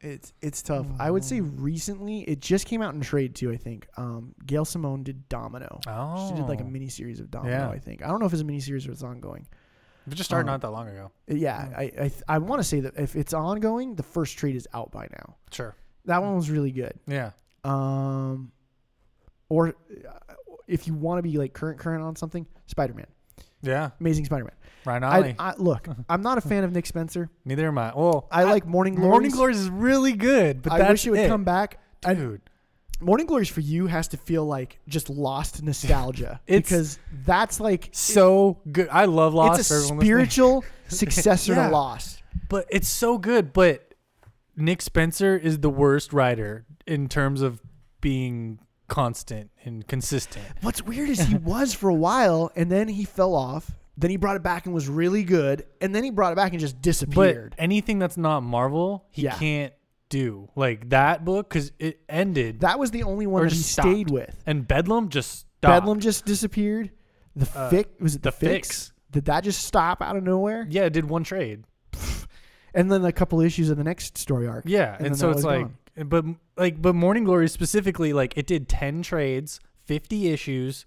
Speaker 2: it's it's tough. I would say recently it just came out in trade too. I think um, Gail Simone did Domino.
Speaker 1: Oh.
Speaker 2: She did like a mini series of Domino.
Speaker 1: Yeah.
Speaker 2: I think I don't know if it's a mini series or it's ongoing.
Speaker 1: It just started
Speaker 2: um,
Speaker 1: not that long ago.
Speaker 2: Uh, Yeah,
Speaker 1: Yeah.
Speaker 2: I I, th- I want to say that if it's ongoing, the first trade is out by now.
Speaker 1: Sure.
Speaker 2: That one was really good.
Speaker 1: Yeah.
Speaker 2: Um, or uh, if you want to be like current current on something, Spider Man,
Speaker 1: Yeah.
Speaker 2: Amazing Spider Man.
Speaker 1: Ryan
Speaker 2: I,
Speaker 1: Ollie.
Speaker 2: I look, I'm not a fan of Nick Spencer.
Speaker 1: Neither am I. Well,
Speaker 2: I, like Morning Glory.
Speaker 1: Morning Glories is really good, but
Speaker 2: I
Speaker 1: that's
Speaker 2: wish it would
Speaker 1: it.
Speaker 2: come back. I-
Speaker 1: Dude,
Speaker 2: Morning Glories for you has to feel like just lost nostalgia
Speaker 1: It's-
Speaker 2: because that's like
Speaker 1: so good. I love Lost.
Speaker 2: it's
Speaker 1: for
Speaker 2: a
Speaker 1: everyone listening.
Speaker 2: spiritual successor
Speaker 1: Yeah.
Speaker 2: to Lost.
Speaker 1: but it's so good. But Nick Spencer is the worst writer in terms of being constant and consistent.
Speaker 2: What's weird is he was for a while and then he fell off. Then he brought it back and was really good, and then he brought it back and just disappeared.
Speaker 1: But anything that's not Marvel, he
Speaker 2: Yeah.
Speaker 1: can't do. Like that book, because it ended,
Speaker 2: that was the only one
Speaker 1: Or
Speaker 2: that he
Speaker 1: just stopped.
Speaker 2: stayed with.
Speaker 1: and Bedlam just stopped.
Speaker 2: Bedlam just disappeared. The
Speaker 1: Uh,
Speaker 2: fix was it the,
Speaker 1: The Fix.
Speaker 2: Did that just stop out of nowhere?
Speaker 1: yeah, it did one trade.
Speaker 2: And then a couple issues of the next story arc.
Speaker 1: Yeah,
Speaker 2: And
Speaker 1: and,
Speaker 2: then
Speaker 1: so
Speaker 2: that
Speaker 1: it's
Speaker 2: was
Speaker 1: like, but like, but Morning Glory specifically, like it did ten trades, fifty issues.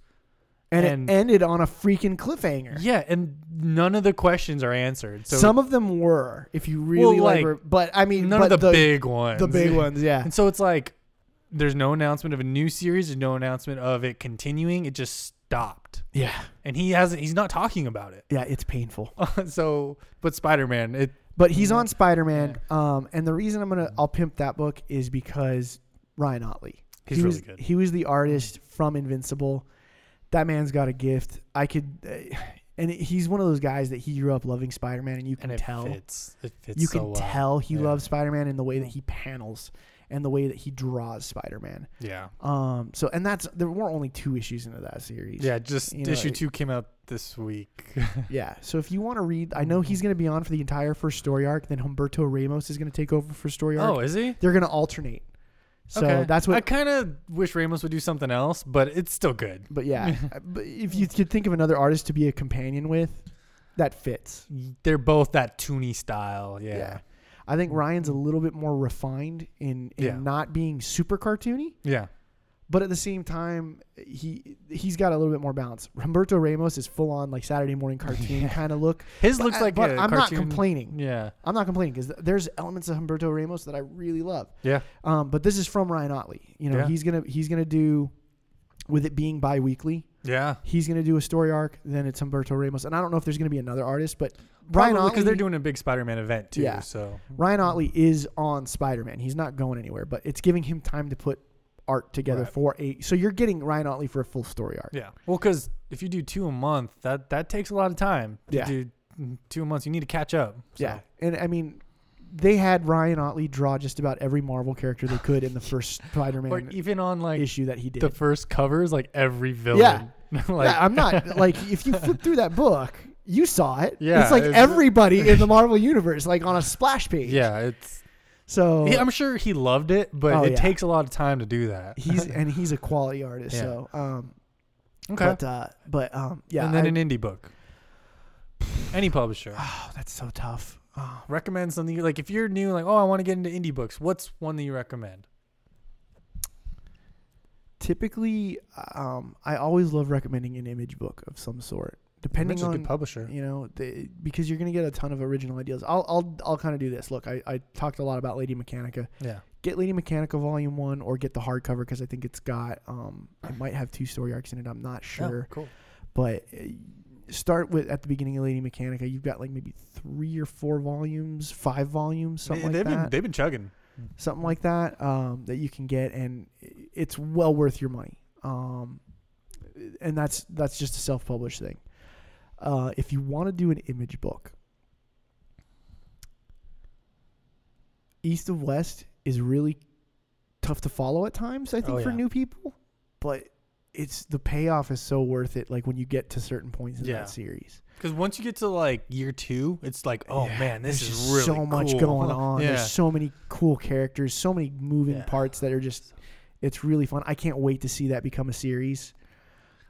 Speaker 2: and,
Speaker 1: And-
Speaker 2: it ended on a freaking cliffhanger.
Speaker 1: Yeah, and none of the questions are answered. So
Speaker 2: Some of them were, if you really
Speaker 1: Well,
Speaker 2: like,
Speaker 1: like,
Speaker 2: were- but I mean,
Speaker 1: none
Speaker 2: but
Speaker 1: of the,
Speaker 2: the
Speaker 1: big ones.
Speaker 2: the big ones, yeah.
Speaker 1: And so it's like there's no announcement of a new series, there's no announcement of it continuing. It just stopped.
Speaker 2: Yeah.
Speaker 1: And he hasn't he's not talking about it.
Speaker 2: Yeah, it's painful.
Speaker 1: so but Spider Man, it
Speaker 2: But he's on Spider Man. Um, and the reason I'm gonna I'll pimp that book is because Ryan Otley.
Speaker 1: He's
Speaker 2: he
Speaker 1: really
Speaker 2: was,
Speaker 1: good.
Speaker 2: He was the artist from Invincible. That man's got a gift. I could, uh, and he's one of those guys that he grew up loving Spider Man, and you can
Speaker 1: and it
Speaker 2: tell.
Speaker 1: fits. It fits
Speaker 2: you
Speaker 1: so
Speaker 2: can
Speaker 1: well.
Speaker 2: tell he
Speaker 1: Yeah.
Speaker 2: loves Spider Man in the way that he panels and the way that he draws Spider Man.
Speaker 1: Yeah.
Speaker 2: Um. So, and that's there were only two issues into that series.
Speaker 1: Yeah, just
Speaker 2: You know,
Speaker 1: issue
Speaker 2: it-
Speaker 1: two came out this week.
Speaker 2: Yeah. So if you want to read, I
Speaker 1: Mm-hmm.
Speaker 2: know he's going to be on for the entire first story arc. Then Humberto Ramos is going to take over for story arc.
Speaker 1: oh, is he?
Speaker 2: They're going to alternate. So
Speaker 1: Okay.
Speaker 2: that's what.
Speaker 1: I kinda wish Ramos would do something else, but it's still good.
Speaker 2: but yeah, uh, but if you could think of another artist to be a companion with, that fits.
Speaker 1: They're both that toony style, yeah.
Speaker 2: I think Ryan's a little bit more refined in, in
Speaker 1: Yeah.
Speaker 2: not being super cartoony,
Speaker 1: Yeah.
Speaker 2: but at the same time, he he's got a little bit more balance. Humberto Ramos is full on like Saturday morning cartoon kind of look.
Speaker 1: His
Speaker 2: But
Speaker 1: looks
Speaker 2: I-
Speaker 1: like
Speaker 2: but
Speaker 1: a
Speaker 2: I'm not
Speaker 1: cartoon.
Speaker 2: complaining.
Speaker 1: Yeah.
Speaker 2: I'm not complaining because there's elements of Humberto Ramos that I really love.
Speaker 1: Yeah.
Speaker 2: Um, but this is from Ryan Otley. You know,
Speaker 1: Yeah.
Speaker 2: he's gonna he's gonna do with it being bi-weekly,
Speaker 1: Yeah.
Speaker 2: he's gonna do a story arc. Then it's Humberto Ramos, and I don't know if there's gonna be another artist, but
Speaker 1: Brian
Speaker 2: Ryan
Speaker 1: because they're
Speaker 2: Otley.
Speaker 1: doing a big Spider-Man event too.
Speaker 2: Yeah.
Speaker 1: So
Speaker 2: Ryan Otley is on Spider-Man. He's not going anywhere, but it's giving him time to put art together
Speaker 1: Right.
Speaker 2: for a. So you're getting Ryan Otley for a full story arc.
Speaker 1: yeah, well, because if you do two a month, that that takes a lot of time. To
Speaker 2: Yeah.
Speaker 1: do two a month, you need to catch up. So.
Speaker 2: Yeah, and I mean, they had Ryan Otley draw just about every Marvel character they could in the first
Speaker 1: or
Speaker 2: Spider-Man
Speaker 1: even on like
Speaker 2: issue that he did.
Speaker 1: the first covers, like every villain. Yeah, like
Speaker 2: yeah, I'm not like if you flip through that book, you saw it.
Speaker 1: Yeah,
Speaker 2: it's like
Speaker 1: it's-
Speaker 2: everybody in the Marvel universe, like on a splash page.
Speaker 1: yeah, it's
Speaker 2: So
Speaker 1: Yeah, I'm sure he loved it, but
Speaker 2: Oh,
Speaker 1: it
Speaker 2: yeah.
Speaker 1: takes a lot of time to do that.
Speaker 2: he's and he's a quality artist.
Speaker 1: Yeah.
Speaker 2: So um,
Speaker 1: okay.
Speaker 2: but uh, but um, yeah.
Speaker 1: and then
Speaker 2: I-
Speaker 1: an indie book. Any publisher
Speaker 2: oh, that's so tough. Oh,
Speaker 1: recommend something you- like if you're new, like oh, I want to get into indie books. What's one that you recommend?
Speaker 2: typically, um, I always love recommending an image book of some sort, depending
Speaker 1: Depends on
Speaker 2: on
Speaker 1: a good publisher.
Speaker 2: you know the, because you're gonna get a ton of original ideas. I'll I'll I'll kind of do this. Look, I, I talked a lot about Lady Mechanica.
Speaker 1: Yeah,
Speaker 2: Get Lady Mechanica Volume One or get the hardcover because I think it's got um it might have two story arcs in it. I'm not
Speaker 1: Yeah,
Speaker 2: sure.
Speaker 1: cool.
Speaker 2: but uh, start with at the beginning of Lady Mechanica. You've got like maybe three or four volumes, five volumes, something
Speaker 1: they've
Speaker 2: like
Speaker 1: been
Speaker 2: that.
Speaker 1: they've been chugging.
Speaker 2: something like that um, that you can get, and i- it's well worth your money. Um, and that's that's just a self-published thing. Uh, if you want to do an image book, East of West is really tough to follow at times. I think
Speaker 1: Oh,
Speaker 2: for
Speaker 1: yeah.
Speaker 2: new people, but it's the payoff is so worth it. Like when you get to certain points in
Speaker 1: Yeah.
Speaker 2: that series,
Speaker 1: Because once you get to like year two, it's like, oh
Speaker 2: Yeah,
Speaker 1: man, this
Speaker 2: there's
Speaker 1: is
Speaker 2: just
Speaker 1: really
Speaker 2: so much
Speaker 1: cool.
Speaker 2: going on.
Speaker 1: Yeah.
Speaker 2: There's so many cool characters, so many moving
Speaker 1: Yeah.
Speaker 2: parts that are just. It's really fun. I can't wait to see that become a series.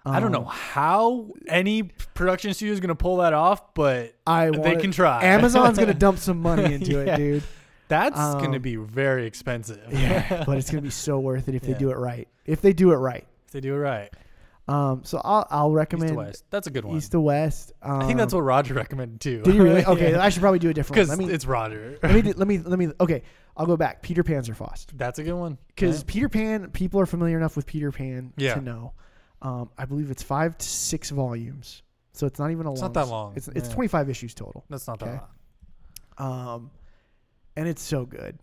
Speaker 1: I don't know
Speaker 2: Um,
Speaker 1: how any production studio is gonna pull that off, but
Speaker 2: I
Speaker 1: they
Speaker 2: wanna-
Speaker 1: can try.
Speaker 2: Amazon's gonna dump some money into
Speaker 1: Yeah.
Speaker 2: it, dude.
Speaker 1: That's gonna
Speaker 2: um,
Speaker 1: be very expensive.
Speaker 2: Yeah, but it's gonna be so worth it if
Speaker 1: Yeah.
Speaker 2: they do it right. If they do it right.
Speaker 1: if they do it right.
Speaker 2: Um, so I'll I'll
Speaker 1: East
Speaker 2: recommend
Speaker 1: to West. That's a good one.
Speaker 2: East to West. Um,
Speaker 1: I think that's what Roger recommended too.
Speaker 2: Did you really? Okay, I should probably do a different
Speaker 1: Because
Speaker 2: one. Let me
Speaker 1: it's Roger.
Speaker 2: let me do- let me let me. Okay, I'll go back. Peter Panzerfaust.
Speaker 1: That's a good one.
Speaker 2: because Peter Pan, people are familiar enough with Peter Pan
Speaker 1: Yeah.
Speaker 2: to know. Um, I believe it's five to six volumes, so it's not even a
Speaker 1: It's
Speaker 2: long.
Speaker 1: not that long.
Speaker 2: It's it's
Speaker 1: Yeah.
Speaker 2: twenty five issues total.
Speaker 1: that's not that.
Speaker 2: okay.
Speaker 1: long.
Speaker 2: Um, and it's so good.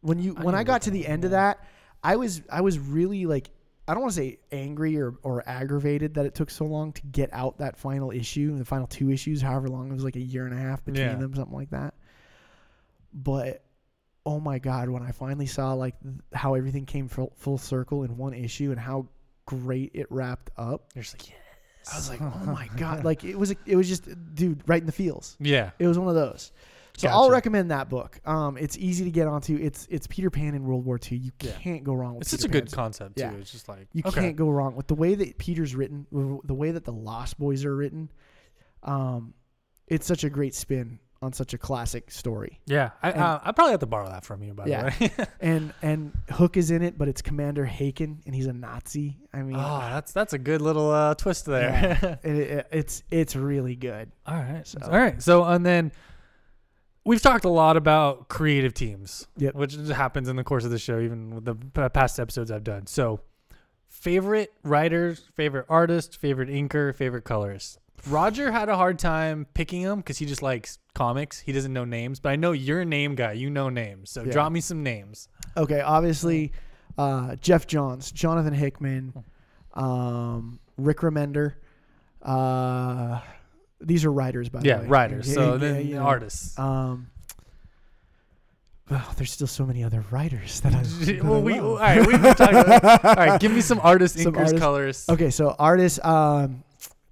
Speaker 2: When you
Speaker 1: I
Speaker 2: when
Speaker 1: need
Speaker 2: I
Speaker 1: to
Speaker 2: got
Speaker 1: look
Speaker 2: to
Speaker 1: that
Speaker 2: the
Speaker 1: one,
Speaker 2: end of
Speaker 1: yeah.
Speaker 2: that, I was I was really like I don't want to say angry or or aggravated that it took so long to get out that final issue, the final two issues, however long it was like a year and a half between
Speaker 1: Yeah.
Speaker 2: them, something like that. But oh my god, when I finally saw like th- how everything came full, full circle in one issue and how great it wrapped up,
Speaker 1: You're just like, yes.
Speaker 2: I was like, oh my god, like it was it was just dude right in the feels.
Speaker 1: Yeah.
Speaker 2: It was one of those. So I'll
Speaker 1: Gotcha.
Speaker 2: recommend that book. Um, it's easy to get onto. It's it's Peter Pan in World War II. You
Speaker 1: Yeah.
Speaker 2: can't go wrong with.
Speaker 1: It's
Speaker 2: Peter
Speaker 1: such a good
Speaker 2: Pan's-
Speaker 1: concept too.
Speaker 2: Yeah.
Speaker 1: It's just like
Speaker 2: You
Speaker 1: okay.
Speaker 2: can't go wrong with the way that Peter's written, w- the way that the Lost Boys are written. Um, it's such a great spin on such a classic story.
Speaker 1: Yeah, I,
Speaker 2: And-
Speaker 1: uh, I probably have to borrow that from you. By
Speaker 2: Yeah.
Speaker 1: the way.
Speaker 2: And and Hook is in it, but it's Commander Haken, and he's a Nazi. I mean,
Speaker 1: oh, that's that's a good little uh, twist there.
Speaker 2: it, it- it's it's really good.
Speaker 1: All right.
Speaker 2: So-
Speaker 1: All right. So and then we've talked a lot about creative teams,
Speaker 2: Yep.
Speaker 1: which just happens in the course of the show, even with the p- past episodes I've done. So favorite writers, favorite artist, favorite inker, favorite colorist. Roger had a hard time picking them because he just likes comics. He doesn't know names, but I know you're a name guy. You know names, so
Speaker 2: Yeah.
Speaker 1: drop me some names.
Speaker 2: Okay, obviously, uh, Jeff Johns, Jonathan Hickman,
Speaker 1: Hmm.
Speaker 2: um, Rick Remender. Uh, these are writers, by
Speaker 1: yeah,
Speaker 2: the way.
Speaker 1: writers.
Speaker 2: Yeah,
Speaker 1: so
Speaker 2: yeah,
Speaker 1: then
Speaker 2: yeah.
Speaker 1: artists.
Speaker 2: Um, well, there's still so many other writers that I. that I
Speaker 1: well, we, all
Speaker 2: love.
Speaker 1: right, we've been talking about All right, give me some artists,
Speaker 2: Some
Speaker 1: inkers,
Speaker 2: artists.
Speaker 1: colorists.
Speaker 2: Okay, so artists. Um,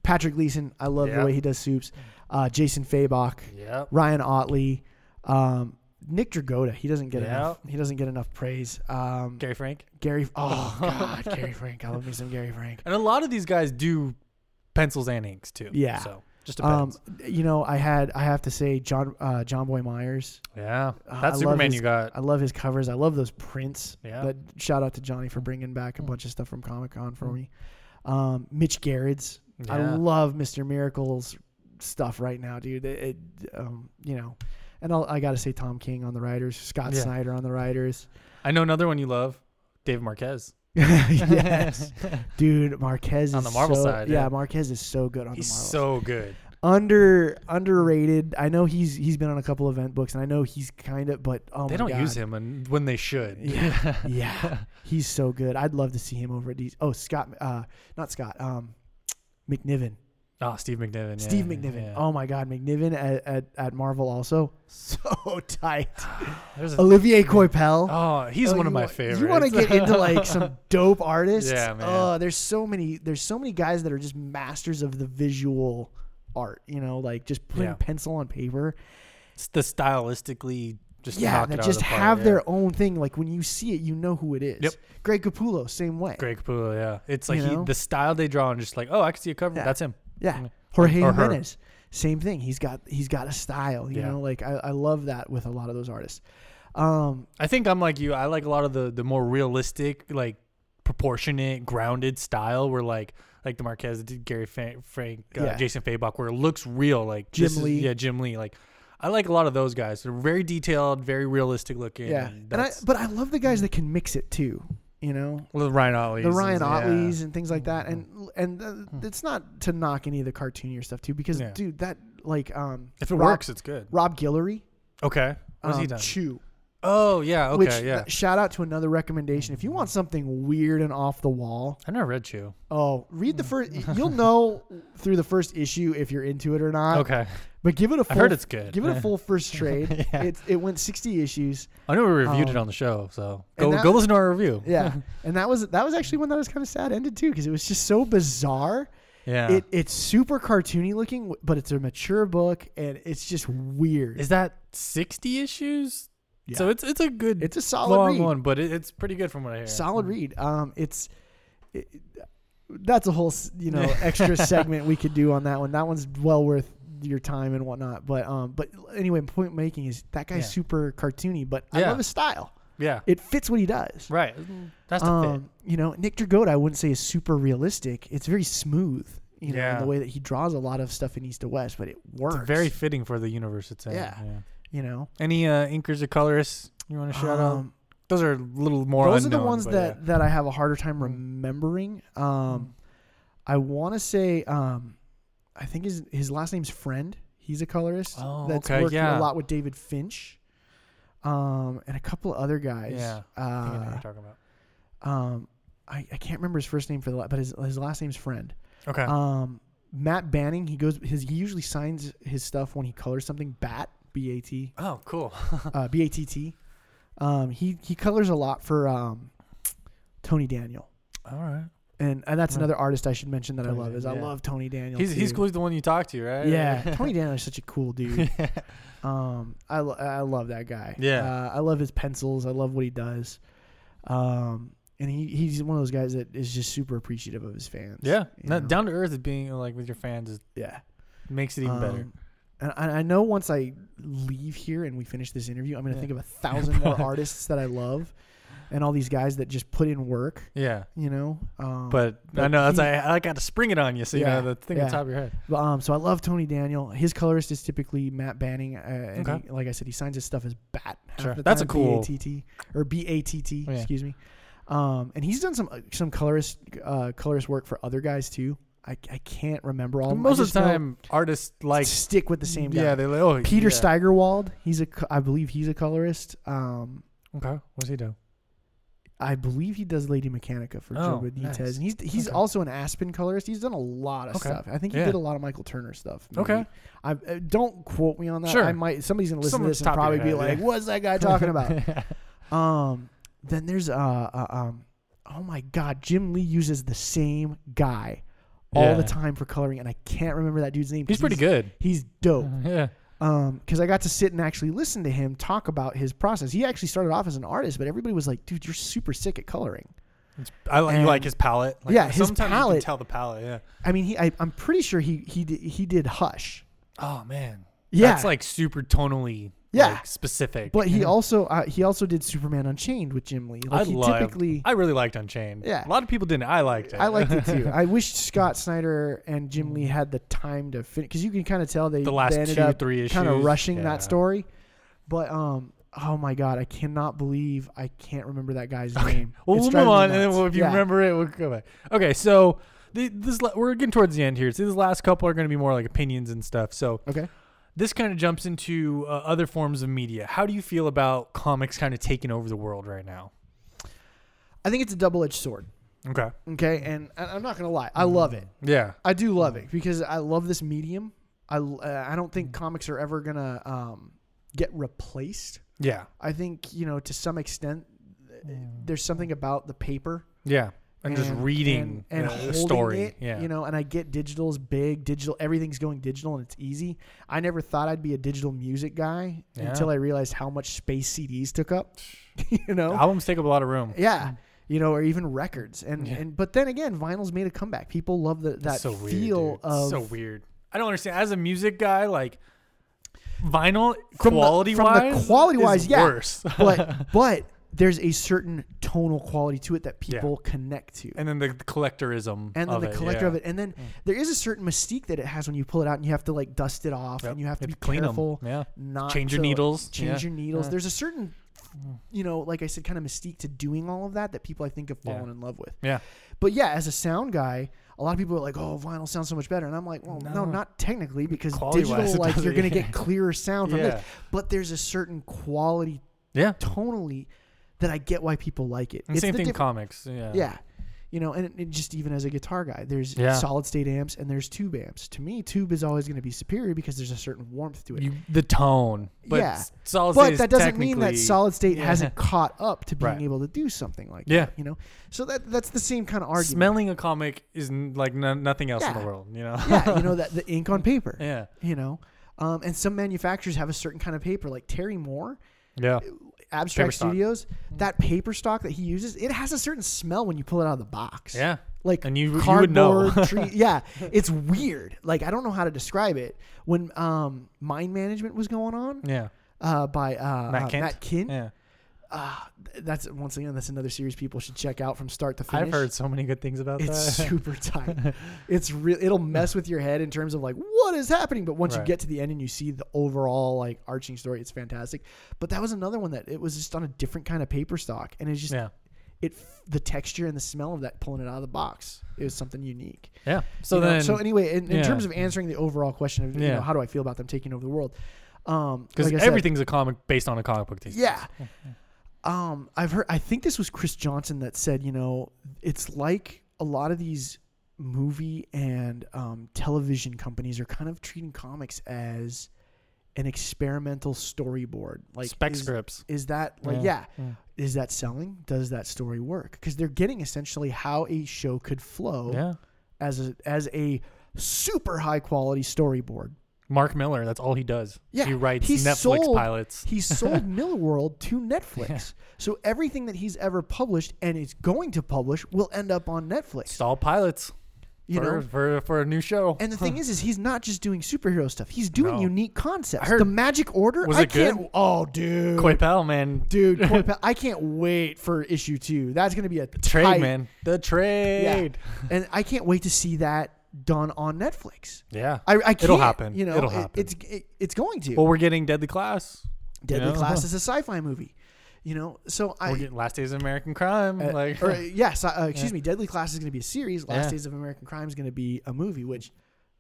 Speaker 2: Patrick Gleason. I love
Speaker 1: Yeah. Hmm.
Speaker 2: the way he does soups. Uh, Jason Fabok,
Speaker 1: Yep.
Speaker 2: Ryan Otley, um, Nick Dragotta. He doesn't get
Speaker 1: Yeah.
Speaker 2: enough. He doesn't get enough praise. Um,
Speaker 1: Gary Frank.
Speaker 2: Gary. Oh God, Gary Frank. I love me some Gary Frank.
Speaker 1: And a lot of these guys do pencils and inks too.
Speaker 2: Yeah.
Speaker 1: So just
Speaker 2: Um,
Speaker 1: depends.
Speaker 2: you know, I had I have to say John uh, John Boy Myers.
Speaker 1: yeah.
Speaker 2: uh, I
Speaker 1: That
Speaker 2: love
Speaker 1: Superman
Speaker 2: his-
Speaker 1: you got.
Speaker 2: I love his covers. I love those prints.
Speaker 1: Yeah. Hmm.
Speaker 2: But shout out to Johnny for bringing back a bunch of stuff from Comic Con for me. Um, Mitch Garrett's. I
Speaker 1: Yeah.
Speaker 2: love Mister Miracle's stuff right now, dude. It, it, um, you know, and I'll, I got to say Tom King on the writers, Scott
Speaker 1: Yeah.
Speaker 2: Snyder on the writers.
Speaker 1: I know another one you love, Dave Marquez.
Speaker 2: yes, dude. Marquez
Speaker 1: On
Speaker 2: is
Speaker 1: the Marvel
Speaker 2: so-
Speaker 1: side,
Speaker 2: Yeah,
Speaker 1: yeah.
Speaker 2: Marquez is so good on
Speaker 1: He's
Speaker 2: the Marvel.
Speaker 1: so good.
Speaker 2: under underrated. I know he's he's been on a couple event books, and I know he's kind of, but oh
Speaker 1: they
Speaker 2: my
Speaker 1: don't
Speaker 2: God.
Speaker 1: use him and when they should.
Speaker 2: Yeah, yeah, he's so good. I'd love to see him over at these. Oh, Scott, uh, not Scott, um, McNiven,
Speaker 1: Oh, Steve McNiven. yeah,
Speaker 2: Steve
Speaker 1: yeah,
Speaker 2: McNiven.
Speaker 1: yeah.
Speaker 2: Oh my God, McNiven at, at, at Marvel also so tight.
Speaker 1: There's a-
Speaker 2: Olivier Coipel.
Speaker 1: oh, he's
Speaker 2: Oh,
Speaker 1: one
Speaker 2: you
Speaker 1: of my
Speaker 2: wa-
Speaker 1: favorites.
Speaker 2: You want to get into like some dope artists?
Speaker 1: Yeah, man.
Speaker 2: Oh, there's so many. There's so many guys that are just masters of the visual art. You know, like just putting
Speaker 1: Yeah.
Speaker 2: pencil on paper.
Speaker 1: It's the stylistically Just
Speaker 2: yeah,
Speaker 1: knock it
Speaker 2: that
Speaker 1: out of
Speaker 2: just
Speaker 1: the park,
Speaker 2: have
Speaker 1: yeah.
Speaker 2: their own thing. Like when you see it, you know who it is.
Speaker 1: Yep.
Speaker 2: Greg Capullo, same way.
Speaker 1: Greg Capullo, yeah. It's like
Speaker 2: You
Speaker 1: he,
Speaker 2: know?
Speaker 1: the style they draw and just like, oh, I can see a cover.
Speaker 2: Yeah.
Speaker 1: That's him.
Speaker 2: Yeah.
Speaker 1: Mm.
Speaker 2: Jorge
Speaker 1: Or her.
Speaker 2: Jimenez, same thing. He's got he's got a style. You
Speaker 1: Yeah.
Speaker 2: know, like I, I love that with a lot of those artists. Um,
Speaker 1: I think I'm like you. I like a lot of the the more realistic, like proportionate, grounded style where like like the Marquez did Gary Fa- Frank, uh,
Speaker 2: Yeah.
Speaker 1: Jason Fabok, where it looks real. Like
Speaker 2: Jim
Speaker 1: this is-
Speaker 2: Lee.
Speaker 1: yeah, Jim Lee. Like I like a lot of those guys. They're very detailed, very realistic looking.
Speaker 2: yeah.
Speaker 1: and
Speaker 2: And I
Speaker 1: that's- Mm.
Speaker 2: but I love the guys that can mix it too. You know,
Speaker 1: well, the Ryan Otley,
Speaker 2: the Ryan Ottleys and things like that.
Speaker 1: Mm-hmm.
Speaker 2: And and uh, it's not to knock any of the cartoonier stuff too, because
Speaker 1: Hmm. Yeah.
Speaker 2: dude, that like um,
Speaker 1: If it
Speaker 2: Rob-
Speaker 1: works, it's good.
Speaker 2: Rob Guillory,
Speaker 1: Okay, what's he
Speaker 2: um,
Speaker 1: done?
Speaker 2: Chew.
Speaker 1: Oh yeah, okay,
Speaker 2: which
Speaker 1: yeah.
Speaker 2: th- shout out to another recommendation. If you want something weird and off the wall,
Speaker 1: I never read Chew.
Speaker 2: oh, read
Speaker 1: Hmm.
Speaker 2: the first. you'll know through the first issue if you're into it or not.
Speaker 1: Okay,
Speaker 2: But give it a full.
Speaker 1: I've heard it's good.
Speaker 2: Uh, Give it a full first trade.
Speaker 1: Yeah.
Speaker 2: It it went 60 issues.
Speaker 1: I know we reviewed it
Speaker 2: Um,
Speaker 1: on the show, so
Speaker 2: and
Speaker 1: go
Speaker 2: that-
Speaker 1: go listen to our review.
Speaker 2: Yeah, and that was that was actually one that was kind of sad ended too because it was just so bizarre.
Speaker 1: yeah.
Speaker 2: It it's super cartoony looking, w- but it's a mature book and it's just weird.
Speaker 1: Is that sixty issues?
Speaker 2: Yeah.
Speaker 1: So it's it's a good
Speaker 2: It's a solid
Speaker 1: long
Speaker 2: read.
Speaker 1: one, but it, it's pretty good from what I hear.
Speaker 2: Solid read. Um, it's. It, that's a whole s- you know extra segment we could do on that one. That one's well worth your time and whatnot. But um, but anyway, point making is that guy's
Speaker 1: Yeah.
Speaker 2: super cartoony, but I
Speaker 1: Yeah.
Speaker 2: love his style.
Speaker 1: Yeah.
Speaker 2: It fits what he does.
Speaker 1: Right. That's the fit.
Speaker 2: um, you know, Nick Dragotta, I wouldn't say is super realistic. It's very smooth, you know, in
Speaker 1: Yeah.
Speaker 2: the way that he draws a lot of stuff in East to West, but it works.
Speaker 1: It's very fitting for the universe it's in.
Speaker 2: Yeah. You know,
Speaker 1: Any uh, inkers or colorists you want to shout out?
Speaker 2: um,
Speaker 1: Those are a little more.
Speaker 2: those are the
Speaker 1: unknown,
Speaker 2: ones
Speaker 1: but
Speaker 2: that
Speaker 1: yeah.
Speaker 2: that I have a harder time remembering. Um, I want to say, um, I think his his last name's Friend. He's a colorist
Speaker 1: Oh,
Speaker 2: that's
Speaker 1: okay,
Speaker 2: worked
Speaker 1: yeah.
Speaker 2: a lot with David Finch, um, and a couple of other guys.
Speaker 1: Yeah, I think I know what
Speaker 2: Uh,
Speaker 1: you're talking about.
Speaker 2: um, I, I can't remember his first name for the la- but his his last name's Friend.
Speaker 1: Okay.
Speaker 2: Um, Matt Banning, he goes his he usually signs his stuff when he colors something Bat B A T
Speaker 1: oh, cool.
Speaker 2: uh, B A T T. Um, he he colors a lot for um, Tony Daniel,
Speaker 1: All right.
Speaker 2: and, and that's
Speaker 1: Yeah.
Speaker 2: another artist I should mention that
Speaker 1: Tony
Speaker 2: I love is I
Speaker 1: Dan- yeah.
Speaker 2: love Tony Daniel.
Speaker 1: He's he's
Speaker 2: too.
Speaker 1: cool. He's the one you talked to, right?
Speaker 2: Yeah, Tony Daniel is such a cool dude. Um, I lo- I love that guy.
Speaker 1: Yeah.
Speaker 2: uh, I love his pencils. I love what he does. Um, and he, he's one of those guys that is just super appreciative of his fans.
Speaker 1: yeah.
Speaker 2: you
Speaker 1: No,
Speaker 2: know?
Speaker 1: down to earth is being like with your fans is,
Speaker 2: yeah.
Speaker 1: makes it even better.
Speaker 2: Um, And I I know once I leave here and we finish this interview, I'm going to
Speaker 1: Yeah.
Speaker 2: think of a thousand more artists that I love and all these guys that just put in work,
Speaker 1: Yeah.
Speaker 2: you know? Um,
Speaker 1: But I
Speaker 2: but
Speaker 1: know that's
Speaker 2: he-
Speaker 1: I, I got to spring it on you, so
Speaker 2: Yeah,
Speaker 1: you know the thing on
Speaker 2: yeah.
Speaker 1: top of your head.
Speaker 2: but, um, so I love Tony Daniel. His colorist is typically Matt Banning. Uh, and
Speaker 1: Okay.
Speaker 2: he- like I said, he signs his stuff as Bat. half
Speaker 1: Sure.
Speaker 2: the
Speaker 1: That's a
Speaker 2: time,
Speaker 1: cool-
Speaker 2: B-A-T-T, or B-A-T-T,
Speaker 1: Oh, yeah.
Speaker 2: excuse me. Um, and he's done some uh, some colorist uh, colorist work for other guys too. I, I can't remember all. of them. I
Speaker 1: Most of
Speaker 2: just
Speaker 1: the
Speaker 2: know
Speaker 1: time, artists like
Speaker 2: stick with the same guy.
Speaker 1: Yeah, they like oh
Speaker 2: Peter
Speaker 1: yeah.
Speaker 2: Steigerwald. He's a, co- I believe he's a colorist. Um,
Speaker 1: Okay, what's he do?
Speaker 2: I believe he does Lady Mechanica for Joe
Speaker 1: Oh,
Speaker 2: Benitez,
Speaker 1: nice.
Speaker 2: and he's he's
Speaker 1: Okay.
Speaker 2: also an Aspen colorist. He's done a lot of
Speaker 1: Okay.
Speaker 2: stuff. I think he
Speaker 1: Yeah.
Speaker 2: did a lot of Michael Turner stuff. maybe.
Speaker 1: Okay.
Speaker 2: I uh, don't quote me on that.
Speaker 1: Sure.
Speaker 2: I might somebody's gonna listen
Speaker 1: Someone's
Speaker 2: to this and
Speaker 1: top of
Speaker 2: probably
Speaker 1: your
Speaker 2: be
Speaker 1: head,
Speaker 2: like,
Speaker 1: yeah.
Speaker 2: "What's that guy talking about?" um, then there's uh, uh um, oh my God, Jim Lee uses the same guy all the
Speaker 1: Yeah.
Speaker 2: time for coloring, and I can't remember that dude's name.
Speaker 1: He's
Speaker 2: 'cause
Speaker 1: pretty good. Mm-hmm.
Speaker 2: He's dope.
Speaker 1: Yeah.
Speaker 2: um because i got to sit and actually listen to him talk about his process he actually started off as an artist but everybody was like dude you're super sick at coloring
Speaker 1: It's, I like you
Speaker 2: And-
Speaker 1: like his palette. Like,
Speaker 2: yeah, his
Speaker 1: sometimes you
Speaker 2: palette-
Speaker 1: can tell the palette. Yeah.
Speaker 2: i mean he I, i'm pretty sure he he did, he did hush
Speaker 1: Oh man.
Speaker 2: Yeah.
Speaker 1: That's like super tonally.
Speaker 2: Yeah.
Speaker 1: Like, specific.
Speaker 2: but he also uh, he also did superman unchained with jim lee like
Speaker 1: I
Speaker 2: he
Speaker 1: love.
Speaker 2: typically
Speaker 1: I really liked Unchained.
Speaker 2: Yeah.
Speaker 1: A lot of people didn't. I liked it.
Speaker 2: I liked it too. I wish Scott Snyder and Jim Lee had the time to finish because you can kind of tell they
Speaker 1: The last
Speaker 2: they ended
Speaker 1: two,
Speaker 2: up
Speaker 1: three
Speaker 2: kind of
Speaker 1: issues,
Speaker 2: rushing
Speaker 1: yeah.
Speaker 2: that story. But um, oh my god, I cannot believe I can't remember that guy's name.
Speaker 1: Well, we'll
Speaker 2: It's
Speaker 1: move
Speaker 2: driving me
Speaker 1: on, and then
Speaker 2: nuts.
Speaker 1: we'll- if you
Speaker 2: Yeah.
Speaker 1: remember it, we'll go back. Okay, so the, this la- we're getting towards the end here. So these last couple are going to be more like opinions and stuff. So
Speaker 2: okay.
Speaker 1: this kind of jumps into uh, other forms of media. How do you feel about comics kind of taking over the world right now?
Speaker 2: I think it's a double edged sword.
Speaker 1: Okay.
Speaker 2: Okay, and and I'm not gonna lie,
Speaker 1: Mm.
Speaker 2: I love it.
Speaker 1: Yeah.
Speaker 2: I do love
Speaker 1: Mm.
Speaker 2: it because I love this medium. I l- uh, I don't think comics are ever gonna um, get replaced.
Speaker 1: Yeah.
Speaker 2: I think you know to some extent, th- there's something about the paper
Speaker 1: Yeah. Mm. and, just reading
Speaker 2: and, and
Speaker 1: the
Speaker 2: holding
Speaker 1: story.
Speaker 2: it,
Speaker 1: yeah,
Speaker 2: you know. And I get digital's big, digital everything's going digital, and it's easy. I never thought I'd be a digital music guy
Speaker 1: Yeah.
Speaker 2: until I realized how much space CDs took up. you know,
Speaker 1: albums take up a lot of room.
Speaker 2: yeah. You know, or even records, and,
Speaker 1: Mm. Yeah.
Speaker 2: and but then again, vinyls made a comeback. People love the, that
Speaker 1: It's so weird,
Speaker 2: feel
Speaker 1: dude. It's
Speaker 2: of
Speaker 1: so weird. I don't understand. As a music guy, like vinyl
Speaker 2: From the-
Speaker 1: quality
Speaker 2: from the
Speaker 1: wise,
Speaker 2: quality-wise,
Speaker 1: is
Speaker 2: yeah.
Speaker 1: worse.
Speaker 2: but but there's a certain tonal quality to it that people connect to.
Speaker 1: and then the collectorism
Speaker 2: And then
Speaker 1: of
Speaker 2: the
Speaker 1: it,
Speaker 2: collector
Speaker 1: yeah. Mm.
Speaker 2: of it, and then there is a certain mystique that it has when you pull it out, and you have to like dust it off,
Speaker 1: Yep.
Speaker 2: and you have to be
Speaker 1: clean 'em.
Speaker 2: careful
Speaker 1: Yeah,
Speaker 2: not
Speaker 1: change your
Speaker 2: to
Speaker 1: needles.
Speaker 2: change
Speaker 1: yeah.
Speaker 2: your needles.
Speaker 1: Yeah. Mm.
Speaker 2: There's a certain, you know, like I said, kind of mystique to doing all of that that people I think have
Speaker 1: Yeah.
Speaker 2: fallen in love with.
Speaker 1: Yeah.
Speaker 2: But yeah, as a sound guy, a lot of people are like, "Oh, vinyl sounds so much better," and I'm like, "Well, no,
Speaker 1: No.
Speaker 2: not technically because
Speaker 1: Quality-wise,
Speaker 2: digital,
Speaker 1: it
Speaker 2: like you're
Speaker 1: doesn't-
Speaker 2: gonna
Speaker 1: yeah.
Speaker 2: get clearer sound from
Speaker 1: Yeah.
Speaker 2: this." But there's a certain quality
Speaker 1: Yeah.
Speaker 2: tonally that I get why people like it.
Speaker 1: And
Speaker 2: It's
Speaker 1: same
Speaker 2: the
Speaker 1: thing,
Speaker 2: diff-
Speaker 1: comics. Yeah.
Speaker 2: yeah. You know, and, and just even as a guitar guy, there's
Speaker 1: Yeah.
Speaker 2: solid state amps and there's tube amps. To me, tube is always going to be superior because there's a certain warmth to it.
Speaker 1: You, the tone. But
Speaker 2: Yeah.
Speaker 1: s- solid state
Speaker 2: but
Speaker 1: is
Speaker 2: that doesn't mean that
Speaker 1: technically-
Speaker 2: solid state
Speaker 1: Yeah.
Speaker 2: hasn't caught up to being
Speaker 1: Right.
Speaker 2: able to do something like
Speaker 1: Yeah.
Speaker 2: that. You know, so that that's the same kind of argument.
Speaker 1: Smelling a comic is n- like no, nothing else in the
Speaker 2: Yeah.
Speaker 1: world, you know?
Speaker 2: yeah, you know that the ink on paper.
Speaker 1: yeah.
Speaker 2: You know, um, and some manufacturers have a certain kind of paper, like Terry Moore,
Speaker 1: Yeah. Paper
Speaker 2: Abstract
Speaker 1: stock.
Speaker 2: Studios. That paper stock that he uses, it has a certain smell when you pull it out of the box.
Speaker 1: Yeah.
Speaker 2: like
Speaker 1: And you- you would
Speaker 2: cardboard
Speaker 1: know.
Speaker 2: tree. Yeah, it's weird. Like I don't know how to describe it. When um, mind management was going on
Speaker 1: Yeah.
Speaker 2: uh, by uh,
Speaker 1: Matt
Speaker 2: uh,
Speaker 1: Kent.
Speaker 2: Matt Kinn,
Speaker 1: Yeah.
Speaker 2: uh, th- that's once again that's another series people should check out from start to finish.
Speaker 1: I've heard so many good things about
Speaker 2: it's
Speaker 1: that.
Speaker 2: super tight. It's real. It'll mess with your head in terms of like what is happening. But once
Speaker 1: Right.
Speaker 2: you get to the end and you see the overall like arching story, it's fantastic. But that was another one that it was just on a different kind of paper stock, and it's just
Speaker 1: yeah.
Speaker 2: it f- the texture and the smell of that pulling it out of the box. It was something unique.
Speaker 1: Yeah. So
Speaker 2: You know,
Speaker 1: then
Speaker 2: so anyway, in, in
Speaker 1: yeah.
Speaker 2: terms of answering the overall question of you
Speaker 1: Yeah.
Speaker 2: know, how do I feel about them taking over the world? Um,
Speaker 1: because
Speaker 2: like I said-
Speaker 1: everything's a comic based on a comic book these
Speaker 2: yeah. Um, I've heard. I think this was Chris Johnson that said, you know, it's like a lot of these movie and um, television companies are kind of treating comics as an experimental storyboard, like
Speaker 1: spec
Speaker 2: is,
Speaker 1: scripts.
Speaker 2: Is that like yeah.
Speaker 1: Yeah. Yeah.
Speaker 2: Is that selling? Does that story work? Because they're getting essentially how a show could flow
Speaker 1: Yeah.
Speaker 2: as a as a super high quality storyboard.
Speaker 1: Mark Miller, that's all he does.
Speaker 2: Yeah,
Speaker 1: He writes
Speaker 2: he
Speaker 1: Netflix
Speaker 2: sold-
Speaker 1: pilots.
Speaker 2: He sold Millworld to Netflix. So everything that he's ever published and is going to publish will end up on Netflix.
Speaker 1: It's all pilots.
Speaker 2: You
Speaker 1: for,
Speaker 2: know?
Speaker 1: for for a new show.
Speaker 2: And the thing is, is he's not just doing superhero stuff. He's doing
Speaker 1: No.
Speaker 2: unique concepts.
Speaker 1: I heard-
Speaker 2: the Magic Order.
Speaker 1: Was
Speaker 2: I
Speaker 1: it good?
Speaker 2: can't. Oh, dude.
Speaker 1: Koi Pal, man.
Speaker 2: Dude, Koi Pal- I can't wait for issue two. That's gonna be a
Speaker 1: Trade,
Speaker 2: tight-
Speaker 1: man. The
Speaker 2: Yeah.
Speaker 1: trade.
Speaker 2: and I can't wait to see that done on Netflix.
Speaker 1: Yeah.
Speaker 2: I, I can't,
Speaker 1: It'll happen.
Speaker 2: You know,
Speaker 1: It'll
Speaker 2: it-
Speaker 1: happen. Oh,
Speaker 2: It's it, it's going to.
Speaker 1: well, we're getting Deadly Class.
Speaker 2: Deadly
Speaker 1: know?
Speaker 2: Class is a sci-fi movie. You know, so I
Speaker 1: we're getting Last Days of American Crime.
Speaker 2: Uh,
Speaker 1: like,
Speaker 2: or, uh, yes, uh, uh, excuse me. Deadly Class is going to be a series. Last
Speaker 1: Yeah.
Speaker 2: Days of American Crime is going to be a movie, which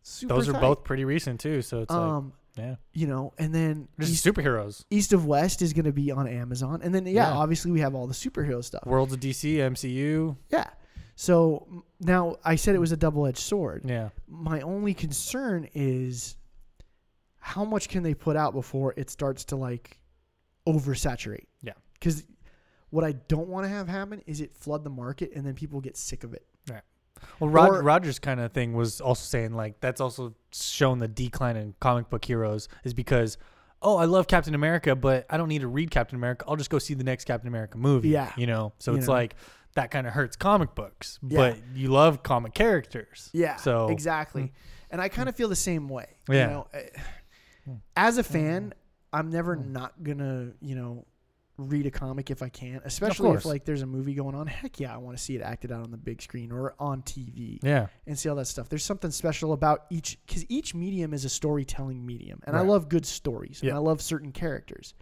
Speaker 2: super
Speaker 1: those are
Speaker 2: tight.
Speaker 1: both pretty recent too. So it's
Speaker 2: um,
Speaker 1: like, yeah,
Speaker 2: you know, and then
Speaker 1: just
Speaker 2: East,
Speaker 1: superheroes.
Speaker 2: East of West is going to be on Amazon, and then yeah,
Speaker 1: Yeah.
Speaker 2: obviously we have all the superhero stuff.
Speaker 1: Worlds of DC, MCU.
Speaker 2: Yeah. So m- now I said it was a double-edged sword.
Speaker 1: Yeah,
Speaker 2: My only concern is how much can they put out before it starts to like oversaturate?
Speaker 1: Yeah.
Speaker 2: Because what I don't want to have happen is it flood the market and then people get sick of it.
Speaker 1: well, Rod-
Speaker 2: Or-
Speaker 1: Rogers kind of thing was also saying like that's also shown the decline in comic book heroes is because oh I love Captain America, but I don't need to read Captain America. I'll just go see the next Captain America movie.
Speaker 2: Yeah.
Speaker 1: you know. So
Speaker 2: You
Speaker 1: it's
Speaker 2: know.
Speaker 1: like that kind of hurts comic books,
Speaker 2: Yeah.
Speaker 1: but you love comic characters.
Speaker 2: Yeah.
Speaker 1: So- hmm.
Speaker 2: exactly. And I kind of feel the same way.
Speaker 1: Yeah. Hmm.
Speaker 2: You know, I- as a fan, I'm never not gonna, you know, read a comic if I can, especially if
Speaker 1: course.
Speaker 2: like there's a movie going on. Heck yeah, I want to see it acted out on the big screen or on TV
Speaker 1: Yeah,
Speaker 2: and see all that stuff. There's something special about each because each medium is a storytelling medium, and I
Speaker 1: Right.
Speaker 2: love good stories
Speaker 1: Yeah.
Speaker 2: and I love certain characters.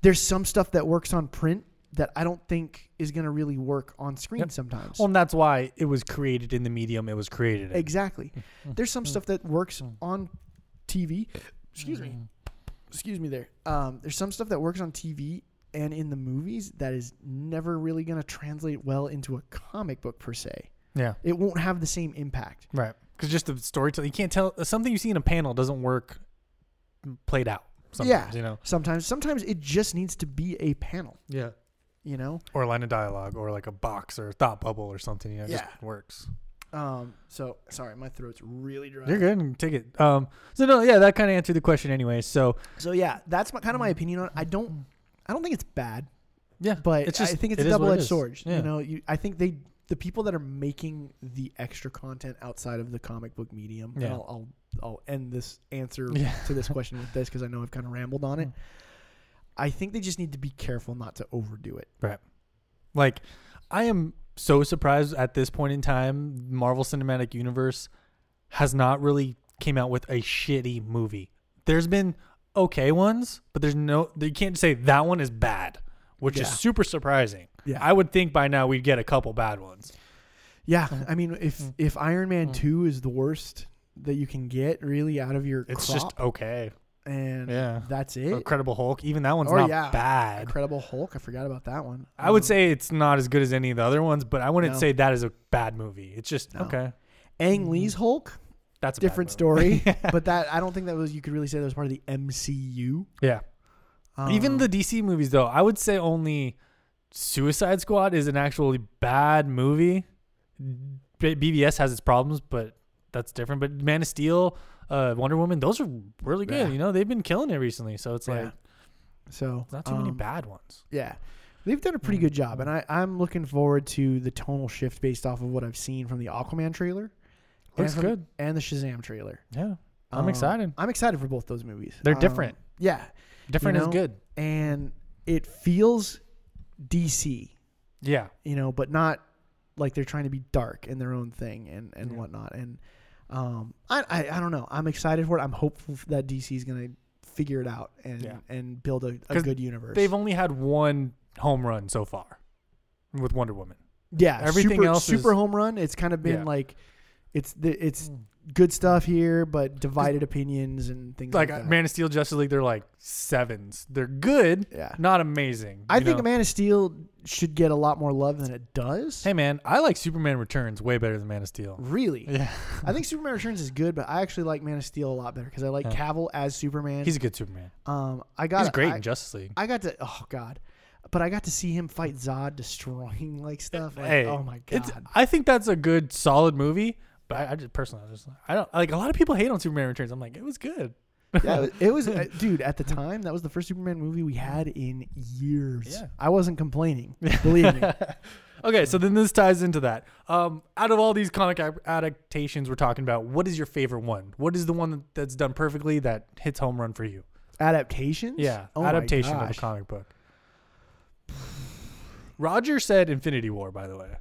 Speaker 2: There's some stuff that works on print that I don't think is gonna really work on screen
Speaker 1: Yep.
Speaker 2: sometimes.
Speaker 1: well, and that's why it was created in the medium it was created in.
Speaker 2: Exactly.
Speaker 1: Mm-hmm.
Speaker 2: There's
Speaker 1: Mm.
Speaker 2: some stuff that works on TV. Excuse
Speaker 1: Mm.
Speaker 2: me. Excuse me there. Um, there's some stuff that works on TV and in the movies that is never really going to translate well into a comic book per se.
Speaker 1: Yeah.
Speaker 2: It won't have the same impact.
Speaker 1: Right. Because just the storytelling, you can't tell something you see in a panel doesn't work played out. Sometimes,
Speaker 2: Yeah.
Speaker 1: You know.
Speaker 2: Sometimes sometimes it just needs to be a panel.
Speaker 1: Yeah.
Speaker 2: you know?
Speaker 1: or a line of dialogue or like a box or a thought bubble or something. Yeah, it
Speaker 2: Yeah.
Speaker 1: just works.
Speaker 2: Um, so, sorry, my throat's really dry.
Speaker 1: You're good. Take it. Um, so no, yeah, that kind of answered the question anyway. So
Speaker 2: So, yeah, that's my, kind of my opinion on it. I don't, I don't think it's bad,
Speaker 1: yeah,
Speaker 2: but
Speaker 1: It's
Speaker 2: I
Speaker 1: just-
Speaker 2: think it's
Speaker 1: it
Speaker 2: a
Speaker 1: is what it
Speaker 2: double edged
Speaker 1: is.
Speaker 2: sword.
Speaker 1: Yeah.
Speaker 2: You know, you, I think they, the people that are making the extra content outside of the comic book medium, and
Speaker 1: Yeah.
Speaker 2: I'll, I'll, I'll end this answer
Speaker 1: Yeah. Hmm.
Speaker 2: to this question with this because I know I've kind of rambled on it. I think they just need to be careful not to overdo it.
Speaker 1: like I am so surprised at this point in time. Marvel Cinematic Universe has not really came out with a shitty movie. There's been okay ones, but there's no you can't say that one is bad, which is
Speaker 2: Yeah.
Speaker 1: super surprising.
Speaker 2: Yeah.
Speaker 1: I would think by now we'd get a couple bad ones.
Speaker 2: Yeah, I mean, if
Speaker 1: Mm.
Speaker 2: if Iron Man
Speaker 1: Mm.
Speaker 2: two is the worst that you can get really out of your
Speaker 1: It's
Speaker 2: crop,
Speaker 1: just okay.
Speaker 2: and
Speaker 1: yeah.
Speaker 2: that's it.
Speaker 1: Incredible Hulk, even that one's
Speaker 2: Or,
Speaker 1: not
Speaker 2: yeah,
Speaker 1: bad.
Speaker 2: Incredible Hulk, I forgot about that one.
Speaker 1: I would
Speaker 2: Um,
Speaker 1: say it's not as good as any of the other ones, but I wouldn't
Speaker 2: No.
Speaker 1: say that is a bad movie. It's just
Speaker 2: No.
Speaker 1: okay.
Speaker 2: Ang Lee's Hulk,
Speaker 1: That's Mm. a bad
Speaker 2: different
Speaker 1: movie.
Speaker 2: story, but that I don't think that was you could really say that was part of the MCU.
Speaker 1: Yeah.
Speaker 2: Um,
Speaker 1: Even the DC movies, though, I would say only Suicide Squad is an actually bad movie. B- BVS has its problems, but that's different. But Man of Steel, uh, Wonder Woman, those are really good.
Speaker 2: Yeah.
Speaker 1: You know, they've been killing it recently, so it's
Speaker 2: Yeah.
Speaker 1: like
Speaker 2: so
Speaker 1: not too many
Speaker 2: um,
Speaker 1: bad ones.
Speaker 2: Yeah. They've done a pretty
Speaker 1: Mm.
Speaker 2: good job, and I, I'm looking forward to the tonal shift based off of what I've seen from the Aquaman trailer. and
Speaker 1: Looks
Speaker 2: from-
Speaker 1: good.
Speaker 2: And the Shazam trailer.
Speaker 1: Yeah, I'm
Speaker 2: Um,
Speaker 1: excited.
Speaker 2: I'm excited for both those movies.
Speaker 1: They're
Speaker 2: Um,
Speaker 1: different.
Speaker 2: Yeah.
Speaker 1: Different
Speaker 2: know,
Speaker 1: is good.
Speaker 2: and it feels DC,
Speaker 1: Yeah,
Speaker 2: you know, but not like they're trying to be dark in their own thing and, and
Speaker 1: Yeah.
Speaker 2: whatnot. And um, I, I I don't know. I'm excited for it. I'm hopeful f- that DC is gonna figure it out and
Speaker 1: Yeah.
Speaker 2: and build a, a
Speaker 1: 'Cause
Speaker 2: good universe.
Speaker 1: they've only had one home run so far with Wonder Woman.
Speaker 2: yeah,
Speaker 1: everything
Speaker 2: super,
Speaker 1: else
Speaker 2: super
Speaker 1: is-
Speaker 2: home run. It's kind of been
Speaker 1: Yeah.
Speaker 2: like it's the it's
Speaker 1: Mm.
Speaker 2: good stuff here, but divided opinions and things like,
Speaker 1: Like uh,
Speaker 2: that.
Speaker 1: Man of Steel, Justice League, they're like sevens. They're good,
Speaker 2: yeah.
Speaker 1: not amazing.
Speaker 2: I
Speaker 1: you
Speaker 2: think
Speaker 1: know?
Speaker 2: a Man of Steel should get a lot more love than it does.
Speaker 1: Hey man, I like Superman Returns way better than Man of Steel.
Speaker 2: Really?
Speaker 1: Yeah,
Speaker 2: I think Superman Returns is good, but I actually like Man of Steel a lot better because I like
Speaker 1: Yeah.
Speaker 2: Cavill as Superman.
Speaker 1: he's a good Superman.
Speaker 2: um, I got
Speaker 1: He's great
Speaker 2: I,
Speaker 1: in Justice League.
Speaker 2: I got to oh god, but I got to see him fight Zod, destroying like stuff. Like,
Speaker 1: Hey,
Speaker 2: oh my
Speaker 1: It's,
Speaker 2: god,
Speaker 1: I think that's a good, solid movie. But I, I just personally, I, just, I don't like a lot of people hate on Superman Returns. I'm like, it was good.
Speaker 2: yeah, it was uh, dude. At the time, that was the first Superman movie we had in years.
Speaker 1: Yeah.
Speaker 2: I wasn't complaining. Believe me.
Speaker 1: okay, so then this ties into that. Um, out of all these comic ap- adaptations we're talking about, what is your favorite one? What is the one that, that's done perfectly that hits home run for you?
Speaker 2: Adaptations.
Speaker 1: Yeah,
Speaker 2: Oh my
Speaker 1: adaptation of a
Speaker 2: gosh.
Speaker 1: comic book. Roger said Infinity War, by the way.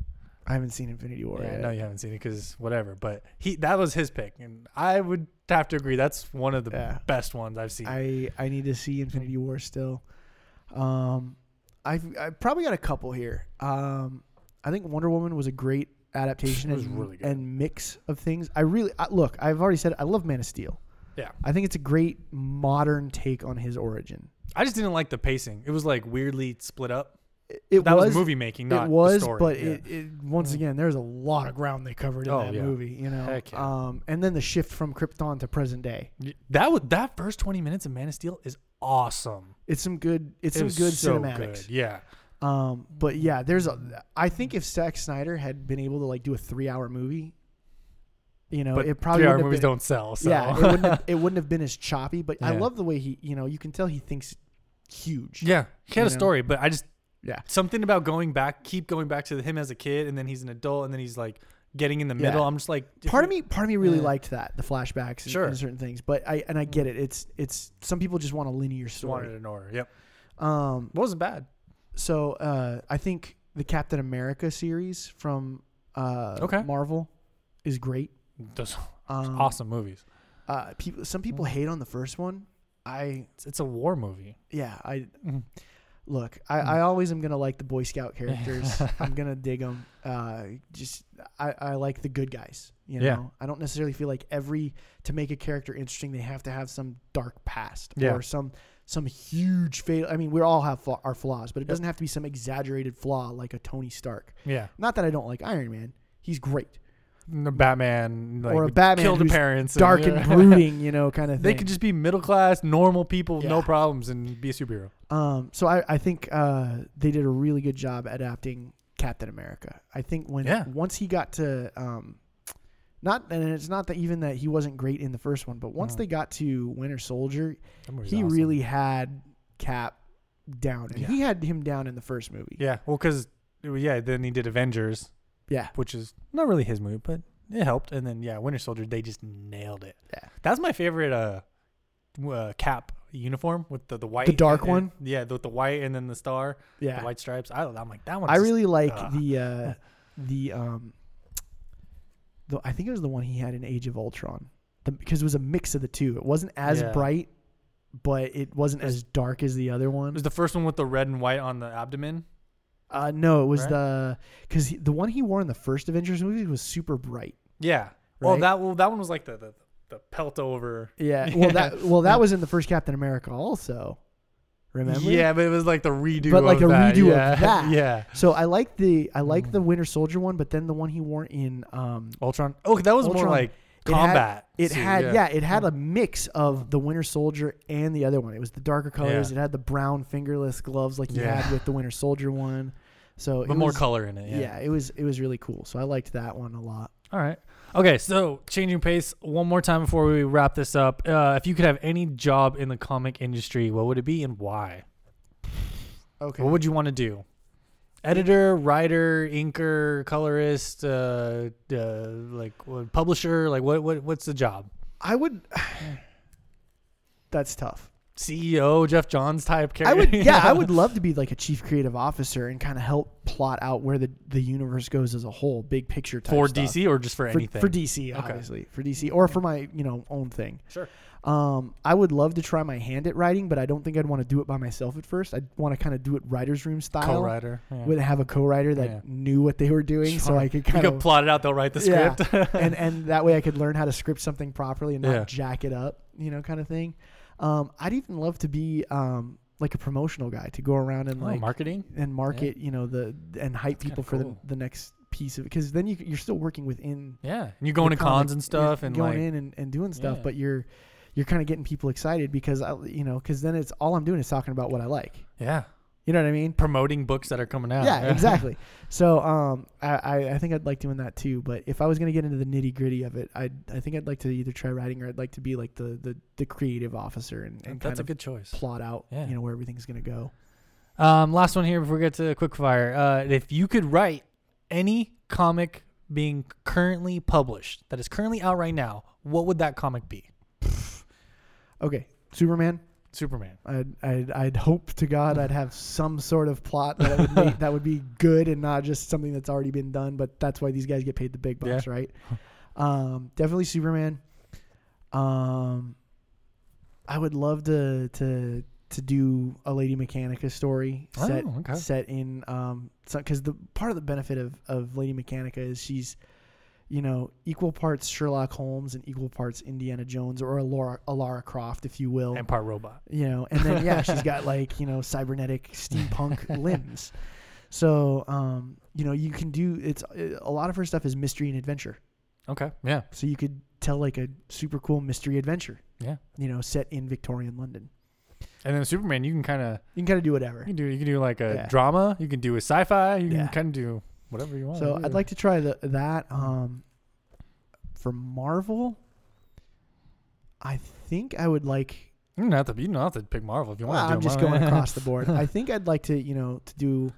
Speaker 2: I haven't seen Infinity War.
Speaker 1: Yeah, I
Speaker 2: yet.
Speaker 1: know you haven't seen it because whatever, but he that was his pick, and I would have to agree that's one of the
Speaker 2: Yeah.
Speaker 1: best ones I've seen.
Speaker 2: I I need to see Infinity War still. Um, I've I probably got a couple here. Um, I think Wonder Woman was a great adaptation
Speaker 1: It was
Speaker 2: and,
Speaker 1: really good.
Speaker 2: and mix of things. I really I, look. I've already said it, I love Man of Steel.
Speaker 1: Yeah.
Speaker 2: I think it's a great modern take on his origin.
Speaker 1: I just didn't like the pacing; it was like weirdly split up.
Speaker 2: It, it
Speaker 1: That was,
Speaker 2: was.
Speaker 1: movie making, not
Speaker 2: it
Speaker 1: the
Speaker 2: was,
Speaker 1: story.
Speaker 2: but
Speaker 1: Yeah. Mm-hmm.
Speaker 2: it, it once again there's a lot of ground they covered in
Speaker 1: Oh,
Speaker 2: that
Speaker 1: yeah.
Speaker 2: movie, you know.
Speaker 1: Heck yeah.
Speaker 2: Um, and then the shift from Krypton to present day.
Speaker 1: Y- that was that first twenty minutes of Man of Steel is awesome.
Speaker 2: It's some good. It's
Speaker 1: It
Speaker 2: some
Speaker 1: was
Speaker 2: good
Speaker 1: so
Speaker 2: cinematics.
Speaker 1: good. Yeah,
Speaker 2: Um, but yeah, there's a. I think if Zack Snyder had been able to like do a three-hour movie, you know,
Speaker 1: but
Speaker 2: it probably
Speaker 1: three-hour
Speaker 2: wouldn't have
Speaker 1: movies
Speaker 2: been,
Speaker 1: don't sell. So.
Speaker 2: Yeah, it wouldn't, have, it wouldn't have been as choppy. But I
Speaker 1: Yeah.
Speaker 2: love the way he. You know, you can tell he thinks huge.
Speaker 1: Yeah, he had
Speaker 2: You
Speaker 1: a
Speaker 2: know?
Speaker 1: story, but I just
Speaker 2: Yeah.
Speaker 1: something about going back, keep going back to him as a kid, and then he's an adult, and then he's like getting in the middle.
Speaker 2: Yeah.
Speaker 1: I'm just like,
Speaker 2: Part of me, part of me really
Speaker 1: Yeah.
Speaker 2: liked that the flashbacks and,
Speaker 1: Sure.
Speaker 2: and certain things. But I and I get it. It's it's some people just want a linear
Speaker 1: just wanted
Speaker 2: story.
Speaker 1: an order. Yep,
Speaker 2: Um,
Speaker 1: wasn't bad.
Speaker 2: so uh, I think the Captain America series from uh
Speaker 1: Okay.
Speaker 2: Marvel is great.
Speaker 1: Those
Speaker 2: Um,
Speaker 1: awesome movies.
Speaker 2: Uh, people, some people
Speaker 1: Mm.
Speaker 2: hate on the first one. I
Speaker 1: It's, it's a war movie.
Speaker 2: yeah, I
Speaker 1: Mhm.
Speaker 2: look.
Speaker 1: Mm.
Speaker 2: I, I always am gonna like the Boy Scout characters. I'm gonna dig them. Uh, just I, I like the good guys. You know,
Speaker 1: Yeah.
Speaker 2: I don't necessarily feel like every to make a character interesting, they have to have some dark past
Speaker 1: Yeah.
Speaker 2: or some some huge fatal. I mean, we all have flaw, our flaws, but it doesn't have to be some exaggerated flaw like a Tony Stark.
Speaker 1: Yeah.
Speaker 2: Not that I don't like Iron Man. He's great.
Speaker 1: n- Batman like,
Speaker 2: Or a Batman
Speaker 1: killed
Speaker 2: who's
Speaker 1: parents, and-
Speaker 2: dark and brooding, you know, kind of thing.
Speaker 1: They could just be middle class, normal people,
Speaker 2: Yeah.
Speaker 1: no problems, and be a superhero.
Speaker 2: Um, so I, I think uh, they did a really good job adapting Captain America. I think when
Speaker 1: Yeah.
Speaker 2: once he got to um, not and it's not that even that he wasn't great in the first one, but once
Speaker 1: Mhm.
Speaker 2: they got to Winter Soldier,
Speaker 1: That movie's
Speaker 2: he
Speaker 1: awesome.
Speaker 2: really had Cap down, and he had him down in the first movie.
Speaker 1: yeah. Well, because yeah, then he did Avengers,
Speaker 2: Yeah.
Speaker 1: which is not really his movie, but it helped. And then yeah, Winter Soldier, they just nailed it.
Speaker 2: Yeah.
Speaker 1: that's my favorite uh, w- uh cap uniform with the the white,
Speaker 2: dark
Speaker 1: and-
Speaker 2: one?
Speaker 1: Yeah, with the white and then the star,
Speaker 2: yeah.
Speaker 1: the white stripes. I, I'm like that one.
Speaker 2: I really like
Speaker 1: ugh.
Speaker 2: the uh, the um, the I think it was the one he had in Age of Ultron, the, because it was a mix of the two. It wasn't as
Speaker 1: Yeah.
Speaker 2: bright, but it wasn't as dark as the other one.
Speaker 1: was the first one with the red and white on the abdomen.
Speaker 2: Uh, no, it was
Speaker 1: Right?
Speaker 2: the because the one he wore in the first Avengers movie was super bright.
Speaker 1: Yeah. Well,
Speaker 2: Right?
Speaker 1: that well, that one was like the the, the pelt over.
Speaker 2: Yeah. Well, that well that was in the first Captain America also. Remember?
Speaker 1: Yeah, but it was like the redo.
Speaker 2: But, like,
Speaker 1: of
Speaker 2: a
Speaker 1: that.
Speaker 2: redo of
Speaker 1: yeah.
Speaker 2: that.
Speaker 1: yeah.
Speaker 2: So I like the I like
Speaker 1: Mm.
Speaker 2: the Winter Soldier one, but then the one he wore in um
Speaker 1: Ultron. Oh, that was more
Speaker 2: Ultron.
Speaker 1: like
Speaker 2: It had-
Speaker 1: combat.
Speaker 2: it
Speaker 1: suit,
Speaker 2: had yeah. it had
Speaker 1: Mm.
Speaker 2: a mix of the Winter Soldier and the other one. It was the darker colors.
Speaker 1: Yeah.
Speaker 2: It had the brown fingerless gloves like he
Speaker 1: Yeah.
Speaker 2: had with the Winter Soldier one. So
Speaker 1: but
Speaker 2: it
Speaker 1: more
Speaker 2: was,
Speaker 1: color in it. Yeah.
Speaker 2: Yeah. it was it was really cool. So I liked that one a lot.
Speaker 1: All right. Okay, so changing pace one more time before we wrap this up. Uh, if you could have any job in the comic industry, what would it be and why?
Speaker 2: Okay.
Speaker 1: What would you want to do? Editor, writer, inker, colorist, uh, uh, like what, publisher. Like what? What? What's the job?
Speaker 2: I would That's tough.
Speaker 1: CEO, E Jeff Johns type
Speaker 2: I
Speaker 1: character.
Speaker 2: would, yeah, I would love to be like a chief creative officer and kind of help plot out where the, the universe goes as a whole, big picture type
Speaker 1: for
Speaker 2: stuff.
Speaker 1: DC or just for,
Speaker 2: for,
Speaker 1: anything.
Speaker 2: for DC, obviously for DC, or for my you know own thing.
Speaker 1: Sure.
Speaker 2: Um, I would love to try my hand at writing, but I don't think I'd want to do it by myself at first. I'd want to kind of do it writers' room style,
Speaker 1: Co-writer. Yeah.
Speaker 2: would have a co-writer that
Speaker 1: Yeah.
Speaker 2: knew what they were doing, so
Speaker 1: Sure.
Speaker 2: I could
Speaker 1: you
Speaker 2: kind
Speaker 1: could
Speaker 2: of
Speaker 1: plot it out. They'll write the
Speaker 2: Yeah.
Speaker 1: script.
Speaker 2: and and that way I could learn how to script something properly and not
Speaker 1: Yeah.
Speaker 2: jack it up, you know, kind of thing. Um, I'd even love to be um like a promotional guy to go around and
Speaker 1: Oh,
Speaker 2: like
Speaker 1: marketing.
Speaker 2: and market, you know, the and hype
Speaker 1: kinda
Speaker 2: people for
Speaker 1: cool.
Speaker 2: the, the next piece of it because then you, you're still working within
Speaker 1: Yeah, and you're going
Speaker 2: the
Speaker 1: to
Speaker 2: comic,
Speaker 1: cons and stuff,
Speaker 2: you're
Speaker 1: and
Speaker 2: going
Speaker 1: like
Speaker 2: in and, and doing stuff,
Speaker 1: Yeah.
Speaker 2: but you're you're kind of getting people excited because I, you know, because then it's all I'm doing is talking about what I like.
Speaker 1: yeah,
Speaker 2: You know what I mean?
Speaker 1: promoting books that are coming out.
Speaker 2: Yeah, exactly. So um, I, I I think I'd like doing that too. But if I was gonna get into the nitty gritty of it, I I think I'd like to either try writing or I'd like to be like the the, the creative officer and, and kind
Speaker 1: That's a
Speaker 2: of
Speaker 1: good choice.
Speaker 2: plot out,
Speaker 1: Yeah.
Speaker 2: you know, where everything's gonna go.
Speaker 1: Um, last one here before we get to quickfire. Uh, if you could write any comic being currently published that is currently out right now, what would that comic be?
Speaker 2: Okay, Superman.
Speaker 1: Superman.
Speaker 2: I'd, I'd, I'd hope to God I'd have some sort of plot that would make, that would be good and not just something that's already been done. But that's why these guys get paid the big bucks, right? Um, definitely Superman. Um, I would love to to to do a Lady Mechanica story set
Speaker 1: Oh, okay.
Speaker 2: set in um because the part of the benefit of of Lady Mechanica is she's you know equal parts Sherlock Holmes and equal parts Indiana Jones or a Laura a Lara Croft, if you will
Speaker 1: Empire robot.
Speaker 2: you know and then yeah she's got like you know cybernetic steampunk limbs so um you know you can do it's uh, a lot of her stuff is mystery and adventure
Speaker 1: Okay. Yeah.
Speaker 2: so you could tell like a super cool mystery adventure
Speaker 1: Yeah.
Speaker 2: you know set in victorian london
Speaker 1: And then Superman, you can kind of
Speaker 2: you can kind of do
Speaker 1: you
Speaker 2: whatever
Speaker 1: can do you can do like a
Speaker 2: Yeah.
Speaker 1: drama. You can do a sci-fi. You can
Speaker 2: Yeah.
Speaker 1: kind of do whatever you want.
Speaker 2: so i'd
Speaker 1: Yeah.
Speaker 2: like to try the, that um for marvel i think i would like
Speaker 1: you don't have to you don't have to pick Marvel if you want
Speaker 2: Well,
Speaker 1: to.
Speaker 2: I'm just going across the board. I think I'd like to, you know, to do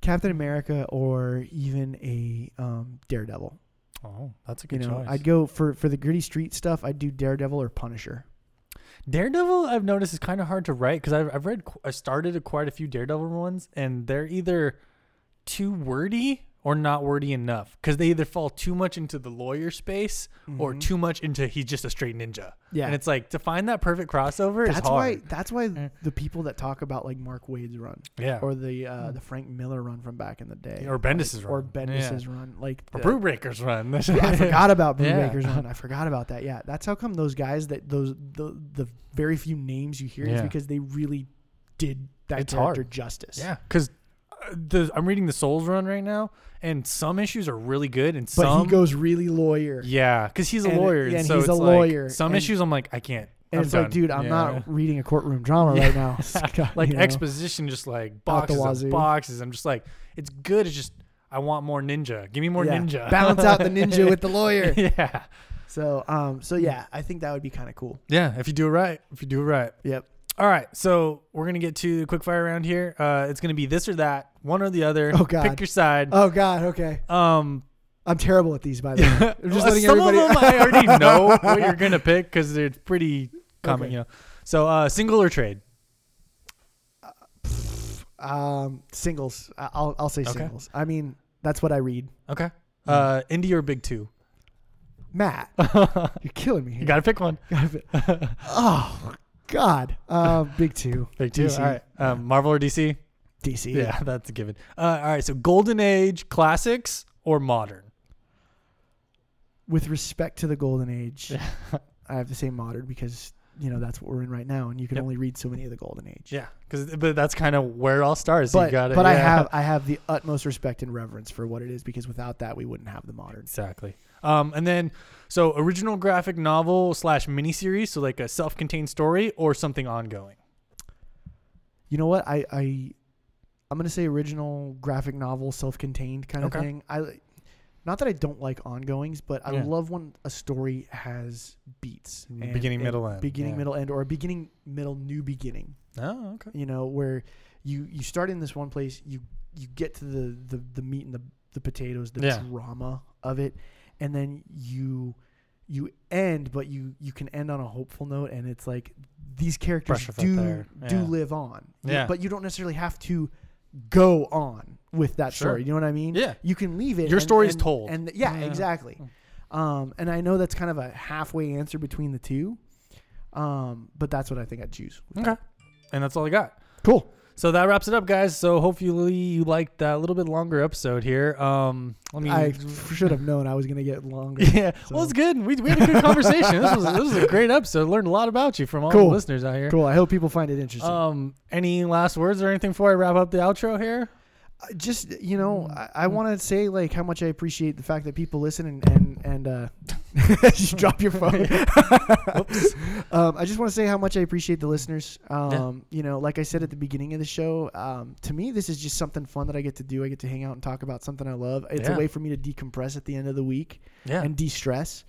Speaker 2: Captain America or even a um, Daredevil.
Speaker 1: Oh, that's a
Speaker 2: You
Speaker 1: good
Speaker 2: know,
Speaker 1: choice.
Speaker 2: I'd go for for the gritty street stuff. I'd do Daredevil or Punisher.
Speaker 1: Daredevil, I've noticed is kind of hard to write because I've, I've read, qu- I started quite a few Daredevil ones, and they're either too wordy or not wordy enough because they either fall too much into the lawyer space or
Speaker 2: Mhm.
Speaker 1: too much into he's just a straight ninja.
Speaker 2: Yeah,
Speaker 1: And it's like to find that perfect crossover
Speaker 2: that's
Speaker 1: is hard.
Speaker 2: why. That's why
Speaker 1: Yeah.
Speaker 2: the people that talk about like Mark Wade's run
Speaker 1: yeah. Or,
Speaker 2: or the uh, the Frank Miller run from back in the day,
Speaker 1: Or Bendis's
Speaker 2: or
Speaker 1: run.
Speaker 2: Bendis's run, like the-
Speaker 1: Brew Breakers run.
Speaker 2: I forgot about Brew
Speaker 1: Yeah.
Speaker 2: Baker's one. I forgot about that. Yeah, that's how come those guys that those the the very few names you hear is
Speaker 1: Yeah.
Speaker 2: because they really did that
Speaker 1: It's
Speaker 2: character
Speaker 1: hard.
Speaker 2: justice.
Speaker 1: Yeah, because the I'm reading the Souls Run right now, and some issues are really good, and
Speaker 2: But
Speaker 1: some
Speaker 2: he goes really lawyer.
Speaker 1: yeah, because he's a
Speaker 2: And it-
Speaker 1: lawyer,
Speaker 2: yeah,
Speaker 1: and
Speaker 2: and
Speaker 1: so
Speaker 2: he's
Speaker 1: it's
Speaker 2: a
Speaker 1: like,
Speaker 2: lawyer,
Speaker 1: Some
Speaker 2: and-
Speaker 1: issues I'm like, I can't.
Speaker 2: And
Speaker 1: I'm
Speaker 2: it's
Speaker 1: done.
Speaker 2: like, dude, I'm
Speaker 1: Yeah.
Speaker 2: not reading a courtroom drama
Speaker 1: Yeah.
Speaker 2: right now. Scott,
Speaker 1: like
Speaker 2: you know?
Speaker 1: exposition, just like boxes
Speaker 2: wazoo.
Speaker 1: of boxes. I'm just like, it's good. It's just I want more ninja. Give me more
Speaker 2: Yeah.
Speaker 1: ninja.
Speaker 2: Balance out the ninja with the lawyer.
Speaker 1: yeah,
Speaker 2: So, um, so yeah, I think that would be kind of cool.
Speaker 1: yeah. If you do it right, if you do it right.
Speaker 2: Yep.
Speaker 1: All right, so we're gonna get to the quick fire round here. Uh, it's gonna be this or that, one or the other.
Speaker 2: Oh, God.
Speaker 1: pick your side.
Speaker 2: Oh God. Okay.
Speaker 1: um,
Speaker 2: I'm terrible at these, by the way. I'm just letting
Speaker 1: some
Speaker 2: everybody.
Speaker 1: of them I already know what you're gonna pick because they're pretty common,
Speaker 2: Okay.
Speaker 1: you know. So uh, single or trade?
Speaker 2: um, singles. I- I'll I'll say
Speaker 1: Okay.
Speaker 2: singles. I mean, that's what I read.
Speaker 1: Okay.
Speaker 2: Hmm.
Speaker 1: Uh, indie or big two?
Speaker 2: Matt, you're killing me here.
Speaker 1: You gotta pick one.
Speaker 2: oh God. Uh, big two.
Speaker 1: Big two.
Speaker 2: DC.
Speaker 1: All right. Um, Marvel or DC?
Speaker 2: DC.
Speaker 1: Yeah, that's a given. Uh, all right. So golden age classics or modern?
Speaker 2: With respect to the golden age, I have to say modern because you know that's what we're in right now, and you can
Speaker 1: Yep.
Speaker 2: only read so many of the golden age.
Speaker 1: Yeah, because but that's kind of where it all starts.
Speaker 2: But,
Speaker 1: you got it.
Speaker 2: but I have I have the utmost respect and reverence for what it is because without that we wouldn't have the modern.
Speaker 1: Exactly. Um, and then, so original graphic novel slash miniseries, so like a self-contained story or something ongoing.
Speaker 2: You know what? I I I'm gonna say original graphic novel, self-contained kind of
Speaker 1: Okay.
Speaker 2: thing. I li- not that I don't like ongoings, but I
Speaker 1: Yeah.
Speaker 2: love when a story has beats, and-
Speaker 1: Beginning,
Speaker 2: and
Speaker 1: middle, end.
Speaker 2: beginning,
Speaker 1: Yeah.
Speaker 2: middle, end, or a beginning, middle, new beginning.
Speaker 1: Oh, okay.
Speaker 2: You know where you you start in this one place, you you get to the the, the meat and the the potatoes, the
Speaker 1: Yeah.
Speaker 2: drama of it, and then you you end, but you you can end on a hopeful note, and it's like these characters
Speaker 1: Pressure felt
Speaker 2: do
Speaker 1: there,
Speaker 2: do
Speaker 1: yeah.
Speaker 2: live on, You-
Speaker 1: Yeah.
Speaker 2: But you don't necessarily have to go on with that
Speaker 1: Sure.
Speaker 2: story. You know what I mean?
Speaker 1: Yeah.
Speaker 2: You can leave it.
Speaker 1: Your story is
Speaker 2: and-
Speaker 1: told.
Speaker 2: and yeah,
Speaker 1: Yeah.
Speaker 2: exactly. Um, and I know that's kind of a halfway answer between the two, um, but that's what I think I'd choose.
Speaker 1: Okay. And that's all I got.
Speaker 2: Cool.
Speaker 1: So that wraps it up, guys. So hopefully you liked that little bit longer episode here. Um, let me.
Speaker 2: I should have known I was gonna get longer.
Speaker 1: yeah.
Speaker 2: so.
Speaker 1: Well, it's good. We, we had a good conversation. This was this was a great episode. Learned a lot about you from all
Speaker 2: Cool.
Speaker 1: the listeners out here.
Speaker 2: Cool. I hope people find it interesting.
Speaker 1: Um, any last words or anything before I wrap up the outro here?
Speaker 2: I just you
Speaker 1: hmm.
Speaker 2: know, I, I want to say like how much I appreciate the fact that people listen and and and uh, you drop your phone. um, I just want to say how much I appreciate the listeners. Um, You know, like I said at the beginning of the show, um, to me this is just something fun that I get to do. I get to hang out and talk about something I love. It's
Speaker 1: Yeah.
Speaker 2: a way for me to decompress at the end of the week
Speaker 1: Yeah.
Speaker 2: and de-stress.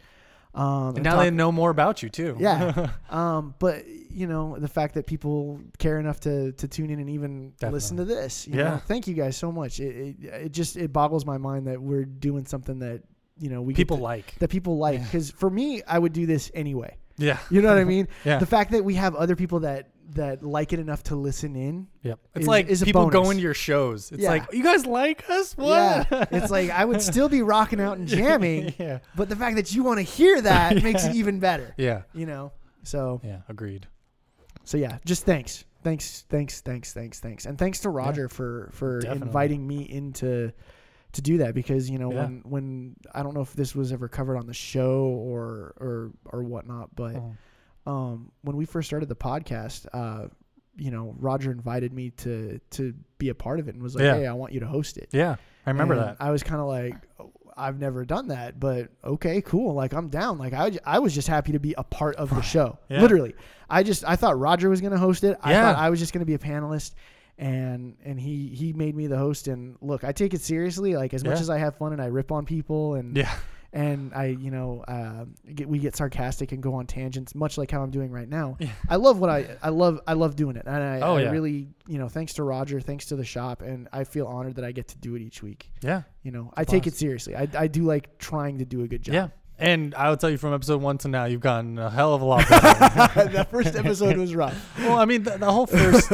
Speaker 2: Um,
Speaker 1: And now
Speaker 2: talk-
Speaker 1: they know more about you too.
Speaker 2: Yeah. um, but you know, the fact that people care enough to to tune in and even
Speaker 1: Definitely.
Speaker 2: listen to this. you know?
Speaker 1: Yeah.
Speaker 2: Thank you guys so much. It, it it just it boggles my mind that we're doing something that you know we get
Speaker 1: People
Speaker 2: to-
Speaker 1: like.
Speaker 2: that people like because for me I would do this anyway.
Speaker 1: Yeah.
Speaker 2: You know what I mean?
Speaker 1: Yeah.
Speaker 2: The fact that we have other people that that like it enough to listen in.
Speaker 1: Yep. It's
Speaker 2: is-
Speaker 1: like
Speaker 2: is a
Speaker 1: people
Speaker 2: bonus.
Speaker 1: go into your shows. It's
Speaker 2: Yeah.
Speaker 1: like, you guys like us? What?
Speaker 2: Yeah. it's like I would still be rocking out and jamming,
Speaker 1: yeah.
Speaker 2: but the fact that you want to hear that makes it even better.
Speaker 1: Yeah.
Speaker 2: You know. So
Speaker 1: Yeah. Agreed.
Speaker 2: So yeah, just thanks, thanks, thanks, thanks, thanks, thanks, and thanks to Roger for for
Speaker 1: Definitely.
Speaker 2: inviting me into to do that because you know
Speaker 1: Yeah.
Speaker 2: when when I don't know if this was ever covered on the show or or or whatnot, but
Speaker 1: Oh.
Speaker 2: um, when we first started the podcast, uh, you know Roger invited me to to be a part of it and was like,
Speaker 1: Yeah.
Speaker 2: hey, I want you to host it.
Speaker 1: Yeah. I remember
Speaker 2: And
Speaker 1: that.
Speaker 2: I was kind of like. "Oh, I've never done that, but okay, cool. Like I'm down. Like I, j- I was just happy to be a part of the show.
Speaker 1: Yeah.
Speaker 2: Literally, I just I thought Roger was gonna host it. I
Speaker 1: Yeah.
Speaker 2: thought I was just gonna be a panelist, and and he he made me the host. And look, I take it seriously. Like as much
Speaker 1: Yeah.
Speaker 2: as I have fun and I rip on people and
Speaker 1: yeah.
Speaker 2: and I you know uh, get, we get sarcastic and go on tangents, much like how I'm doing right now.
Speaker 1: Yeah.
Speaker 2: I love what I I love I love doing it, and I,
Speaker 1: Oh,
Speaker 2: I
Speaker 1: yeah.
Speaker 2: really you know thanks to Roger, thanks to the shop, and I feel honored that I get to do it each week
Speaker 1: Yeah.
Speaker 2: you know i take it
Speaker 1: boss.
Speaker 2: seriously I, I do like trying to do a good job
Speaker 1: Yeah. And I will tell you from episode one to now, you've gotten a hell of a lot better.
Speaker 2: that first episode was rough
Speaker 1: well, I mean, the, the whole first,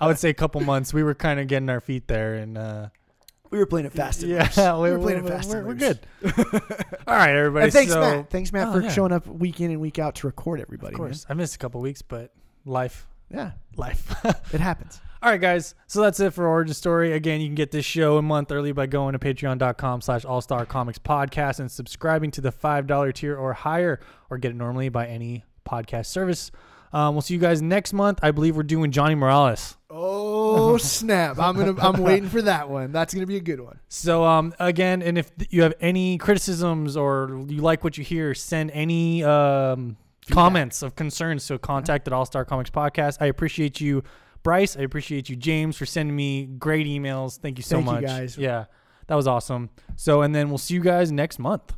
Speaker 1: I would say, couple months, we were kind of getting our feet there, and uh,
Speaker 2: we were playing it fast and
Speaker 1: yeah,
Speaker 2: loose.
Speaker 1: we-
Speaker 2: we were playing
Speaker 1: we-
Speaker 2: it fast
Speaker 1: We're,
Speaker 2: and
Speaker 1: we're
Speaker 2: loose.
Speaker 1: good. All right, everybody.
Speaker 2: and thanks
Speaker 1: so,
Speaker 2: matt thanks matt
Speaker 1: Oh,
Speaker 2: for
Speaker 1: yeah.
Speaker 2: showing up week in and week out to record everybody
Speaker 1: Of
Speaker 2: man.
Speaker 1: course, I missed a couple weeks, but life,
Speaker 2: yeah
Speaker 1: life.
Speaker 2: it happens
Speaker 1: All right, guys. So that's it for Origin Story. Again, you can get this show a month early by going to patreon.com slash all star comics podcast and subscribing to the $5 tier or higher, or get it normally by any podcast service. Um, we'll see you guys next month. I believe we're doing Johnny Morales.
Speaker 2: oh Oh snap! I'm gonna. I'm waiting for that one. That's gonna be a good one.
Speaker 1: So um again, and if th- you have any criticisms or you like what you hear, send any um comments of concerns to contact at All Star Comics Podcast. I appreciate you, Bryce. I appreciate you, James, for sending me great emails. Thank you so
Speaker 2: Thank you,
Speaker 1: much,
Speaker 2: guys.
Speaker 1: Yeah, that was awesome. So and then we'll see you guys next month.